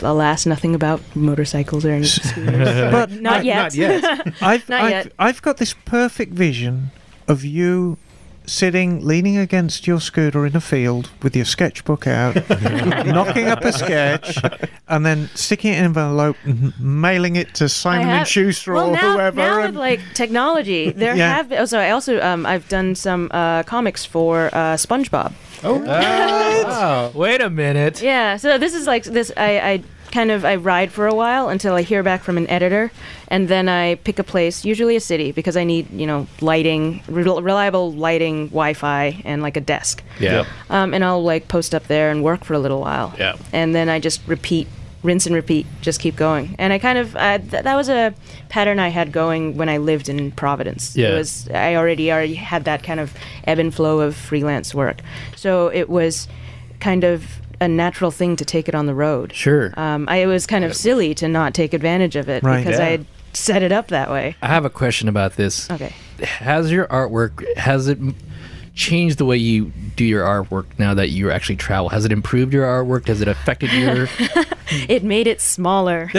S6: alas, nothing about motorcycles or anything.
S3: But-
S6: but not, yet. *laughs*
S3: I've,
S6: Not
S3: I've,
S6: yet.
S3: I've got this perfect vision of you sitting, leaning against your scooter in a field with your sketchbook out, knocking up a sketch, and then sticking it in an envelope and mailing it to Simon
S6: I
S3: and
S6: have-
S3: Schuster
S6: well,
S3: or
S6: now,
S3: whoever.
S6: Now
S3: and-
S6: with like technology, there
S3: Yeah.
S6: have. Oh, sorry. I also um, I've done some uh, comics for uh, SpongeBob.
S3: Oh,
S2: Ah, wow. wait a minute
S6: *laughs* Yeah. So this is like this. I, I kind of I ride for a while until I hear back from an editor, and then I pick a place, usually a city, because I need you know lighting, re- reliable lighting, Wi-Fi, and like a desk.
S11: *laughs*
S2: Yeah.
S6: Um, and I'll like post up there and work for a little while.
S2: Yeah.
S6: And then I just repeat, rinse and repeat, just keep going. And I kind of uh, th- that was a pattern I had going when I lived in Providence.
S11: Yeah.
S6: It was I already already had that kind of ebb and flow of freelance work, so it was kind of a natural thing to take it on the road.
S2: Sure.
S6: Um, I, it was kind of silly to not take advantage of it
S2: Right.
S6: because
S2: Yeah.
S6: I had set it up that way.
S2: I have a question about this.
S6: Okay.
S2: Has your artwork has it m- changed the way you do your artwork now that you actually travel? Has it improved your artwork? Has it affected
S6: *laughs*
S2: your?
S6: It made
S2: *laughs*
S6: it smaller.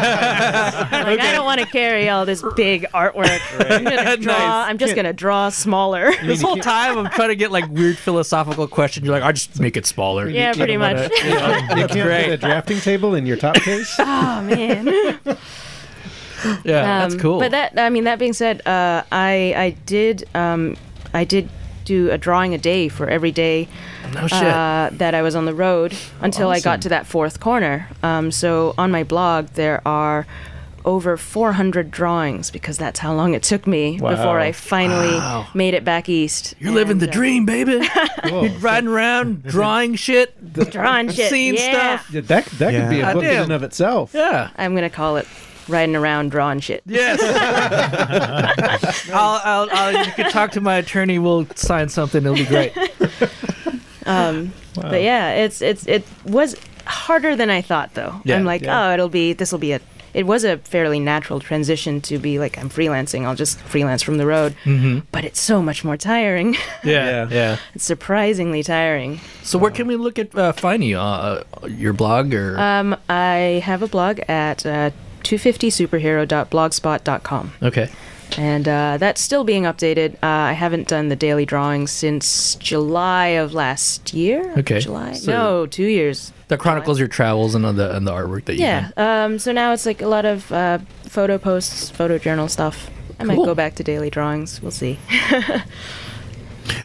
S6: I'm like, I don't want to carry all this big artwork. I'm, gonna draw,
S2: *laughs* Nice.
S6: I'm just going to draw smaller. *laughs*
S2: this whole time, I'm trying to get like weird philosophical question. You're like, I just make it smaller.
S6: Yeah, pretty much.
S2: *laughs*
S1: You can't
S2: great.
S1: fit a drafting table in your top
S2: *laughs*
S1: case.
S6: oh, man.
S2: Yeah, that's
S6: Um,
S2: cool.
S6: But that, I mean, that being said, uh, I I did um, I did do a drawing a day for every day
S11: No shit.
S6: uh, that I was on the road until I
S11: awesome.
S6: got to that fourth corner. Um, so on my blog there are over 400 drawings because that's how long it took me before
S2: Wow.
S6: I finally
S2: Wow.
S6: made it back east.
S2: You're living the dream, baby. You're riding
S1: *laughs*
S2: around, drawing shit, *laughs*
S6: Drawing shit,
S2: seeing
S6: yeah.
S2: stuff.
S1: Yeah, that that could be
S2: Yeah.
S1: a book in
S2: Goddamn.
S1: and of itself.
S2: Yeah.
S6: I'm gonna call it riding around drawing shit. *laughs*
S2: I'll, I'll, I'll, Uh, you can talk to my attorney. We'll sign something. It'll be great.
S1: *laughs*
S6: Um,
S2: Wow.
S6: But yeah, it's it's it was harder than I thought though.
S2: Yeah,
S6: I'm like,
S2: yeah.
S6: oh, it'll be this will be a. It was a fairly natural transition to be like I'm freelancing. I'll just freelance from the road.
S2: Mhm.
S6: But it's so much more tiring. *laughs*
S2: Yeah, yeah.
S6: it's surprisingly tiring.
S2: So where can we look at uh, finding you? Uh, uh, your blog or?
S6: Um, I have a blog at uh, 250superhero.blogspot.com.
S2: okay.
S6: And uh, that's still being updated. Uh, I haven't done the daily drawings since July of last year.
S2: Okay.
S6: July?
S2: So-
S6: no, two years.
S2: That chronicles your travels and the and the artwork that you.
S6: yeah. Um, so now it's like a lot of uh, photo posts, photo journal stuff. I might
S3: Cool.
S6: go back to daily drawings. We'll see.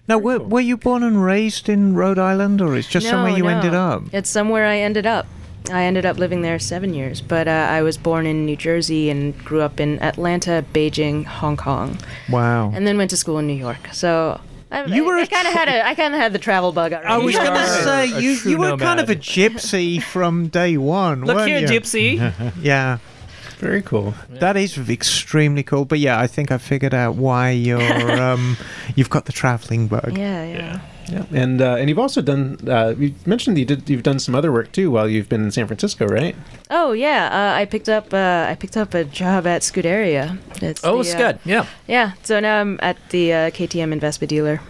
S3: Now, were, were you born and raised in Rhode Island, or is *laughs* just
S6: No,
S3: somewhere you ended
S6: no.
S3: up?
S6: It's somewhere I ended up. I ended up living there seven years, but uh, I was born in New Jersey and grew up in Atlanta, Beijing, Hong Kong,
S3: Wow.
S6: and then went to school in New York. So I,
S3: You
S6: I-
S3: were
S6: I,
S3: a
S6: kind of had a I kind of had the travel bug already.
S3: I was going to
S2: are
S3: say
S2: a
S3: uh, you,
S2: true
S3: you were kind
S2: nomad.
S3: of a gypsy from day one.
S2: Look
S3: weren't
S2: here,
S3: you?
S2: gypsy.
S3: *laughs* Yeah.
S1: Very cool.
S3: That is extremely cool. But yeah, I think I figured out why you're
S6: *laughs*
S3: um, you've got the traveling bug.
S6: yeah, yeah.
S1: Yeah, and uh, and you've also done. Uh, you mentioned that you did. You've done some other work too while you've been in San Francisco, right?
S6: Oh yeah, uh, I picked up uh, I picked up a job at Scuderia. It's
S2: Oh,
S6: the,
S2: it's
S6: uh,
S2: good. Yeah.
S6: Yeah, so now I'm at the uh, KTM Investment dealer.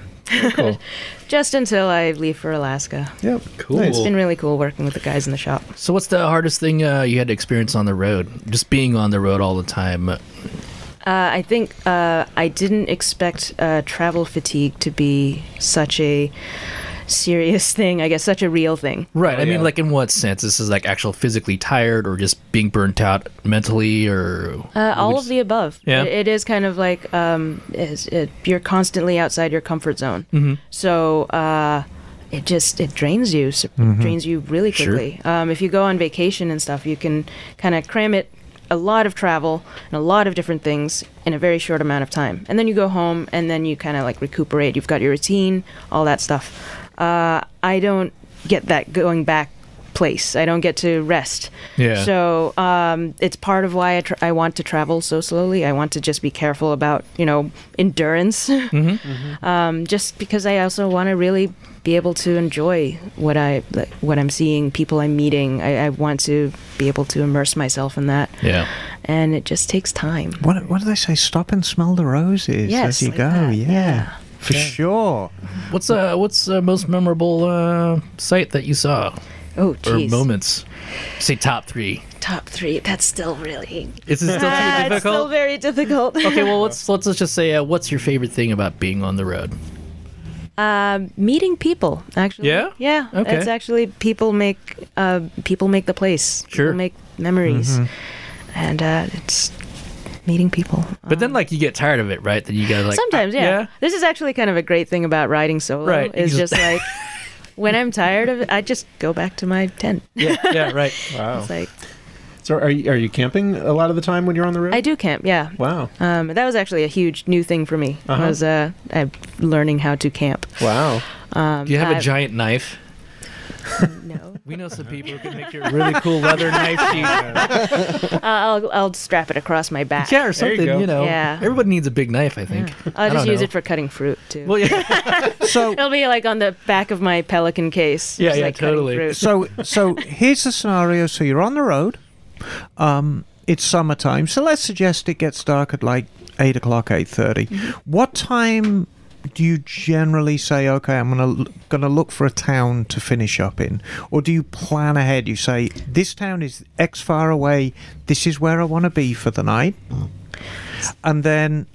S1: Cool.
S6: *laughs* Just until I leave for Alaska.
S1: Yep. Cool.
S6: It's been really cool working with the guys in the shop.
S2: So, what's the hardest thing uh, you had to experience on the road? Just being on the road all the time.
S6: Uh, I think uh, I didn't expect uh, travel fatigue to be such a serious *laughs* thing. I guess such a real thing.
S2: Right. I
S6: yeah.
S2: mean, like, in what sense? This is like actual physically tired or just being burnt out mentally or.
S6: Uh, all of the above.
S2: Yeah.
S6: It, it is kind of like um, is- it, you're constantly outside your comfort zone.
S2: Mhm.
S6: So uh, it just it drains you, sup-
S2: Mhm.
S6: drains you really
S2: Sure.
S6: quickly. Um, if you go on vacation and stuff, you can kind of cram it a lot of travel and a lot of different things in a very short amount of time. And then you go home and then you kind of like recuperate. You've got your routine, all that stuff. Uh, I don't get that going back place. I don't get to rest.
S11: Yeah.
S6: So so um, it's part of why I, tr- I want to travel so slowly. I want to just be careful about, you know, endurance.
S2: Mm-hmm.
S6: um, just because I also want to really be able to enjoy what I like, what I'm seeing, people I'm meeting. I, I want to be able to immerse myself in that.
S2: Yeah.
S6: And it just takes time.
S3: What, what do they say? Stop and smell the roses
S6: Yes,
S3: as you
S6: like
S3: go.
S6: that,
S3: Yeah,
S6: yeah.
S3: for sure.
S2: What's uh what's the most memorable uh site that you saw?
S6: Oh,
S2: Or
S6: jeez.
S2: moments. Say top 3.
S6: Top three. That's still really.
S2: Is it
S6: *laughs*
S2: still too
S6: Ah, It's still
S2: difficult?
S6: very difficult.
S2: *laughs* Okay, well let's let's let's just say uh, what's your favorite thing about being on the road?
S6: *laughs* Um, meeting people, actually.
S2: Yeah?
S6: Yeah.
S2: Okay.
S6: It's actually people make uh, people make the place. People
S2: Sure.
S6: make memories,
S2: Mhm.
S6: and uh, it's meeting people.
S2: But then like you get tired of it, right? Then you gotta like
S6: Um. Sometimes,
S2: ah,
S6: yeah. This is actually kind of a great thing about riding solo.
S2: Right,
S6: Is
S2: you
S6: just
S2: just- *laughs*
S6: like when I'm tired of it, I just go back to my tent.
S2: *laughs* Yeah, yeah, right.
S1: Wow.
S6: *laughs* It's like
S1: so are you, are you camping a lot of the time when you're on the road?
S6: I do camp. Yeah.
S1: Wow.
S6: Um, that was actually a huge new thing for me.
S1: Uh-huh.
S6: Was uh, i learning how to camp.
S1: Wow.
S6: Um,
S2: Do you have
S6: I-
S2: a giant knife?
S6: *laughs* No.
S2: We know some people who can
S6: *laughs*
S2: make your really cool leather knife sheath.
S6: Uh, *laughs* I'll, I'll strap it across my back.
S2: Yeah, or something, you, know.
S6: Yeah.
S2: Everybody needs a big knife, I think. I
S6: I'll just
S2: don't
S6: use
S2: know.
S6: it for cutting fruit too.
S2: Well, yeah.
S6: *laughs*
S3: so
S6: it'll be like on the back of my pelican case. just, like, cutting fruit.
S3: So, so here's the scenario. So you're on the road. Um, it's summertime. So let's suggest it gets dark at like eight o'clock, eight What time do you generally say, okay, I'm gonna l- gonna look for a town to finish up in, or do you plan ahead? You say this town is X far away. This is where I want to be for the night, and then.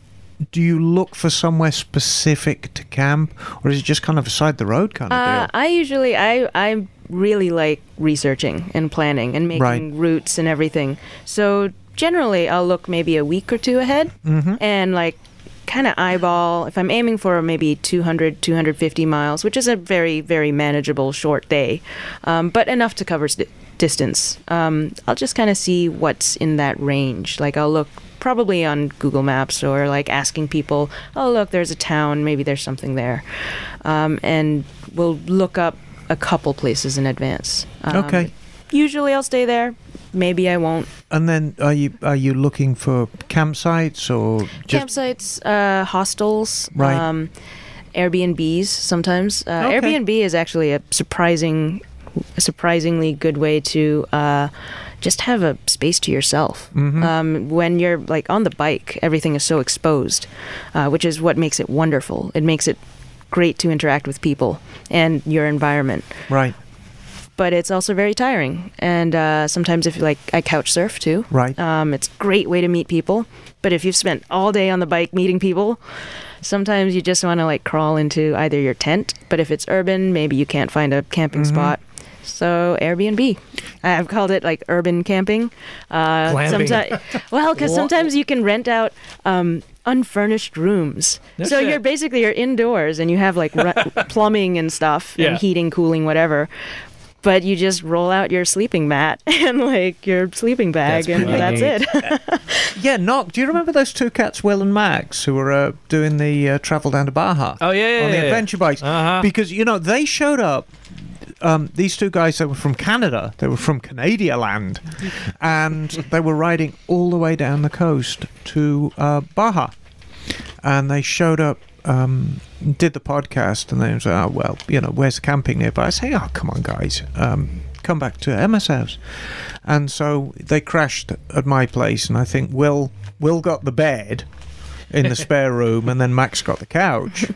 S3: Do you look for somewhere specific to camp, or is it just kind of a side the road kind of deal?
S6: uh, I usually I I really like researching and planning and making
S3: Right.
S6: routes and everything. So generally, I'll look maybe a week or two ahead
S3: Mhm.
S6: and like kind of eyeball if i'm aiming for maybe 200 250 miles which is a very very manageable short day um, but enough to cover s- distance um, i'll just kind of see what's in that range like i'll look probably on google maps or like asking people oh look there's a town maybe there's something there um, and we'll look up a couple places in advance Um,
S3: Okay.
S6: usually i'll stay there maybe i won't
S3: And then are you are you looking for campsites or just
S6: campsites, uh, hostels,
S3: Right.
S6: um, Airbnbs. Sometimes uh,
S3: Okay.
S6: Airbnb is actually a surprising, a surprisingly good way to uh, just have a space to yourself.
S3: Mm-hmm.
S11: Mhm.
S6: Um, when you're like on the bike, everything is so exposed, uh, which is what makes it wonderful. It makes it great to interact with people and your environment
S3: right?
S6: but it's also very tiring. And uh, sometimes, if you like, I couch surf too.
S3: Right.
S6: Um, it's a great way to meet people. But if you've spent all day on the bike meeting people, sometimes you just want to like crawl into either your tent. But if it's urban, maybe you can't find a camping
S3: Mhm.
S6: spot. So Airbnb. I've called it like urban camping. Uh,
S11: Glamping.
S6: someti- well, because
S11: Wha-
S6: sometimes you can rent out um, unfurnished rooms.
S11: No
S6: so
S11: shit.
S6: you're basically you're indoors and you have like ru- plumbing and stuff
S11: Yeah.
S6: and heating, cooling, whatever. But you just roll out your sleeping mat *laughs* and like your sleeping bag,
S3: That's
S6: and that's
S3: great.
S6: *laughs* it.
S2: *laughs*
S3: Yeah, Nock, do you remember those two cats, Will and Max, who were uh, doing the uh, travel down to Baja?
S2: Oh, yeah, yeah,
S3: On
S2: yeah,
S3: the
S2: yeah.
S3: adventure bikes.
S2: Uh-huh.
S3: Because, you know, they showed up. Um, these two guys, they were from Canada. They were from Canada land. And they were riding all the way down the coast to uh, Baja. And they showed up, um, did the podcast, and they was, oh, well, you know, where's the camping nearby? I say, oh, come on, guys. Um, come back to Emma's house. And so they crashed at my place, and I think Will Will got the bed in the spare room, and then Max got the
S6: *laughs*
S3: couch.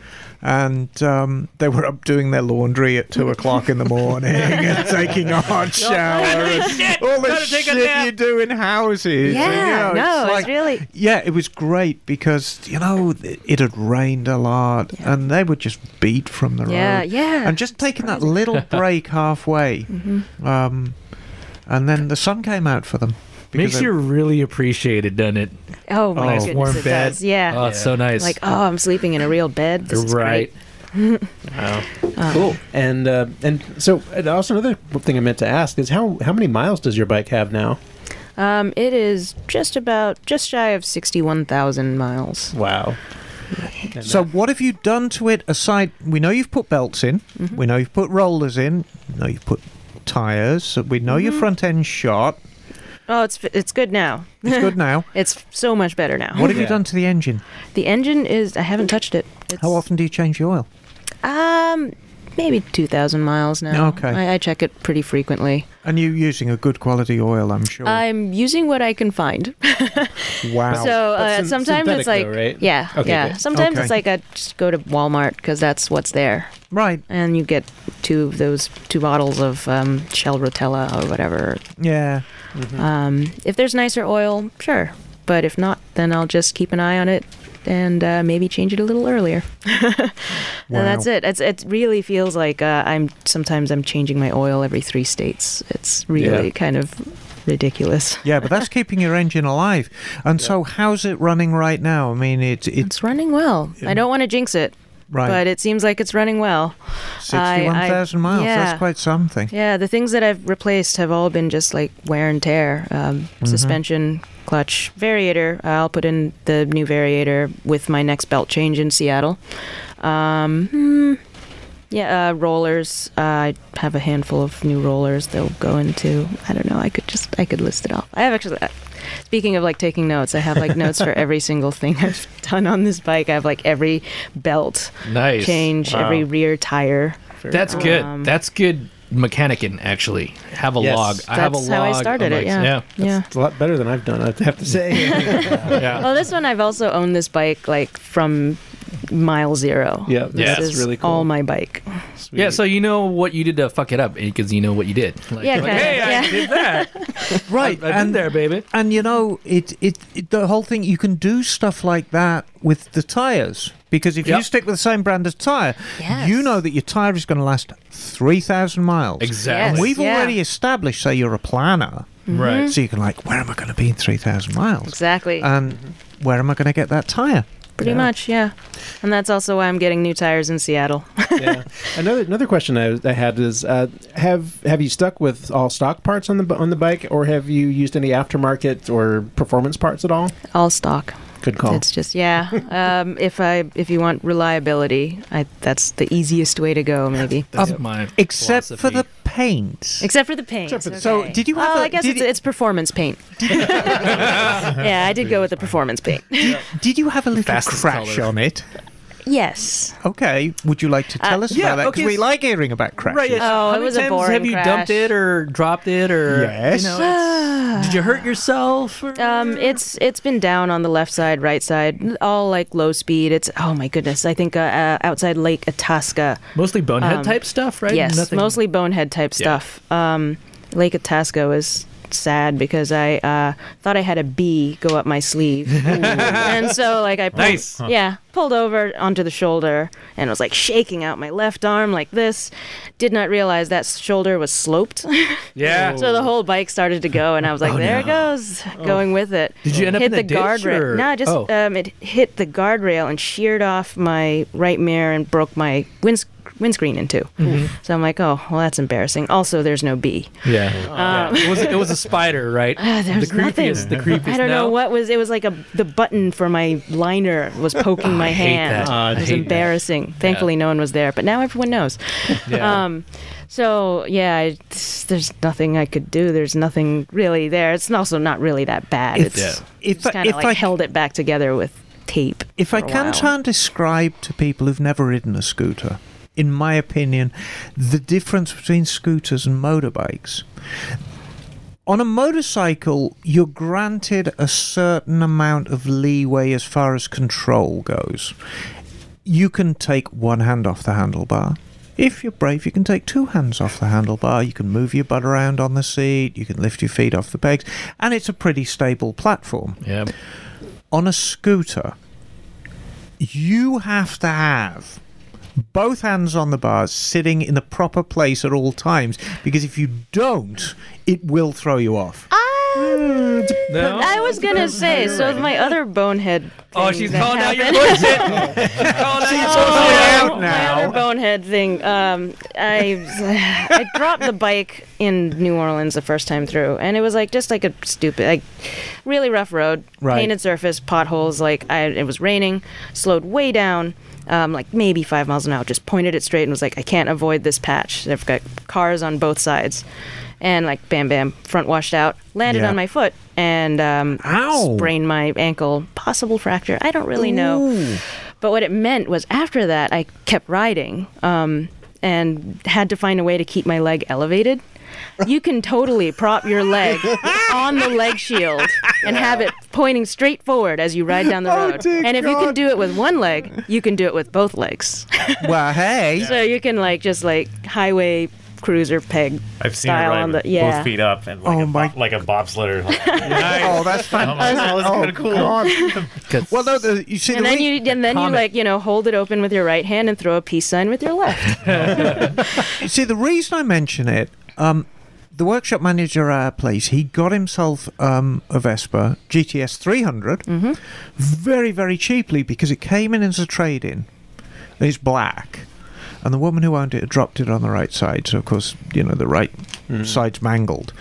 S3: And um, they were up doing their laundry at two o'clock
S6: *laughs*
S3: in the morning and taking a hot shower. and all this shit you do in houses. and, you know,
S6: Yeah, no, it's
S3: like-
S6: really-
S3: Yeah, it was great because you know it, it had rained a lot, and they were just beat from the
S6: Yeah,
S3: road.
S6: yeah,
S3: And just taking that
S6: surprising. *laughs*
S3: little break halfway,
S6: Mhm.
S3: um, and then the sun came out for them.
S2: Makes
S3: because
S2: you really appreciate it, doesn't it?
S6: Oh my
S2: Nice
S6: goodness,
S2: warm
S6: it
S2: bed.
S6: does. Yeah.
S2: Oh, it's so nice.
S6: Like, oh, I'm sleeping in a real bed. This is
S2: Right.
S6: *laughs* Great. Um,
S1: cool. And uh, and so and also another thing I meant to ask is how how many miles does your bike have now?
S6: Um, it is just about just shy of sixty-one thousand miles.
S1: Wow.
S3: It, so
S6: uh,
S3: what have you done to it? Aside, we know you've put belts in,
S6: Mm-hmm.
S3: we know you've put rollers in, we know you've put tires, we know your
S6: Mm-hmm.
S3: front end shot.
S6: Oh, it's it's good now.
S3: It's
S6: *laughs*
S3: good now.
S6: it's so much better now.
S3: What have you done to the engine?
S6: The engine is. I haven't touched it. It's,
S3: How often do you change the oil?
S6: Um, maybe two thousand miles now.
S3: Okay.
S6: I, I check it pretty frequently.
S3: And you're using a good quality oil, I'm sure.
S6: I'm using what I can find.
S3: wow.
S6: *laughs* So
S1: But
S6: uh,
S1: syn-
S6: sometimes
S1: synthetic
S6: it's like,
S1: though, right?
S6: yeah,
S1: Okay,
S6: yeah.
S1: good.
S6: Sometimes
S3: Okay.
S6: it's like I just go to Walmart because that's what's there.
S3: Right.
S6: And you get two of those two bottles of um, Shell Rotella or whatever.
S3: yeah.
S6: Um, if there's nicer oil, sure. But if not, then I'll just keep an eye on it and uh, maybe change it a little earlier.
S11: Wow.
S6: And that's it. It's, it really feels like uh, I'm sometimes I'm changing my oil every three states. It's really
S3: Yeah.
S6: kind of ridiculous.
S3: *laughs* Yeah, but that's keeping your engine alive. And so, how's it running right now? I mean, it, it's
S6: running well. I don't want to jinx it.
S3: Right.
S6: But it seems like it's running well. I- I-
S3: 61,000 miles. That's quite something.
S6: *laughs* Yeah, the things that I've replaced have all been just like wear and tear um,
S3: Mhm.
S6: suspension, clutch, variator. I'll put in the new variator with my next belt change in Seattle. Um, hmm, yeah, uh, rollers. Uh, I have a handful of new rollers they'll go into. I don't know. I could just, I could list it off. I have actually. Uh, Speaking of like taking notes, I have like notes for every single thing I've done on this bike. I have like every belt
S2: Nice.
S6: change,
S2: Wow.
S6: every rear tire.
S2: That's good.
S6: Um,
S2: That's good mechanicin actually. Have a
S1: Yes.
S2: log. I have a log.
S6: That's how I
S2: of
S6: started it,
S2: bikes.
S6: yeah.
S2: Yeah.
S6: Yeah.
S1: It's a lot better than I've done. I have to
S6: *laughs*
S1: say.
S2: yeah.
S6: Well, this one I've also owned this bike like from mile zero.
S1: Yeah,
S6: this
S2: that's
S6: is
S2: really cool.
S6: All my bike.
S2: Yeah, so you know what you did to fuck it up because you know what you did. Like,
S6: yeah,
S2: like,
S6: kinda,
S2: hey,
S6: yeah.
S2: I did that.
S3: *laughs* Right.
S2: I've been
S3: and,
S2: there, baby.
S3: And you know, it, it, it the whole thing, you can do stuff like that with the tyres. Because if you
S2: Yep.
S3: stick with the same brand of tyre, you know that your tyre is going to last 3,000 miles.
S2: Exactly. Yes,
S3: And we've
S2: yeah.
S3: already established, say, you're a planner.
S2: Right.
S3: So you can, like, where am I going to be in 3,000 miles?
S6: Exactly.
S3: And Um, where am I going to get that tyre?
S6: Pretty much, yeah. And that's also why I'm getting new tires in Seattle. *laughs*
S1: yeah. Another another question I, I had is uh, have have you stuck with all stock parts on the b- on the bike, or have you used any aftermarket or performance parts at all?
S6: All stock.
S1: Good call.
S6: It's just yeah. Um, if I if you want reliability, I, that's the easiest way to go maybe.
S2: That's my
S3: Except for the paint.
S6: Except for the paint.
S3: for the- So, did you have
S6: Oh,
S3: a-
S6: I guess
S3: did
S6: it's,
S3: you-
S6: it's performance paint. *laughs* yeah, I did go with the performance paint.
S3: Did you have a little crash
S2: colour.
S3: on it?
S6: yes.
S3: Okay. Would you like to tell us
S2: yeah,
S3: about that? 'Cause
S2: okay,
S3: we
S2: s-
S3: like hearing about crashes.
S2: Right. yeah. How
S6: Oh, it
S2: many
S6: was a
S2: times
S6: boring
S2: Have you dumped
S6: crash.
S2: it or dropped it or?
S3: Yes.
S2: You
S6: *sighs*
S2: know, it's- did you hurt yourself? Or?
S6: Um, it's it's been down on the left side, right side, all like low speed. It's oh my goodness! I think uh, uh, outside Lake Itasca.
S2: Mostly bonehead
S6: um,
S2: type stuff, right?
S6: Yes,
S2: Nothing-
S6: mostly bonehead type
S2: Yeah.
S6: stuff. Um, Lake Itasca was sad because I uh, thought I had a bee go up
S2: *laughs*
S6: my sleeve, *laughs* and so like I pulled,
S2: Nice. Huh.
S6: yeah pulled over onto the shoulder and was like shaking out my left arm like this. Did not realize that shoulder was sloped. *laughs*
S2: Yeah.
S6: so the whole bike started to go, and I was like,
S2: Oh,
S6: there
S2: no.
S6: it goes, going with it.
S2: Did you end up
S6: hit
S2: in a
S6: the
S2: ditch, or-
S6: guardrail? No, just
S2: Oh.
S6: um, it hit the guardrail and sheared off my right mirror and broke my winds- windscreen in 2
S2: Mhm.
S6: So I'm like, oh, well, that's embarrassing. Also, there's no B.
S2: Oh, Yeah.
S6: Um,
S2: it was it was a spider, right?
S6: *laughs* Ah, there was
S2: the creepiest,
S6: nothing.
S2: the creepiest.
S6: *laughs* I don't
S2: no? *laughs*
S6: know what was. It was like a the button for my liner was poking my
S2: I hate
S6: hand.
S2: that. Ah, I
S6: it was
S2: hate that.
S6: embarrassing. Thankfully, no one was there, but now everyone knows.
S2: *laughs* Yeah.
S6: Um, so yeah, I, there's nothing I could do. There's nothing really there. It's also not really that bad.
S3: If-
S6: it's
S3: Yeah. if I-
S6: just kind
S3: if
S6: of like
S3: I-
S6: held it back together with tape.
S3: If I
S6: for a
S3: can
S6: while.
S3: try and describe to people who've never ridden a scooter, in my opinion, the difference between scooters and motorbikes. On a motorcycle, you're granted a certain amount of leeway as far as control goes. You can take one hand off the handlebar. If you're brave, you can take two hands off the handlebar. You can move your butt around on the seat. You can lift your feet off the pegs. And it's a pretty stable platform.
S2: Yeah.
S3: On a scooter, you have to have both hands on the bars sitting in the proper place at all times because if you don't, it will throw you off. Mm.
S2: No?
S6: I was gonna say. So my other bonehead.
S2: Oh,
S6: thing
S2: she's
S6: that
S2: calling out your
S6: happened-
S2: bullshit.
S6: *laughs*
S2: she's
S3: Oh,
S2: calling out your bullshit.
S6: Oh, My other bonehead thing. Um, I I dropped the bike in New Orleans the first time through, and it was like just like a stupid, like really rough road,
S11: Right.
S6: painted surface, potholes. Like I, it was raining, slowed way down. Um, like maybe five miles an hour, just pointed it straight and was like, I can't avoid this patch. They've got cars on both sides. And like, bam, bam, front washed out, landed
S11: Yeah.
S6: on my foot and um,
S11: Ow.
S6: sprained my ankle. Possible fracture. I don't really know.
S11: Ooh.
S6: But what it meant was after that, I kept riding um, and had to find a way to keep my leg elevated. You can totally prop your leg on the leg shield and have it pointing straight forward as you ride down the road. and if you can do it with one leg, you can do it with both legs.
S11: *laughs*
S3: well, hey.
S6: So you can like just like highway cruiser peg
S7: I've seen
S6: style
S7: it ride
S6: on
S7: with
S6: the yeah.
S7: both feet up and like,
S3: Oh
S7: a, bo- like a
S1: *laughs*
S7: bobsledder.
S3: Oh, that's
S7: fantastic.
S3: Oh,
S7: kind of cool.
S3: Well, no, the, you see,
S6: and
S3: the
S6: then
S3: re-
S6: you and then you
S3: Comment.
S6: like you know hold it open with your right hand and throw a peace sign with your left.
S3: You see, the reason I mention it, um, the workshop manager at our place, he got himself um, a Vespa GTS 300 very, very cheaply because it came in as a trade in. And it's black. And the woman who owned it had dropped it on the right side. So, of course, you know, the right
S2: Mm.
S3: side's mangled.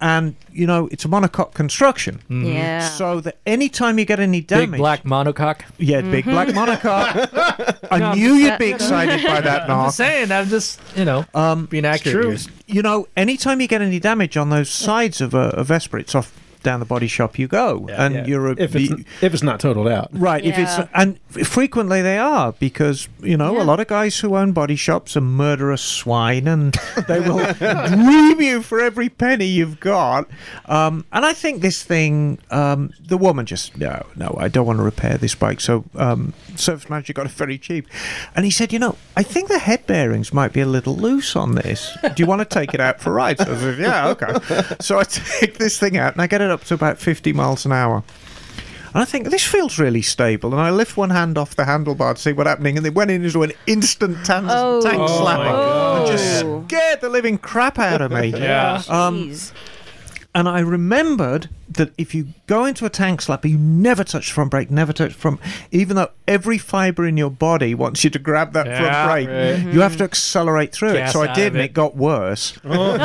S3: And, you know, it's a monocoque construction.
S2: Mhm. Yeah.
S3: So that anytime you get any damage.
S2: Big black monocoque.
S3: Yeah, big black
S2: *laughs*
S6: *laughs*
S3: monocoque. I knew you'd be excited by that,
S2: I'm
S3: Mark.
S2: just saying. I'm just you know
S3: Um,
S2: being accurate. here.
S3: You know, anytime you get any damage on those sides of a, a Vespa, it's off down the body shop you go, and
S1: yeah.
S3: you're a,
S1: If it's-
S3: if it's not totaled out, right? If
S1: Yeah.
S3: it's and f- frequently they are because you know a lot of guys who own body shops are murderous swine, and they will *laughs* dream you for every penny you've got. Um, and I think this thing, um, the woman just no, no, I don't want to repair this bike, so um, service manager got it very cheap, and he said, you know, I think the head bearings might be a little loose on this. Do you want to take it out for a ride? So I said, yeah, okay. So I *laughs* take this thing out and I get it up to about fifty miles an hour. And I think this feels really stable. And I lift one hand off the handlebar to see what's happening, and it went into an instant tan-
S6: Oh.
S3: tank
S6: Oh
S3: slapper.
S6: my God.
S3: and just scared the living crap out of me.
S6: Yeah.
S3: Um, and I remembered that if you go into a tank slapper, you never touch the front brake, never touch the front, even though every fiber in your body wants you to grab that
S2: Yeah,
S3: front brake,
S2: right.
S3: you have to accelerate through
S2: Gas
S3: it. So I
S2: out
S3: did,
S2: of
S3: and
S2: it. Oh.
S3: it got worse.
S11: Oh.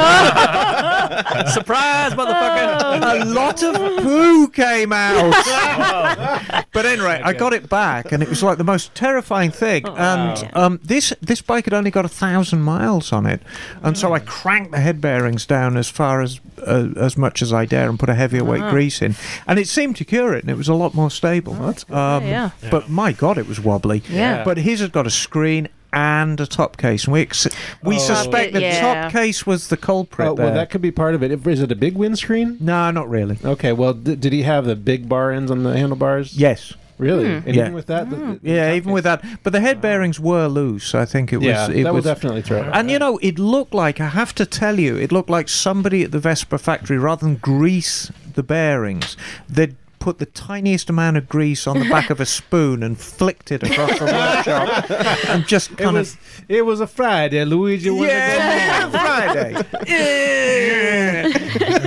S2: *laughs* Surprise,
S6: Oh.
S2: motherfucker!
S3: *laughs* a lot of poo came
S2: *laughs*
S3: Oh, out. but anyway, I got it back, and it was like the most terrifying thing. and um, this this bike had only got a thousand miles on it, and so I cranked the head bearings down as far as uh, as much as I dare, and put a heavier weight
S6: Ah.
S3: grease in, and it seemed to cure it, and it was a lot more stable. that's good. Um,
S6: Yeah, yeah.
S3: But my god, it was wobbly.
S6: Yeah.
S3: But his had got a screen. And a top case, and we ex- we
S1: Oh.
S3: suspect the
S1: Yeah.
S3: top case was the culprit.
S1: Oh, well,
S3: there.
S1: that could be part of it. If- Is it a big windscreen?
S3: No, not really.
S1: Okay, well, d- did he have the big bar ends on the handlebars?
S3: Yes.
S6: Hmm.
S1: Really? And
S3: Yeah.
S1: even with that, the- the-
S3: Yeah, even with that, but the head bearings were loose. I think it
S1: uh, Yeah,
S3: was. It
S1: that
S3: was,
S1: will definitely throw it.
S3: And you know, it looked like I have to tell you, it looked like somebody at the Vespa factory, rather than grease the bearings, they'd put the tiniest amount of grease on the back of a spoon and flicked it across the
S1: *laughs*
S3: workshop, and just
S1: it
S3: kind
S1: was it was a Friday. Luigi
S3: of
S1: wanted
S3: yeah, *laughs*
S1: to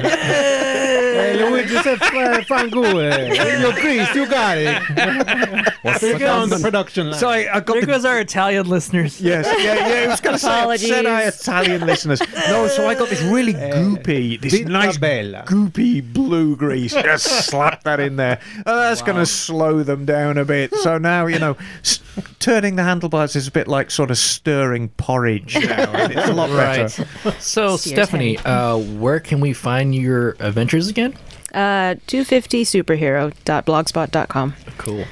S1: go home. *laughs* Hey, Luigi said,
S2: *laughs*
S1: "Fri- "Fangue, your grease, you got it." You're on the production line.
S2: So I, I got there goes our Italian listeners.
S3: Yes, yeah, yeah. It was going to say
S2: Apologies.
S3: upset our Italian listeners. No, so I got this really goopy, this
S1: Vita
S3: nice
S1: bella.
S3: goopy blue grease. Just slap that in there. Uh, that's going to slow them down a bit. So now you know, s- turning the handlebars is a bit like sort of stirring porridge.
S2: *laughs*
S3: Now and it's a lot better.
S2: So
S6: Sears
S2: Stephanie, uh, where can we find your adventures again?
S6: Uh, 250superhero.blogspot.com.
S2: Cool.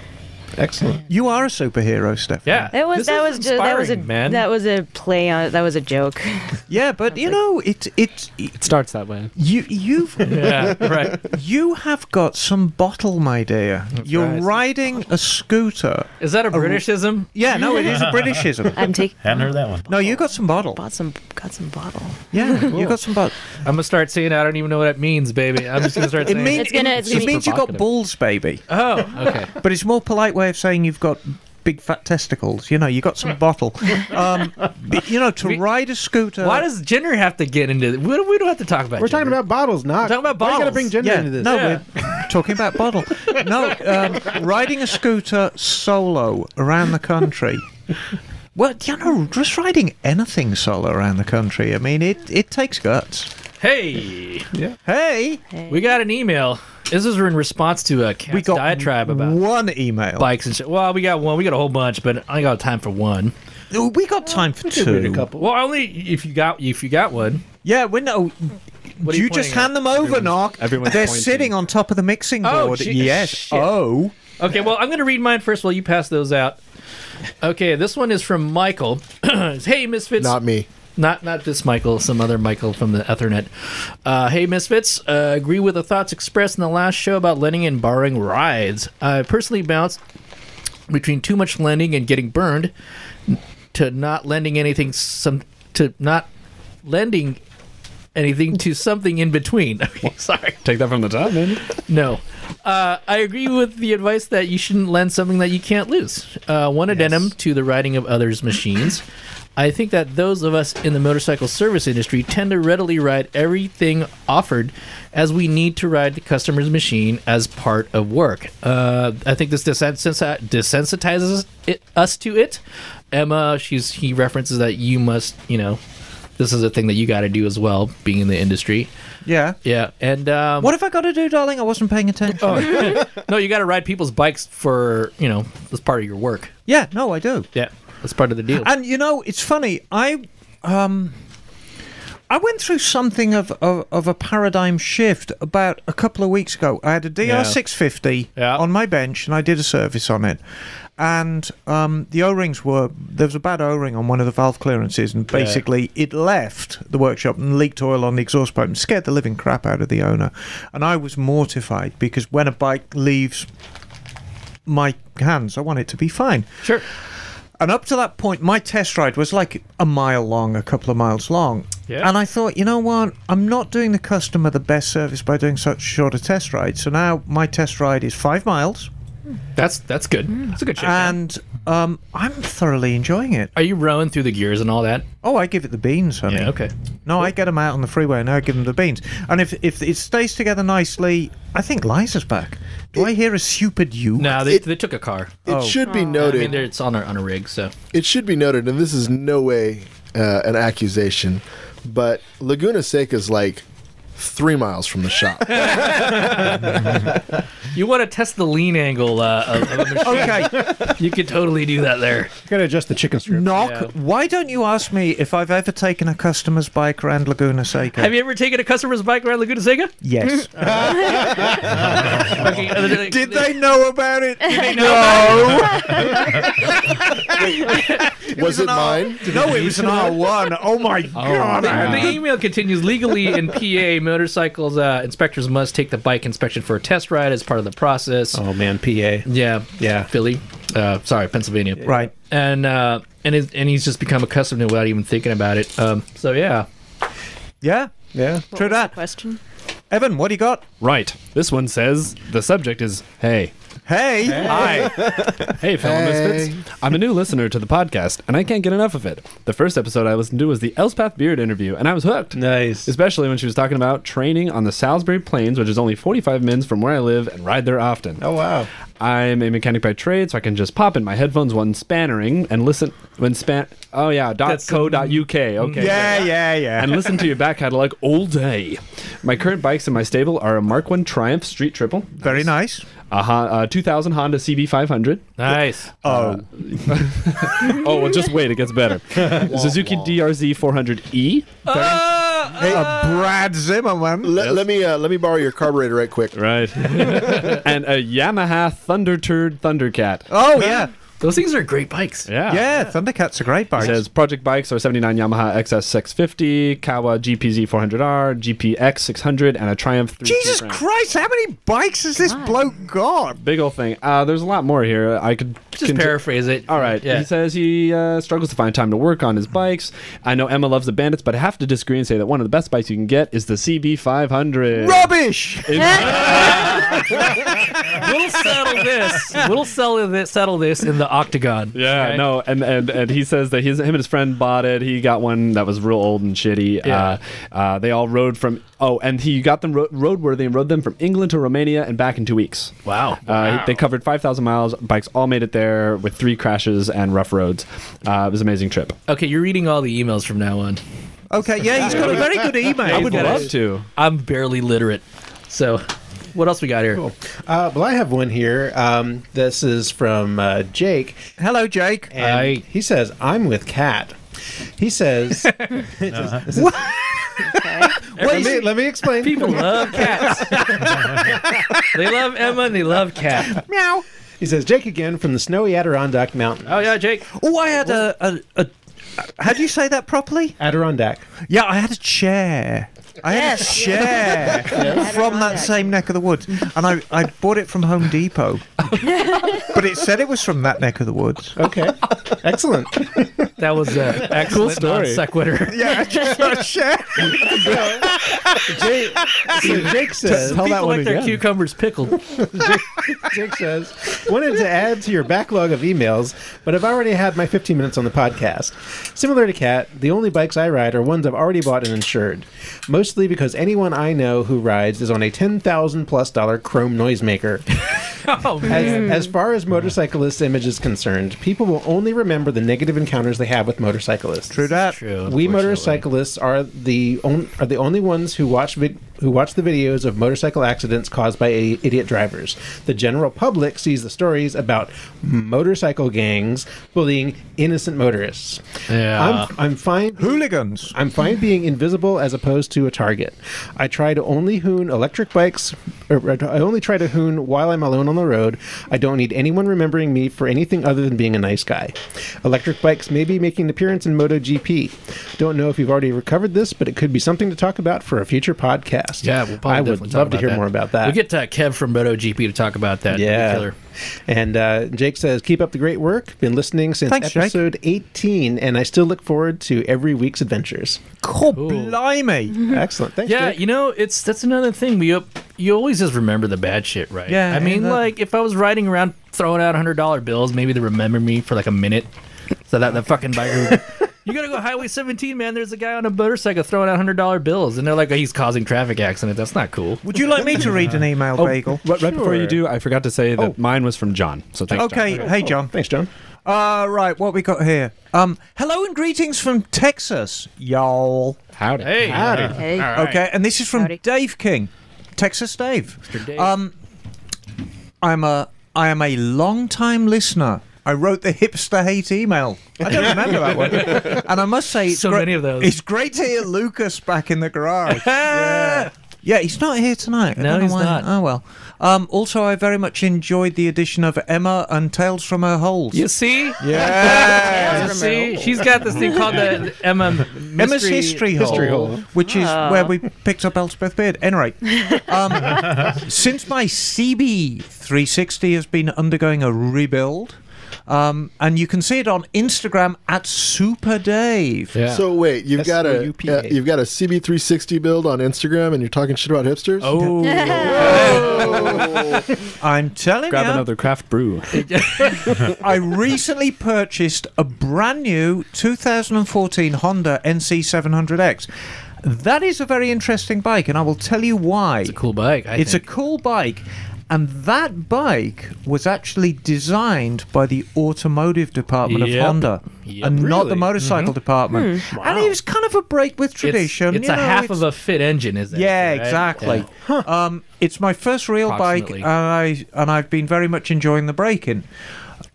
S1: Excellent.
S3: You are a superhero, Steph.
S2: Yeah.
S6: That was
S2: This
S6: that
S2: is
S6: was just that was a
S2: inspiring, man.
S6: that was a play on that was a joke.
S3: *laughs* Yeah, but you know, it it,
S6: *laughs*
S5: It starts that way.
S3: you you've
S2: *laughs* yeah, right.
S3: you have got some bottle, my dear. You're
S2: right.
S3: riding a scooter.
S2: Is that a Britishism?
S3: Yeah, no, it
S2: *laughs*
S3: is a Britishism.
S6: I'm taking
S7: Hadn't heard that one.
S3: No, you got some bottle.
S6: bought some got some bottle.
S3: Yeah, you got some bottle.
S2: I'm gonna start saying I don't even know what that means, baby. I'm just gonna start
S3: It
S2: saying.
S3: means
S6: It's gonna-
S3: it,
S6: it's gonna be
S3: means you got
S2: provocative.
S3: balls, baby.
S2: oh, okay.
S3: But it's more polite way of saying you've got big fat testicles. You know, you got some
S2: *laughs*
S3: bottle. Um, but, you know, to
S2: We-
S3: ride a scooter.
S2: Why does gender have to get into? This? We don't, we don't have to talk about.
S1: We're talking
S2: gender.
S1: about bottles, not.
S2: We're talking about
S1: Why you gotta
S2: bottles.
S1: bring gender
S3: yeah,
S1: into this?
S3: no,
S2: Yeah.
S3: we're talking about bottle. No, um, riding a scooter solo around the country. Well, you know, just riding anything solo around the country. I mean, it, it takes guts.
S2: Hey,
S3: Hey,
S2: we got an email. This is in response to a cat's
S3: we got
S2: diatribe about
S3: one email.
S2: bikes and shit. Well, we got one. We got a whole bunch, but I ain't got time for one.
S3: we got time for two.
S1: Read a couple.
S2: Well, only if you got if you got one.
S3: Yeah, we know.
S2: What are
S3: you
S2: you
S3: just
S2: pointing
S3: hand
S2: at?
S3: them over, Knock.
S8: everyone's
S3: They're
S8: pointing.
S3: sitting on top of the mixing
S2: Oh,
S3: board.
S2: gee-
S3: yes.
S2: shit.
S3: Oh.
S2: Okay, well, I'm going to read mine first while you pass those out. Okay, this one is from Michael. *clears throat* hey, Misfits.
S4: Not me.
S2: not not this Michael, some other Michael from the Ethernet. Uh, hey, Misfits. Uh, agree with the thoughts expressed in the last show about lending and borrowing rides. I personally bounced between too much lending and getting burned to not lending anything some to not lending anything to something in between. *laughs* Okay, sorry.
S8: Take that from the top, man.
S2: No. Uh, I agree with the advice that you shouldn't lend something that you can't lose. Uh, one addendum to the riding of others' machines. I think that those of us in the motorcycle service industry tend to readily ride everything offered as we need to ride the customer's machine as part of work. Uh, I think this desensitizes, desensitizes it, us to it. Emma, she's he references that you must, you know, this is a thing that you got to do as well, being in the industry.
S3: Yeah.
S2: Yeah, and um, Oh.
S3: What have I got to do, darling? I wasn't paying attention. *laughs*
S2: *laughs* no, you got to ride people's bikes for you know that's part of your work.
S3: Yeah, no, I do.
S2: Yeah, that's part of the deal.
S3: And you know, it's funny. I um, I went through something of, of of a paradigm shift about a couple of weeks ago. I had a
S2: Yeah.
S3: DR650
S2: Yeah.
S3: on my bench, and I did a service on it. And um, the O-rings were there was a bad O-ring on one of the valve clearances, and basically it left the workshop and leaked oil on the exhaust pipe and scared the living crap out of the owner. And I was mortified because when a bike leaves my hands, I want it to be fine.
S2: sure.
S3: And up to that point, my test ride was like a mile long, a couple of miles long.
S2: Yeah.
S3: And I thought, you know what? I'm not doing the customer the best service by doing such short a test ride. So now my test ride is five miles,
S2: That's that's good. That's a good shape.
S3: and um, I'm thoroughly enjoying it.
S2: Are you rowing through the gears and all that?
S3: Oh, I give it the beans, honey.
S2: Yeah. Okay.
S3: No, I get them out on the freeway and I give them the beans. And if if it stays together nicely, I think Liza's back. Do I hear a stupid you?
S2: No, they,
S4: It-
S2: they took a car.
S4: It
S3: Oh.
S4: should be
S2: I
S4: noted.
S2: mean, they're- it's on a on a rig. So
S4: it should be noted, and this is no way uh, an accusation, but Laguna Seca is like three miles from the shop.
S2: you want to test the lean angle uh, of, of a machine?
S3: *laughs* Okay.
S2: *laughs* You could totally do that there.
S1: You gotta adjust the chicken strip.
S3: Knock.
S2: Yeah.
S3: Why don't you ask me if I've ever taken a customer's bike around Laguna Seca?
S2: *laughs* Have you ever taken a customer's bike around Laguna Seca?
S3: Yes.
S2: looking. uh, they-
S3: Did they know about it? Did
S4: *laughs*
S2: they *laughs*
S4: was it mine?
S3: No, it was an R1. Oh my god.
S2: The, the email continues legally in PA motorcycles uh, inspectors must take the bike inspection for a test ride as part of the process.
S1: Oh man, PA.
S2: Yeah,
S1: Yeah.
S2: Philly. Uh, sorry, Pennsylvania.
S3: Right.
S2: And uh, and it, and he's just become accustomed to it without even thinking about it. Um, so yeah,
S3: Yeah.
S1: Yeah.
S6: What
S3: True
S6: was the
S3: that.
S6: Question.
S3: Evan, what do you got?
S8: Right. This one says the subject is hey.
S3: *laughs* Hey.
S8: Hi. hey, fellow misfits. I'm a new listener to the podcast, and I can't get enough of it. The first episode I listened to was the Elspeth Beard interview, and I was hooked.
S1: Nice.
S8: Especially when she was talking about training on the Salisbury Plains, which is only 45 minutes from where I live and ride there often.
S1: Oh wow.
S8: I'm a mechanic by trade, so I can just pop in my headphones when spannering and listen when span. Oh yeah, dot
S2: That's-
S8: co dot uk. Okay.
S3: Yeah, yeah, yeah.
S8: and listen to your back catalog all day. My current bikes in my stable are a Mark One Triumph Street Triple, Uh-huh,
S3: Very nice.
S8: a, Hon- a 2000 Honda CB500.
S2: nice.
S3: Oh,
S8: *laughs* Oh well, just wait, it
S3: *laughs*
S8: gets better. Suzuki DRZ 400E.
S3: hey, a Brad Zimmerman.
S4: Let, let me uh, let me borrow your carburetor right quick.
S8: Right. *laughs* and a Yamaha Thunder Turd Thundercat.
S3: Oh, yeah.
S2: Those things are great bikes.
S8: Yeah.
S3: Yeah, Thundercats are great
S8: It
S3: bikes.
S8: says project bikes are 79 Yamaha XS650, Kawa GPZ 400R, GPX 600, and a Triumph 3.
S3: Jesus Christ, how many bikes has this bloke got?
S8: Big old thing. Uh, there's a lot more here. I could
S2: Just
S8: conti-
S2: paraphrase it.
S8: All right.
S2: Yeah.
S8: He says he uh, struggles to find time to work on his bikes. I know Emma loves the Bandits, but I have to disagree and say that one of the best bikes you can get is the CB500.
S3: Rubbish!
S2: we'll
S11: *laughs*
S2: settle this. *laughs* We'll settle this. Settle this in the octagon.
S8: Yeah,
S2: Okay?
S8: no, and, and and he says that his him and his friend bought it. He got one that was real old and shitty.
S2: Yeah.
S8: Uh, uh, they all rode from oh, and he got them ro- roadworthy and rode them from England to Romania and back in two weeks.
S2: Wow.
S8: Uh, They covered five thousand miles. Bikes all made it there with three crashes and rough roads. Uh, it was an amazing trip.
S2: Okay, you're reading all the emails from now on.
S3: *laughs* Okay, yeah, he's got a very
S2: *laughs*
S3: good email.
S8: I would love to.
S2: I'm barely literate. So, what else we got here?
S1: Uh, well, I have one here. Um, this is from uh, Jake,
S3: Hello, Jake.
S1: and
S2: Aye.
S1: he says, "I'm with Cat."
S3: *laughs*
S1: He says,
S3: Uh-huh.
S1: *laughs* This is- let, me, let me explain.
S2: People love cats. they love Emma and they love cat.
S3: Meow.
S1: *laughs* He says, "Jake again from the snowy Adirondack Mountain."
S2: Oh yeah, Jake.
S3: Oh, I had a, a, a. How do you say that properly?
S1: Adirondack.
S3: Yeah, I had a chair. I had a
S6: Yes.
S3: chair from that
S6: Adirondack.
S3: same neck of the woods, and I, I bought it from Home Depot, but it said it was from that neck of the woods.
S1: Okay, excellent.
S2: That was a excellent non sequitur.
S3: Yeah, I just
S1: *laughs*
S3: got a chair.
S1: Jake, so
S2: *laughs*
S1: Jake says,
S8: Tell that
S2: People
S8: one
S2: like their
S8: again.
S2: cucumbers pickled.
S1: Jake says, wanted to add to your backlog of emails, but I've already had my 15 minutes on the podcast. Similar to Kat, the only bikes I ride are ones I've already bought and insured, mostly because anyone I know who rides is on a 10,000 plus dollar chrome noisemaker.
S2: Oh,
S1: As,
S2: man.
S1: as far as motorcyclist image is concerned, people will only remember the negative encounters they have with motorcyclists.
S3: True that.
S1: We motorcyclists are the on, are the only ones who watch vid, who watch the videos of motorcycle accidents caused by i- idiot drivers. The general public sees the stories about motorcycle gangs bullying innocent motorists.
S2: Yeah.
S1: I'm, I'm fine.
S3: Hooligans.
S1: I'm fine being invisible as opposed to a target. I try to only hoon electric bikes, or I only try to hoon while I'm alone on the road. I don't need anyone remembering me for anything other than being a nice guy. Electric bikes may be making an appearance in MotoGP. Don't know if you've already recovered this, but it could be something to talk about for a future podcast.
S2: Yeah, we'll probably
S1: I would
S2: definitely talk
S1: love to
S2: about
S1: hear
S2: that.
S1: more about that.
S2: We'll get uh, Kev from MotoGP to talk about that.
S1: yeah.
S2: Killer.
S1: And uh, Jake says, keep up the great work. Been listening since
S3: Thanks, Jake.
S1: episode 18, and I still look forward to every week's adventures.
S3: Cool. Blimey.
S1: Excellent. Thanks,
S2: Yeah,
S1: Jake.
S2: you know, it's that's another thing. We up, you always just remember the bad shit, right?
S3: Yeah,
S2: I mean,
S3: and the-
S2: like if I was riding around throwing out hundred dollar bills,
S8: *laughs*
S2: maybe they remember me for like a minute. So that that fucking biker. You gotta go Highway 17, man. There's a guy on a motorcycle throwing out hundred dollar bills, and they're like, "He's causing traffic accident. That's not cool."
S3: *laughs*
S2: Oh,
S3: Would you like me to read an email, Bagel?
S8: Oh,
S3: Oh.
S8: Right, right before you do, I forgot to say that mine was from John. So thanks. John.
S3: Okay, hey, John.
S1: Thanks, John.
S3: Uh, right, what we got here? Um, hello and greetings from Texas, y'all.
S8: Howdy.
S2: Hey,
S6: Hey.
S3: Okay, and this is from
S6: Howdy.
S3: Dave King, Texas Dave.
S2: Mr. Dave.
S3: Um, I'm a I am a long time listener. I wrote the hipster hate email. I
S2: *laughs*
S3: don't remember that one, and I must say, it's
S2: So
S3: great-
S2: many of those. *laughs*
S3: It's great to hear Lucas back in the garage. Yeah. Yeah, he's not here tonight. I
S2: No,
S3: don't know
S2: he's
S3: why.
S2: not.
S3: Oh well. Um, also, I very much enjoyed the addition of Emma and Tales from Her Holes.
S2: You see?
S3: Yeah.
S2: *laughs* You see? She's got this thing called the Emma mystery,
S3: Emma's History Hole, which is
S2: Ah.
S3: where we picked up Elspeth Beard.
S4: *laughs*
S3: Anyway, um, since my CB360 has been undergoing a rebuild, um, and you can see it on Instagram at Super Dave.
S4: So wait, you've got a uh, you've got a CB360 build on Instagram, and you're talking shit about hipsters.
S11: *laughs*
S8: Oh,
S3: I'm telling
S8: Grab
S3: you.
S8: another craft *laughs* brew.
S3: I recently purchased a brand new 2014 Honda NC700X. That is a very interesting bike, and I will tell you why. It's a
S2: cool bike. I
S3: it's
S2: think.
S3: a cool bike, and that bike was actually designed by the automotive department
S2: Yep.
S3: of Honda,
S2: Yep.
S3: and not the
S2: Really?
S3: motorcycle department.
S2: Hmm.
S3: And it
S8: Oh.
S3: was kind of a break with
S2: It's-
S3: tradition.
S2: It's,
S3: you
S2: a
S3: know,
S2: half
S3: it's-
S2: of a fit engine, is that?
S3: yeah,
S2: right?
S3: exactly.
S2: Yeah.
S3: Um, it's my first real bike,
S2: Approximately.
S3: and I and I've been very much enjoying the braking.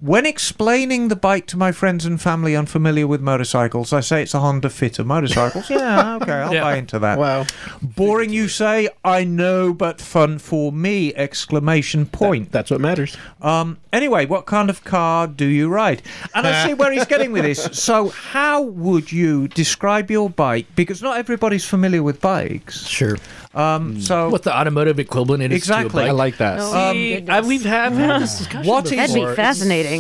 S3: When explaining the bike to my friends and family unfamiliar with motorcycles, I say it's a Honda Fit of motorcycles.
S1: *laughs*
S3: yeah, okay, I'll
S5: Yeah.
S3: buy into that. Wow, boring you say? I know, but fun for me! Exclamation point.
S1: that's what matters.
S3: Um, anyway, what kind of car do you ride? And I see where he's getting with this. So, how would you describe your bike? Because not everybody's familiar with bikes.
S2: Sure.
S3: Um, so,
S2: What the automotive equivalent it is
S3: Exactly.
S2: to a bike.
S3: I like that. Oh,
S2: See, I, we've have had this discussion.
S3: What
S2: before.
S3: is-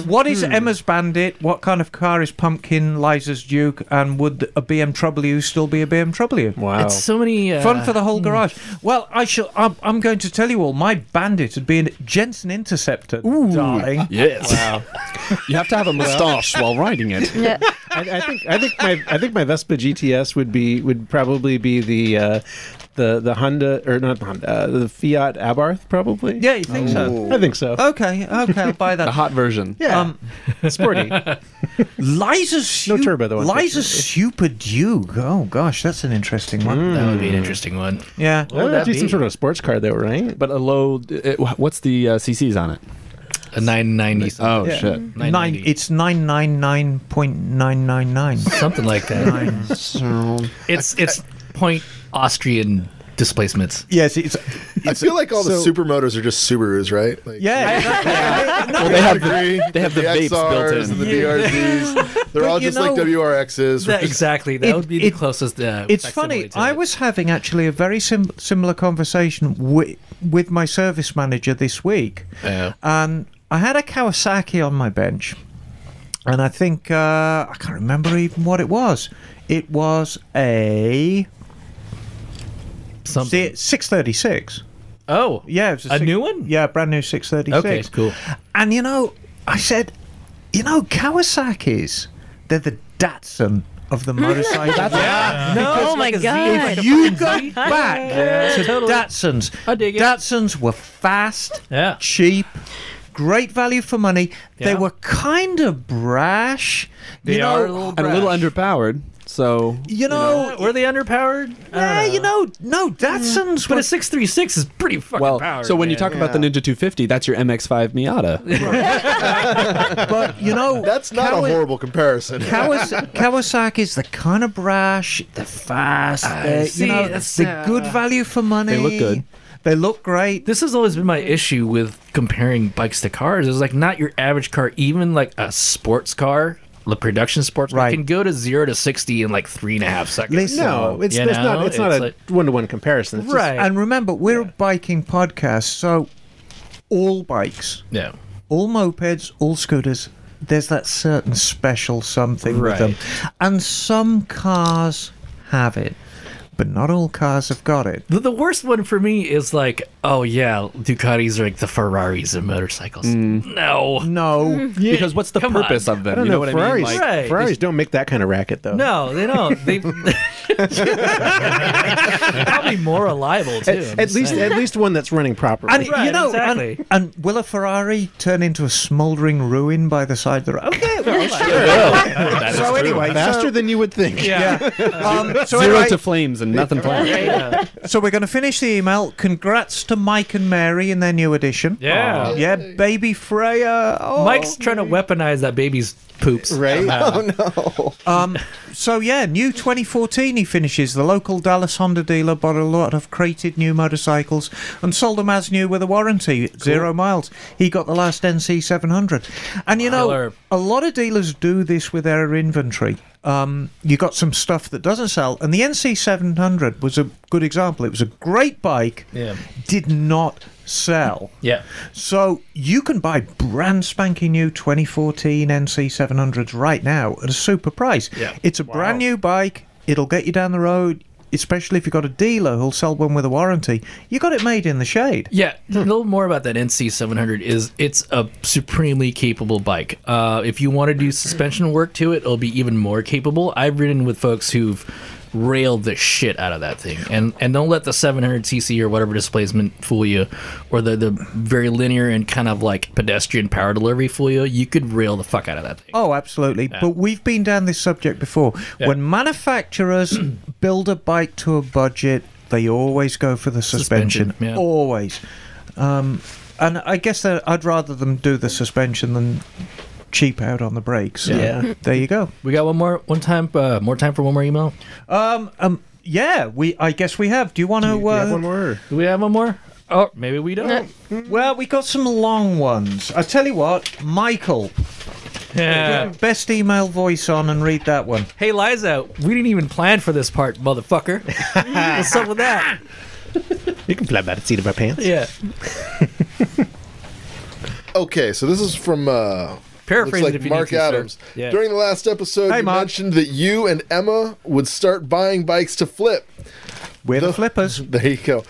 S3: What is Emma's Bandit? What kind of car is Pumpkin, Liza's Duke, and would a BMW still be a BMW?
S1: Wow.
S2: It's so many uh,
S3: Fun for the whole garage. Well, I shall. I'm, I'm going to tell you all. My Bandit would be a Jensen Interceptor, darling.
S8: Yes. Wow. you have to have a mustache while riding it.
S1: Yeah. I, I think I think my I think my Vespa GTS would be would probably be the uh, the the Honda or not Honda uh, the Fiat Abarth probably.
S3: Yeah, you think so?
S1: I think so.
S3: Okay, okay, I'll buy that.
S8: The hot version.
S1: Yeah.
S3: Um, *laughs*
S1: Sporty. *laughs*
S3: Liza's
S1: No turbo, though,
S3: Liza's
S1: unfortunately.
S3: Super Duke. Oh gosh, that's an interesting one.
S2: That would be an interesting one.
S3: Yeah.
S1: That would
S2: would
S1: be
S2: that
S1: some
S2: be?
S1: sort of sports car though, right?
S8: But a low. It, what's the uh, CCs on it?
S2: A 990.
S8: Oh
S3: Yeah.
S8: shit.
S3: Nine.
S2: 990.
S3: It's nine nine nine point nine nine nine.
S2: Something like that.
S3: Nine.
S2: *laughs* It's it's point Austrian displacements.
S3: Yes, it's
S4: I *laughs* feel like all the
S1: so-
S4: supermotors are just Subarus, right? Like,
S3: yeah.
S4: Well, they have the,
S8: they have the vapes built
S4: XRs
S8: in.
S4: and the
S2: *laughs*
S4: BRZs. They're all
S3: you
S4: just like
S3: know-
S4: WRXs.
S2: That, exactly. That
S3: It-
S2: would be the
S3: it-
S2: closest. Uh,
S3: It's
S2: facsimile
S3: funny.
S2: to
S3: I
S2: it.
S3: was having actually a very sim- similar conversation wi- with my service manager this week,
S2: Yeah.
S3: and I had a Kawasaki on my bench, and I think uh, I can't remember even what it was. It was a
S2: Something.
S3: six thirty six.
S2: Oh,
S3: Yeah, it was
S2: A
S3: six-
S2: new one?
S3: Yeah, brand new six thirty six.
S2: Okay, cool.
S3: And you know, I said, you know, Kawasaki's, they're the Datsun of the
S2: *laughs*
S3: motorcycle.
S2: oh my
S3: If you go back to Datsuns,
S2: I dig it.
S3: Datsuns were fast,
S2: Yeah.
S3: cheap, great value for money. They
S2: Yeah.
S3: were kind of brash. you
S2: They
S3: know,
S2: are a little
S8: And a little underpowered. So
S3: You know,
S2: were they underpowered?
S3: yeah, you know, no Datsuns
S2: But
S3: were
S2: a 636 is pretty fucking
S8: well.
S2: powered.
S8: so when you
S2: man.
S8: talk about the Ninja 250, that's your MX-5 Miata.
S3: but you know,
S4: *laughs* That's not
S3: Kawa-
S4: a horrible comparison. *laughs*
S3: Kawas- Kawasaki's the kind of brash, they're fast, they're,
S2: see,
S3: you know,
S2: that's,
S3: they're
S2: uh,
S3: good value for money.
S8: They look good.
S3: They look great.
S2: this has always been my issue with comparing bikes to cars. It's like not your average car, even like a sports car, the production sports car
S3: Right.
S2: can go to zero to sixty in like three and a half seconds.
S3: Listen,
S1: No, it's,
S2: You
S1: it's
S2: know,
S1: not. It's not
S2: it's
S1: a
S2: like-
S1: one-to-one comparison. It's just-
S2: right?
S3: And remember, we're a biking podcast, so all bikes,
S2: yeah,
S3: all mopeds, all scooters, there's that certain special something with them. And some cars have it, but not all cars have got it.
S2: the, the worst one for me is like, oh yeah, Ducatis are like the Ferraris of motorcycles. No, *laughs*
S3: No.
S8: Mm. because what's the
S2: Come on.
S8: purpose of them?
S1: I don't
S8: you know,
S1: know.
S8: what
S1: Ferraris,
S8: I mean?
S2: Right.
S1: Ferraris don't make that kind of racket though.
S2: no, they don't. They
S1: *laughs*
S2: probably more reliable too.
S1: At,
S2: I'm
S1: at
S2: just
S1: least,
S2: saying.
S1: at least one that's running properly.
S3: And
S2: Right,
S3: you know, and-
S2: exactly.
S3: and, will a Ferrari turn into a smouldering ruin by the side of the road? Okay, well,
S2: That is
S3: so anyway,
S1: faster than you would think.
S2: yeah.
S3: *laughs* so
S8: Zero
S3: anyway,
S8: to flames and nothing planned.
S3: So we're going to finish the email. Congrats to Mike and Mary in their new edition.
S2: Yeah.
S3: Aw. yeah, baby Freya. Oh.
S2: Mike's trying to weaponize that baby's poops.
S3: Right?
S4: no.
S3: Um, so yeah, new 2014 he finishes. The local Dallas Honda dealer bought a lot of crated new motorcycles and sold them as new with a warranty, zero miles. He got the last NC 700, and you know
S2: Killer.
S3: a lot of dealers do this with their inventory. Um, you got some stuff that doesn't sell, and the NC 700 was a good example. It was a great bike,
S2: Yeah.
S3: did not sell.
S2: Yeah.
S3: So you can buy brand spanking new 2014 NC 700s right now at a super price.
S2: Yeah.
S3: It's a brand new bike. It'll get you down the road, especially if you've got a dealer who'll sell one with a warranty. You got it made in the shade.
S2: Yeah, a little more about that NC 700 is it's a supremely capable bike. Uh, if you want to do suspension work to it, it'll be even more capable. I've ridden with folks who've railed the shit out of that thing, and and don't let the 700cc or whatever displacement fool you, or the the very linear and kind of like pedestrian power delivery fool you. You could rail the fuck out of that thing.
S3: Oh, absolutely. But we've been down this subject before. When
S2: *clears throat*
S3: manufacturers build a bike to a budget, they always go for the suspension.
S2: Suspension, yeah.
S3: Always. Um, and I guess that I'd rather them do the suspension than cheap out on the brakes.
S2: Yeah.
S3: *laughs* There you go.
S2: We got one more one time uh, more time for one more email.
S3: Um, um, yeah, we. I guess we have. Do you want to?
S1: have
S3: Uh,
S1: one more.
S2: Do we have one more? Oh, maybe we don't.
S3: well, we got some long ones. I tell you what, Michael,
S2: Yeah.
S3: *laughs* best email voice on and read that one.
S2: Hey Liza, we didn't even plan for this part, motherfucker. What's up with that?
S1: You can fly by the seat of our pants.
S2: *laughs* Yeah.
S4: Okay, so this is from uh,
S2: Paraphrase
S4: looks
S2: it if
S4: like
S2: you
S4: Mark
S2: need to, sir.
S4: Adams.
S2: Yeah.
S4: During the last episode,
S3: Hey,
S4: you
S3: Mark.
S4: mentioned that you and Emma would start buying bikes to flip.
S3: We're the, flippers.
S4: *laughs* There
S3: *laughs*
S4: you go.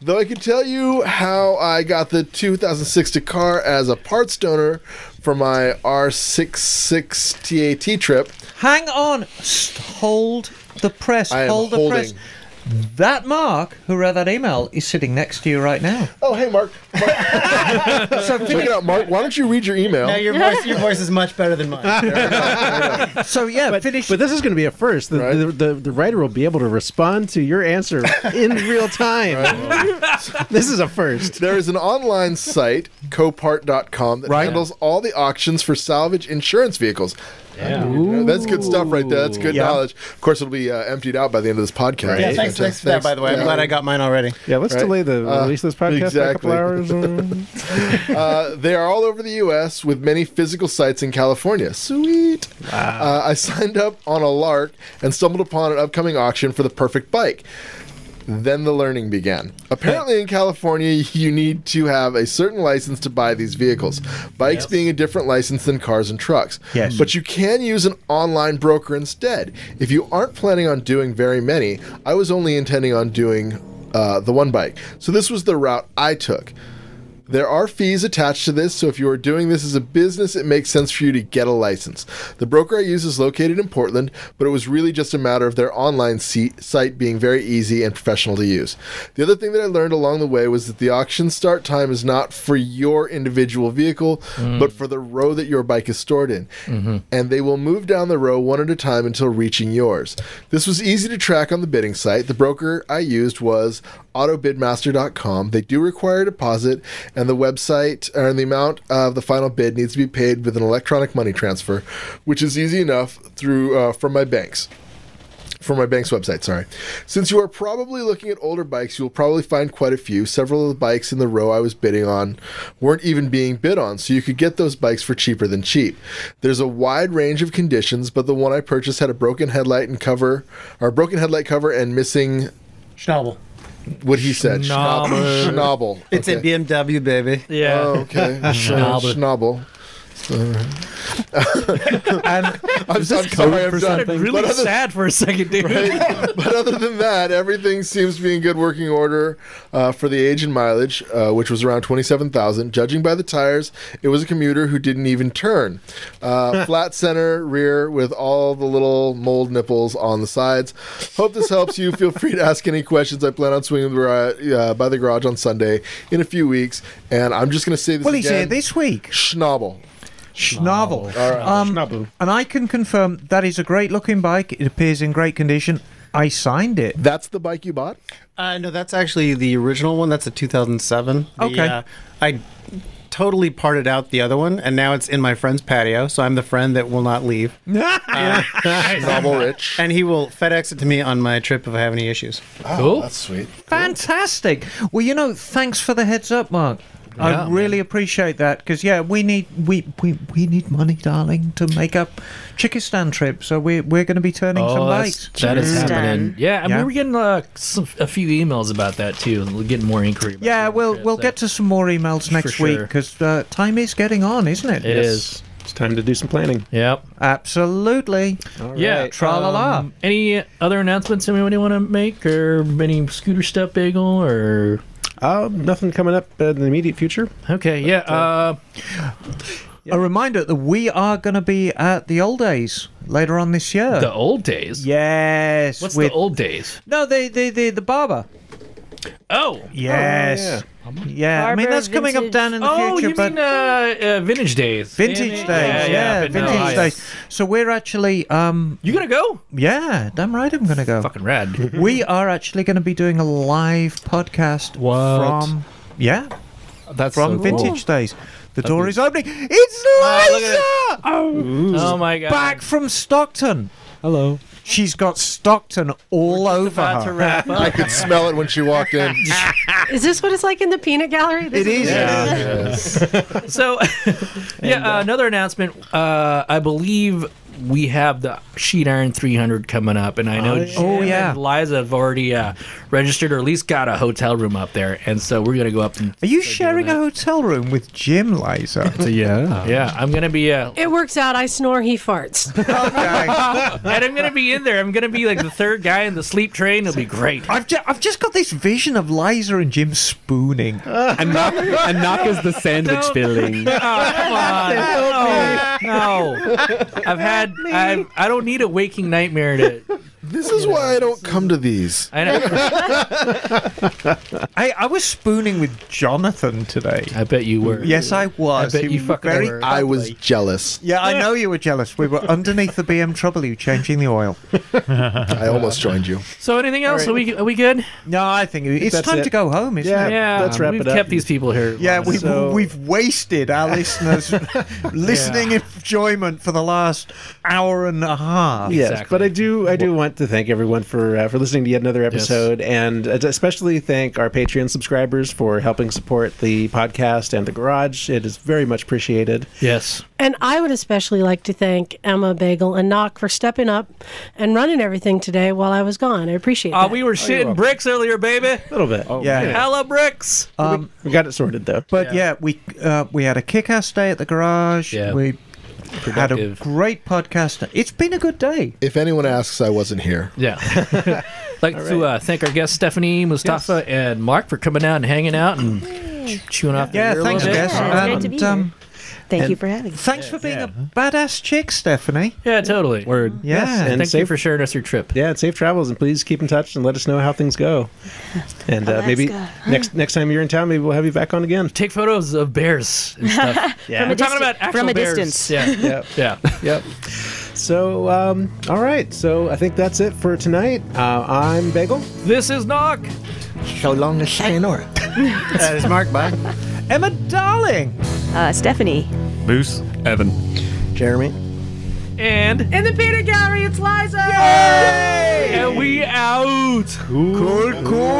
S4: Though I can tell you how I got the 2006 Dakar as a parts donor for my R66 TAT trip.
S3: Hang on, St- hold the press.
S4: I am
S3: hold the press.
S4: holding.
S3: That Mark, who read that email, is sitting next to you right
S4: *laughs*
S3: now.
S4: Oh, hey, Mark. Mark
S3: So,
S4: check it out, Mark. Why don't you read your email?
S5: Now your voice, your
S4: *laughs*
S5: voice is much better than
S3: *laughs*
S5: mine.
S3: *laughs* so yeah, finish.
S1: But this is going to be a first. The,
S4: Right.
S1: the, the, the writer will be able to respond to your
S3: *laughs*
S1: answer in real time. *laughs* this is a first.
S4: There is an online site, copart.com, that handles all the auctions for salvage insurance vehicles. Yeah, that's good stuff right there. That's good
S3: Yeah.
S4: knowledge. Of course, it'll be uh, emptied out by the end of this podcast.
S5: Yeah, thanks, thanks for that, by the way. I'm glad I got mine already.
S1: Yeah, let's
S4: Right.
S1: delay the
S4: Uh,
S1: release of this podcast
S4: exactly.
S1: by a couple hours.
S4: *laughs*
S1: Um,
S4: Uh, they are all over the U.S. with many physical sites in California. Sweet. Uh, I signed up on a lark and stumbled upon an upcoming auction for the perfect bike. Then the learning began. Apparently, in California, you need to have a certain license to buy these vehicles, bikes being a different license than cars and trucks.
S3: Yes.
S4: But you can use an online broker instead. If you aren't planning on doing very many, I was only intending on doing uh, the one bike. So, this was the route I took. There are fees attached to this, so if you are doing this as a business, it makes sense for you to get a license. The broker I use is located in Portland, but it was really just a matter of their online seat, site being very easy and professional to use. The other thing that I learned along the way was that the auction start time is not for your individual vehicle, but for the row that your bike is stored in.
S11: Mm-hmm.
S4: And they will move down the row one at a time until reaching yours. This was easy to track on the bidding site. The broker I used was autobidmaster.com. They do require a deposit, and the website uh, and the amount of the final bid needs to be paid with an electronic money transfer, which is easy enough through uh, from my banks. From my bank's website, sorry. Since you are probably looking at older bikes, you will probably find quite a few. Several of the bikes in the row I was bidding on weren't even being bid on, so you could get those bikes for cheaper than cheap. There's a wide range of conditions, but the one I purchased had a broken headlight and cover, or a broken headlight cover and missing
S5: Schnabel.
S4: what he said.
S2: Schnabel.
S4: Schnabel.
S5: It's
S4: okay.
S5: a BMW, baby.
S2: Yeah.
S4: Oh, okay.
S2: *laughs*
S5: *laughs*
S4: Schnabel. Schnabel.
S3: and
S4: *laughs* I'm, I'm sorry, I'm done.
S2: sounded really
S4: But other-
S2: sad for a second, dude.
S4: but other than that, everything seems to be in good working order uh, for the age and mileage, uh, which was around 27,000. Judging by the tires, it was a commuter who didn't even turn.
S2: *laughs*
S4: Uh, flat center, rear, with all the little mold nipples on the sides. Hope this helps you. Feel free to ask any questions. I plan on swinging the, uh, by the garage on Sunday in a few weeks. And I'm just going to say this
S3: well, he's here
S4: again.
S3: this week.
S4: Schnabel.
S3: Schnabel. Um,
S1: Schnabu.
S3: and I can confirm that is a great looking bike. It appears in great condition. I signed it.
S4: That's the bike you bought?
S5: Uh, no, that's actually the original one. That's a 2007. The,
S3: Okay.
S5: uh, I totally parted out the other one, and now it's in my friend's patio. So I'm the friend that will not
S1: *laughs*
S5: leave.
S4: *laughs*
S5: Uh,
S4: Novel rich. Oh,
S5: and he will FedEx it to me on my trip if I have any issues.
S1: Oh,
S2: Cool.
S4: That's sweet.
S3: Fantastic. Well, you know, thanks for the heads up, Mark.
S2: Yeah,
S3: I really appreciate that because yeah, we need we, we we need money, darling, to make up Chickistan trip. So we we're going to be turning some
S2: Oh, that's-
S3: lights.
S2: that is
S6: Cheers.
S2: happening.
S6: Done.
S2: Yeah, I mean,
S3: Yeah.
S2: we're getting uh, some, a few emails about that too. We're getting more inquiry. About
S3: Yeah,
S2: that.
S3: we'll we'll get to some more emails next week
S2: sure.
S3: because uh, time is getting on, isn't it?
S2: It
S1: Yes.
S2: is.
S1: It's time to do some planning.
S2: Yep.
S3: Absolutely.
S2: Yeah.
S3: Tra-la-la.
S2: um, any other announcements anybody want to make, or any scooter stuff bagel, or
S1: Um, nothing coming up uh, in the immediate future.
S2: okay, yeah. Uh,
S3: A reminder that we are going to be at the old days later on this year.
S2: the old days.
S3: yes.
S2: What's
S3: with-
S2: the old days?
S3: No, the the the, the barber.
S2: Oh. Um,
S3: Yes. yeah. I mean
S6: Barber,
S3: that's coming up
S6: vintage-
S3: down in the
S2: Oh,
S3: future,
S2: you
S3: but
S2: mean uh, uh, vintage days?
S3: vintage days. Yeah,
S2: but no,
S3: vintage
S2: I-
S3: days. So we're actually um
S2: You gonna go?
S3: yeah, damn right I'm going to go.
S2: Fucking rad.
S3: We are actually going to be doing a live podcast
S2: What?
S3: from yeah,
S8: That's
S3: from
S8: so cool.
S3: Vintage Days. The door is opening. It's
S2: Ah,
S3: Lisa
S2: oh my god.
S3: back from Stockton.
S8: Hello.
S3: She's got Stockton all over
S2: About to
S3: her.
S2: wrap
S4: *laughs*
S2: up.
S4: I could smell it when she walked
S2: *laughs*
S4: in.
S11: *laughs* Is this what it's like in the peanut gallery? This
S3: It is.
S2: Yeah. So, *laughs* yeah, uh, *laughs* another announcement. Uh, I believe we have the sheet iron 300 coming up, and I know Jim
S3: Oh, yeah.
S2: and Liza have already uh, registered or at least got a hotel room up there, and so we're gonna go up and
S3: Are you sharing a hotel room with Jim Liza?
S8: *laughs* Yeah.
S2: yeah, I'm gonna be uh,
S11: It works out. I snore, he
S3: *laughs*
S11: farts.
S3: Oh,
S2: *laughs* and I'm gonna be in there. I'm gonna be like the third guy in the sleep train. It'll
S3: *laughs*
S2: be great.
S3: I've, ju- I've just got this vision of Liza and Jim spooning.
S8: *laughs* and knock and knock is the
S2: *laughs*
S8: sandwich
S2: Don't-
S3: *laughs*
S8: filling.
S2: Oh, come on. *laughs* No, no. I've had. I I don't need a waking
S3: *laughs*
S2: nightmare to.
S3: Oh,
S4: This is why I don't come to these.
S2: I know.
S3: *laughs* I, I was spooning with Jonathan today.
S2: I bet you were.
S3: Yes, I was.
S2: I bet
S3: He
S2: you
S3: was
S2: fucking
S3: very-
S2: were.
S4: I was jealous.
S3: Yeah, I know you were jealous. We were underneath the BMW changing the oil.
S4: I almost joined you.
S2: So anything else? Are we are we good?
S3: No, I think it's
S1: That's
S3: time
S1: it.
S3: to go home, isn't
S1: Yeah.
S3: it?
S2: Yeah,
S1: let's wrap
S2: we've
S1: it up.
S2: kept these people here.
S3: Yeah, we've,
S1: So-
S3: we've wasted
S2: *laughs*
S3: our listeners' listening enjoyment for the last hour and a half.
S1: Yes,
S2: Exactly.
S1: but I do I do want to thank everyone for uh, for listening to yet another episode, and and especially thank our Patreon subscribers for helping support the podcast and the garage. It is very much appreciated.
S2: yes.
S11: And I would especially like to thank Emma Bagel and Knock for stepping up and running everything today while I was gone. I appreciate
S2: Uh,
S11: that.
S2: we were shitting bricks earlier, baby.
S1: A little bit,
S3: Yeah.
S2: Hello, bricks.
S3: Um,
S1: we got it sorted though.
S3: But yeah, we uh, we had a kick-ass day at the garage.
S2: Yeah.
S3: We had a
S2: Productive.
S3: great podcast. It's been a good day.
S4: If anyone asks, I wasn't here.
S2: Yeah. *laughs* like to uh, thank our guests Stephanie, Mustafa, and Mark for coming out and hanging out and chewing off.
S3: Yeah,
S2: their ear a
S3: thanks,
S2: little bit.
S3: guys.
S6: Yeah, it's great to
S3: and,
S6: be here.
S3: um,
S6: Thank you for having us.
S3: thanks for being a badass chick, Stephanie.
S2: Yeah, totally.
S8: Word.
S3: Yeah.
S1: and-
S2: Thank you
S1: safe-
S2: for sharing us your trip.
S1: Yeah, and safe travels, and please keep in touch and let us know how things
S6: *laughs*
S1: go. And uh, maybe
S6: Alaska. *laughs*
S1: next next time you're in town, maybe we'll have you back on again.
S2: Take photos of bears and
S6: *laughs*
S2: stuff.
S1: Yeah.
S2: We're talking about actual
S6: From a
S2: bears.
S6: distance. *laughs*
S2: Yeah.
S1: Yep.
S2: yeah.
S1: *laughs* Yep. So, um, all right. So I think that's it for tonight. Uh, I'm Bagel.
S2: This is Knock.
S5: So long as Sayonara. that is
S1: *laughs*
S5: Mark. Bye.
S3: Emma, darling.
S6: Uh, Stephanie.
S7: Moose.
S8: Evan.
S5: Jeremy.
S2: And
S11: in the peanut gallery, it's Liza.
S2: and we out.
S3: Cool, cool.